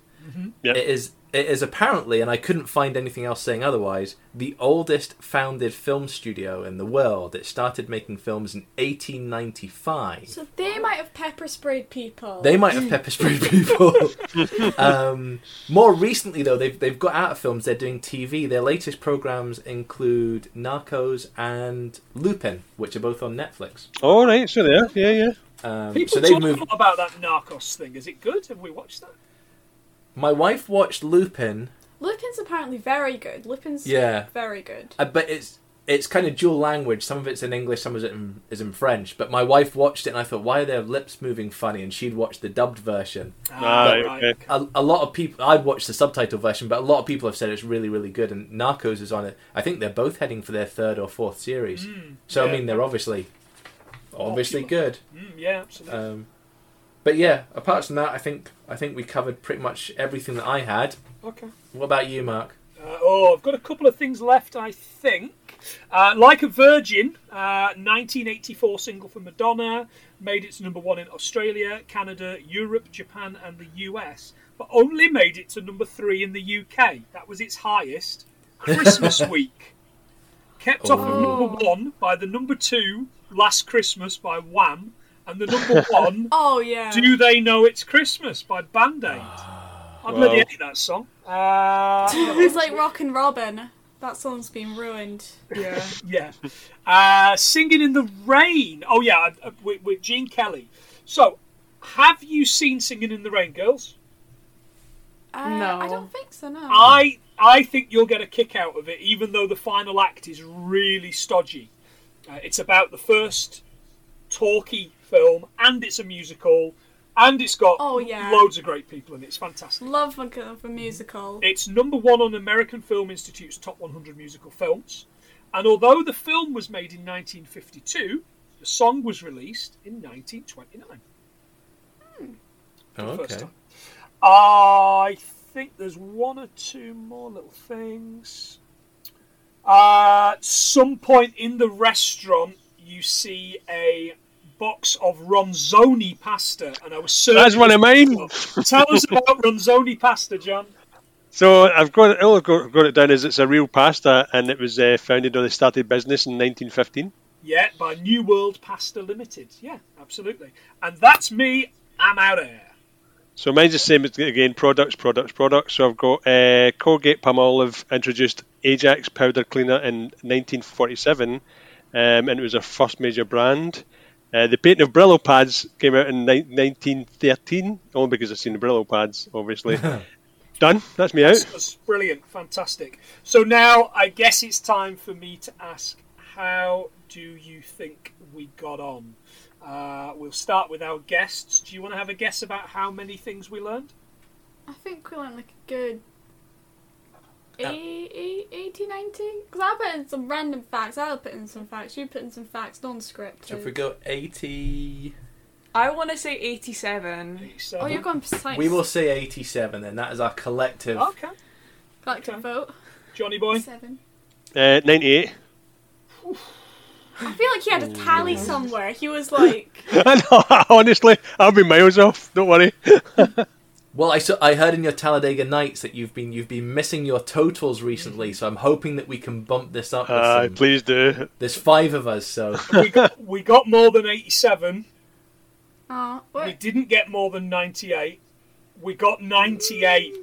[SPEAKER 3] Yep.
[SPEAKER 5] It is it is apparently, and I couldn't find anything else saying otherwise, the oldest founded film studio in the world. It started making films in 1895.
[SPEAKER 8] So they might have pepper sprayed people.
[SPEAKER 5] They might have pepper sprayed people. um, more recently, though, they've they've got out of films. They're doing TV. Their latest programs include Narcos and Lupin, which are both on Netflix.
[SPEAKER 3] All right. So there. Yeah, yeah.
[SPEAKER 5] Um,
[SPEAKER 4] People
[SPEAKER 5] so they've
[SPEAKER 4] talk
[SPEAKER 5] moved.
[SPEAKER 4] a lot about that Narcos thing. Is it good? Have we watched that?
[SPEAKER 5] My wife watched Lupin,
[SPEAKER 8] Lupin's apparently very good. Lupin's
[SPEAKER 5] Yeah.
[SPEAKER 8] very good.
[SPEAKER 5] uh, but it's it's kind of dual language. Some of it's in English, some of it in, is in French. But my wife watched it, and I thought, why are their lips moving funny? And she'd watched the dubbed version.
[SPEAKER 4] Ah,
[SPEAKER 3] right, okay.
[SPEAKER 5] a, a lot of people i watched the subtitle version but a lot of people have said it's really really good and narcos is on it i think they're both heading for their third or fourth series so i
[SPEAKER 4] Mm-hmm. Hmm. yeah.
[SPEAKER 5] mean they're obviously obviously good
[SPEAKER 4] Mm, yeah, absolutely.
[SPEAKER 5] um, but yeah apart from that i think i think we covered pretty much everything that i had
[SPEAKER 4] okay.
[SPEAKER 5] what about you mark
[SPEAKER 4] Uh, oh, I've got a couple of things left, I think. Uh, like a Virgin, uh, 1984 single for Madonna, made its number one in Australia, Canada, Europe, Japan, and the US, but only made it to number three in the UK. That was its highest. Christmas week. Kept off of number one by the number two, Last Christmas by Wham, and the number one,
[SPEAKER 8] Oh yeah.
[SPEAKER 4] Do They Know It's Christmas by Band Aid. I bloody
[SPEAKER 3] Wow.
[SPEAKER 4] hate that song. Uh,
[SPEAKER 8] It's like Rockin' Robin. That song's been ruined.
[SPEAKER 6] Yeah.
[SPEAKER 4] Yeah. Uh, Singing in the Rain. Oh, yeah, uh, uh, with, with Gene Kelly. So, have you seen Singing in the Rain, girls?
[SPEAKER 8] Uh,
[SPEAKER 6] No.
[SPEAKER 8] I don't think so. No.
[SPEAKER 4] I I think you'll get a kick out of it, even though the final act is really stodgy. Uh, it's about the first talkie film, and it's a musical, and it's got
[SPEAKER 8] Oh, yeah.
[SPEAKER 4] loads of great people in it. It's fantastic.
[SPEAKER 8] Love my kind of a musical.
[SPEAKER 4] It's number one on American Film Institute's top 100 musical films. And although the film was made in 1952, the song was released in 1929.
[SPEAKER 5] oh,
[SPEAKER 4] first
[SPEAKER 5] okay
[SPEAKER 4] time. I think there's one or two more little things. Uh, at some point in the restaurant, you see a box of ronzoni pasta, and I was certain
[SPEAKER 3] That's one of mine.
[SPEAKER 4] Tell us about ronzoni pasta, John.
[SPEAKER 3] So I've got it. All I've got, got it down is it's a real pasta, and it was uh, founded or they started business in 1915.
[SPEAKER 4] Yeah, by New World Pasta Limited. Yeah, absolutely. And that's me. I'm out of here.
[SPEAKER 3] So mine's the same as- again. Products, products, products. So I've got uh, Colgate Palmolive introduced Ajax powder cleaner in 1947, um, and it was their first major brand. Uh, the patent of Brillo pads came out in ni- 1913, only because I've seen the Brillo pads, obviously. Done. That's me out.
[SPEAKER 4] That's brilliant, fantastic. So now I guess it's time for me to ask, how do you think we got on? Uh, we'll start with our guests. Do you want to have a guess about how many things we learned?
[SPEAKER 8] I think we learned like a good. eight- 80, 90? Because I put in some random facts. I'll put in some facts. You put in some facts, non
[SPEAKER 5] So if
[SPEAKER 8] scripted.
[SPEAKER 5] we go 80.
[SPEAKER 6] I want to say 87.
[SPEAKER 8] Oh, you're
[SPEAKER 4] Seven.
[SPEAKER 8] going precise.
[SPEAKER 5] We will say 87 then. That is our collective.
[SPEAKER 4] Oh, Okay,
[SPEAKER 8] Collective
[SPEAKER 4] okay.
[SPEAKER 8] vote.
[SPEAKER 4] Johnny
[SPEAKER 7] [LAUGHS]
[SPEAKER 4] boy.
[SPEAKER 8] Seven.
[SPEAKER 3] Uh, 98.
[SPEAKER 8] I feel like he had a tally
[SPEAKER 5] Mm.
[SPEAKER 8] somewhere. He was like. [LAUGHS]
[SPEAKER 3] I know, [LAUGHS] honestly, I'll be miles off. Don't worry. [LAUGHS]
[SPEAKER 5] Well, I, saw, I heard in your Talladega Nights that you've been you've been missing your totals
[SPEAKER 4] Mm-hmm.
[SPEAKER 5] recently, so I'm hoping that we can bump this up. with
[SPEAKER 3] Uh,
[SPEAKER 5] some-
[SPEAKER 3] please do.
[SPEAKER 5] There's five of us,
[SPEAKER 6] [LAUGHS]
[SPEAKER 5] so
[SPEAKER 4] we, got, we got more than 87.
[SPEAKER 8] Oh,
[SPEAKER 4] We
[SPEAKER 8] what?
[SPEAKER 4] didn't get more than 98. We got 98.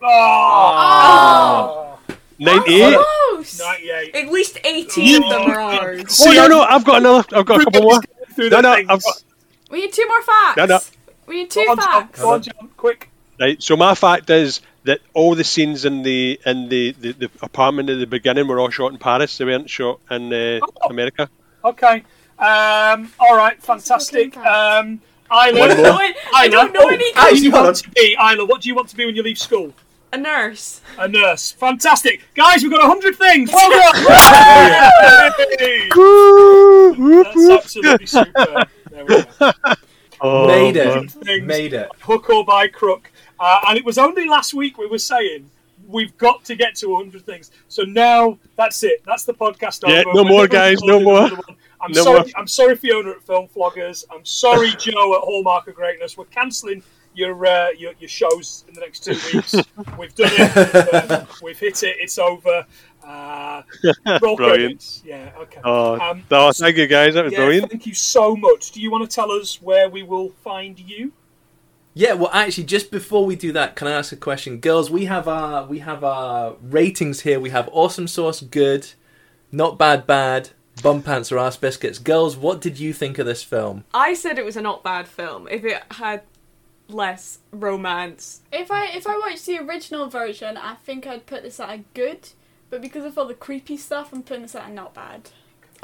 [SPEAKER 4] Oh,
[SPEAKER 3] 98.
[SPEAKER 8] Close!
[SPEAKER 4] 98.
[SPEAKER 6] At least 18 of them are ours.
[SPEAKER 3] Oh no, no, I've got another. I've got a couple more.
[SPEAKER 4] Through
[SPEAKER 3] No,
[SPEAKER 4] the
[SPEAKER 3] no,
[SPEAKER 4] things.
[SPEAKER 3] I've got-
[SPEAKER 8] We need two more facts!
[SPEAKER 3] No, no.
[SPEAKER 8] We need
[SPEAKER 4] Go
[SPEAKER 8] two
[SPEAKER 4] on, John,
[SPEAKER 8] facts!
[SPEAKER 4] go on, John, quick.
[SPEAKER 3] Right. So my fact is that all the scenes in the in the, the, the apartment at the beginning were all shot in Paris. They weren't shot in uh,
[SPEAKER 4] Oh.
[SPEAKER 3] America.
[SPEAKER 4] Okay. Um, all right. Fantastic.
[SPEAKER 8] looking fast.
[SPEAKER 4] Um, Isla,
[SPEAKER 3] One more.
[SPEAKER 6] I, I don't know
[SPEAKER 4] Oh,
[SPEAKER 6] any.
[SPEAKER 4] what do you
[SPEAKER 5] hold
[SPEAKER 4] want to be, Isla? What do you want to be when you leave school?
[SPEAKER 6] A nurse.
[SPEAKER 4] A nurse. Fantastic, guys. We've got hundred things. Well done.
[SPEAKER 3] [LAUGHS]
[SPEAKER 4] Yay! That's absolutely super. There we go.
[SPEAKER 3] Oh,
[SPEAKER 5] made it,
[SPEAKER 4] Things.
[SPEAKER 5] made it.
[SPEAKER 4] Hook or by crook. Uh, and it was only last week we were saying we've got to get to 100 things. So now that's it. That's the podcast
[SPEAKER 3] Yeah,
[SPEAKER 4] over.
[SPEAKER 3] no
[SPEAKER 4] We're
[SPEAKER 3] more,
[SPEAKER 4] never
[SPEAKER 3] guys,
[SPEAKER 4] gonna
[SPEAKER 3] no
[SPEAKER 4] do another
[SPEAKER 3] more.
[SPEAKER 4] one. I'm
[SPEAKER 3] No
[SPEAKER 4] sorry.
[SPEAKER 3] more.
[SPEAKER 4] I'm sorry, Fiona at Film Floggers. I'm sorry,
[SPEAKER 3] [LAUGHS]
[SPEAKER 4] Joe at Hallmark of Greatness. We're cancelling your, uh, your your shows in the next
[SPEAKER 3] [LAUGHS]
[SPEAKER 4] two weeks. we've done it. Uh, we've hit it. It's over.
[SPEAKER 3] [LAUGHS]
[SPEAKER 4] Uh, roll
[SPEAKER 3] Brilliant.
[SPEAKER 4] credits. Yeah. Okay.
[SPEAKER 3] Oh,
[SPEAKER 4] Um,
[SPEAKER 3] oh, thank you guys. That was
[SPEAKER 4] yeah,
[SPEAKER 3] brilliant.
[SPEAKER 4] Thank you so much. Do you want to tell us where we will find you?
[SPEAKER 5] Yeah, well, actually, just before we do that, can I ask a question, girls? We have our we have our ratings here. We have awesome sauce, good, not bad, bad, bum pants or ass biscuits. Girls, what did you think of this film?
[SPEAKER 6] I said it was a not bad film if it had less romance.
[SPEAKER 8] If I if I watched the original version, I think I'd put this at a good, but because of all the creepy stuff, I'm putting this at a not bad.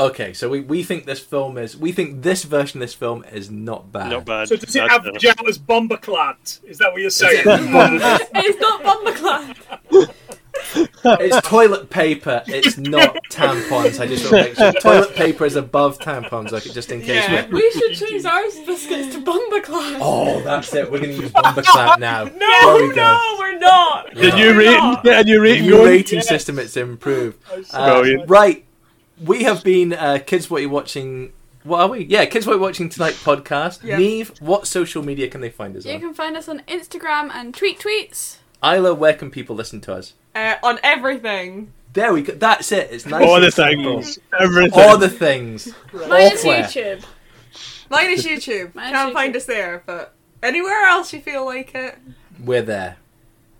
[SPEAKER 5] Okay, so we, we think this film is we think this version of this film is not bad.
[SPEAKER 3] Not bad.
[SPEAKER 4] So does it
[SPEAKER 3] That's
[SPEAKER 4] average
[SPEAKER 3] better.
[SPEAKER 4] out as Bomberclad? Is that what you're saying?
[SPEAKER 8] it's not Bumberclad.
[SPEAKER 5] It's toilet paper. It's not
[SPEAKER 6] [LAUGHS]
[SPEAKER 5] tampons. I just want to make sure toilet paper is above tampons. Like just in case.
[SPEAKER 6] Yeah.
[SPEAKER 5] we
[SPEAKER 8] We should change ours biscuits to Bumberclad.
[SPEAKER 5] Oh, that's it. We're gonna use
[SPEAKER 6] [LAUGHS]
[SPEAKER 5] bomber clap now.
[SPEAKER 6] No,
[SPEAKER 5] There we go.
[SPEAKER 6] no, we're not.
[SPEAKER 3] The new rating. Yeah, a new rating
[SPEAKER 5] New
[SPEAKER 3] going.
[SPEAKER 5] rating system. It's improved. Uh,
[SPEAKER 3] Brilliant.
[SPEAKER 5] right, we have been uh, kids. What are you watching? What are we? Yeah, kids. What are you watching tonight? Podcast.
[SPEAKER 6] Yeah.
[SPEAKER 5] Neve, what social media can they find us
[SPEAKER 8] You
[SPEAKER 5] on?
[SPEAKER 8] can find us on Instagram and tweet tweets.
[SPEAKER 5] Isla, where can people listen to us?
[SPEAKER 6] Uh, on everything.
[SPEAKER 5] There we go. That's it. It's nice.
[SPEAKER 3] All
[SPEAKER 5] and
[SPEAKER 3] the
[SPEAKER 5] simple.
[SPEAKER 3] things. Everything.
[SPEAKER 5] All the things.
[SPEAKER 8] Minus
[SPEAKER 5] Awkward.
[SPEAKER 8] YouTube.
[SPEAKER 6] Mine [LAUGHS] is YouTube.
[SPEAKER 8] Mine is
[SPEAKER 6] Can't
[SPEAKER 8] YouTube.
[SPEAKER 6] find us there, but anywhere else you feel like it.
[SPEAKER 5] We're there.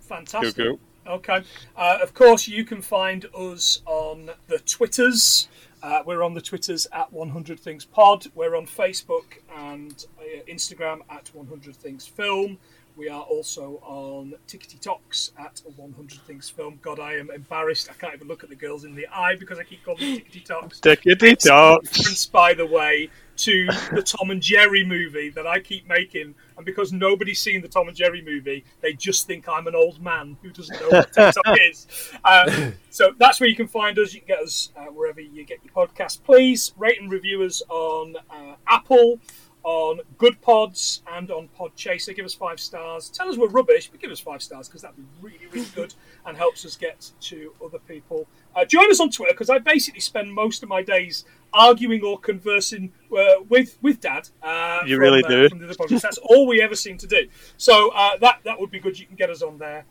[SPEAKER 4] Fantastic.
[SPEAKER 3] Cool,
[SPEAKER 4] Okay. Uh, of course, you can find us on the Twitters. Uh, we're on the Twitters at 100 Things Pod. We're on Facebook and uh, Instagram at 100 Things Film. We are also on Tickety Talks at 100 Things Film. God, I am embarrassed. I can't even look at the girls in the eye because I keep calling them Tickety Talks.
[SPEAKER 3] Tickety talks.
[SPEAKER 4] reference, by the way, to the Tom and Jerry movie that I keep making. And because nobody's seen the Tom and Jerry movie, they just think I'm an old man who doesn't know what TikTok is. Um, so that's where you can find us. You can get us uh, wherever you get your podcast. Please rate and review us on uh, Apple, on Good Pods, and on Podchaser. Give us five stars. Tell us we're rubbish, but give us five stars because that'd be really, really good and helps us get to other people. Uh, join us on Twitter because I basically spend most of my days arguing or conversing uh, with with Dad. Uh,
[SPEAKER 3] You
[SPEAKER 4] from,
[SPEAKER 3] really
[SPEAKER 4] uh,
[SPEAKER 3] do.
[SPEAKER 4] from the other podcast. That's all we ever seem to do. So uh, that that would be good. You can get us on there.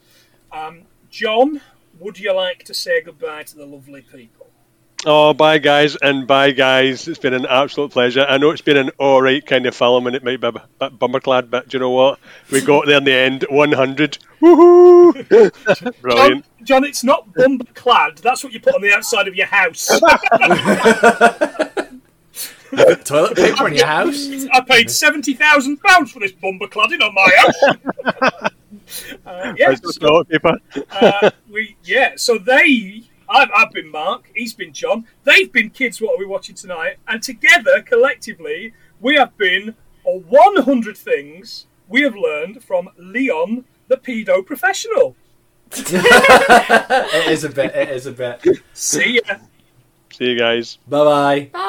[SPEAKER 4] Um, John, would you like to say goodbye to the lovely people?
[SPEAKER 3] Oh, bye guys and bye guys. It's been an absolute pleasure. I know it's been an all right kind of film and it might be a bit bummerclad, but do you know what? We got there in the end. 100. Woohoo! [LAUGHS] Brilliant.
[SPEAKER 4] Um, John, it's not bumper clad. That's what you put on the outside of your house.
[SPEAKER 3] [LAUGHS]
[SPEAKER 5] Toilet
[SPEAKER 8] [LAUGHS]
[SPEAKER 5] paper in your house?
[SPEAKER 4] I paid seventy thousand pounds for this bumper cladding on my house. [LAUGHS] uh, yeah,
[SPEAKER 3] That's just toilet paper.
[SPEAKER 4] uh, we yeah. So they, I've, I've been Mark, he's been John, they've been kids. What are we watching tonight? And together, collectively, we have been uh, one hundred things we have learned from Leon, the pedo professional.
[SPEAKER 5] It is a bit. It is a bit.
[SPEAKER 4] See ya.
[SPEAKER 3] See you guys.
[SPEAKER 5] Bye bye.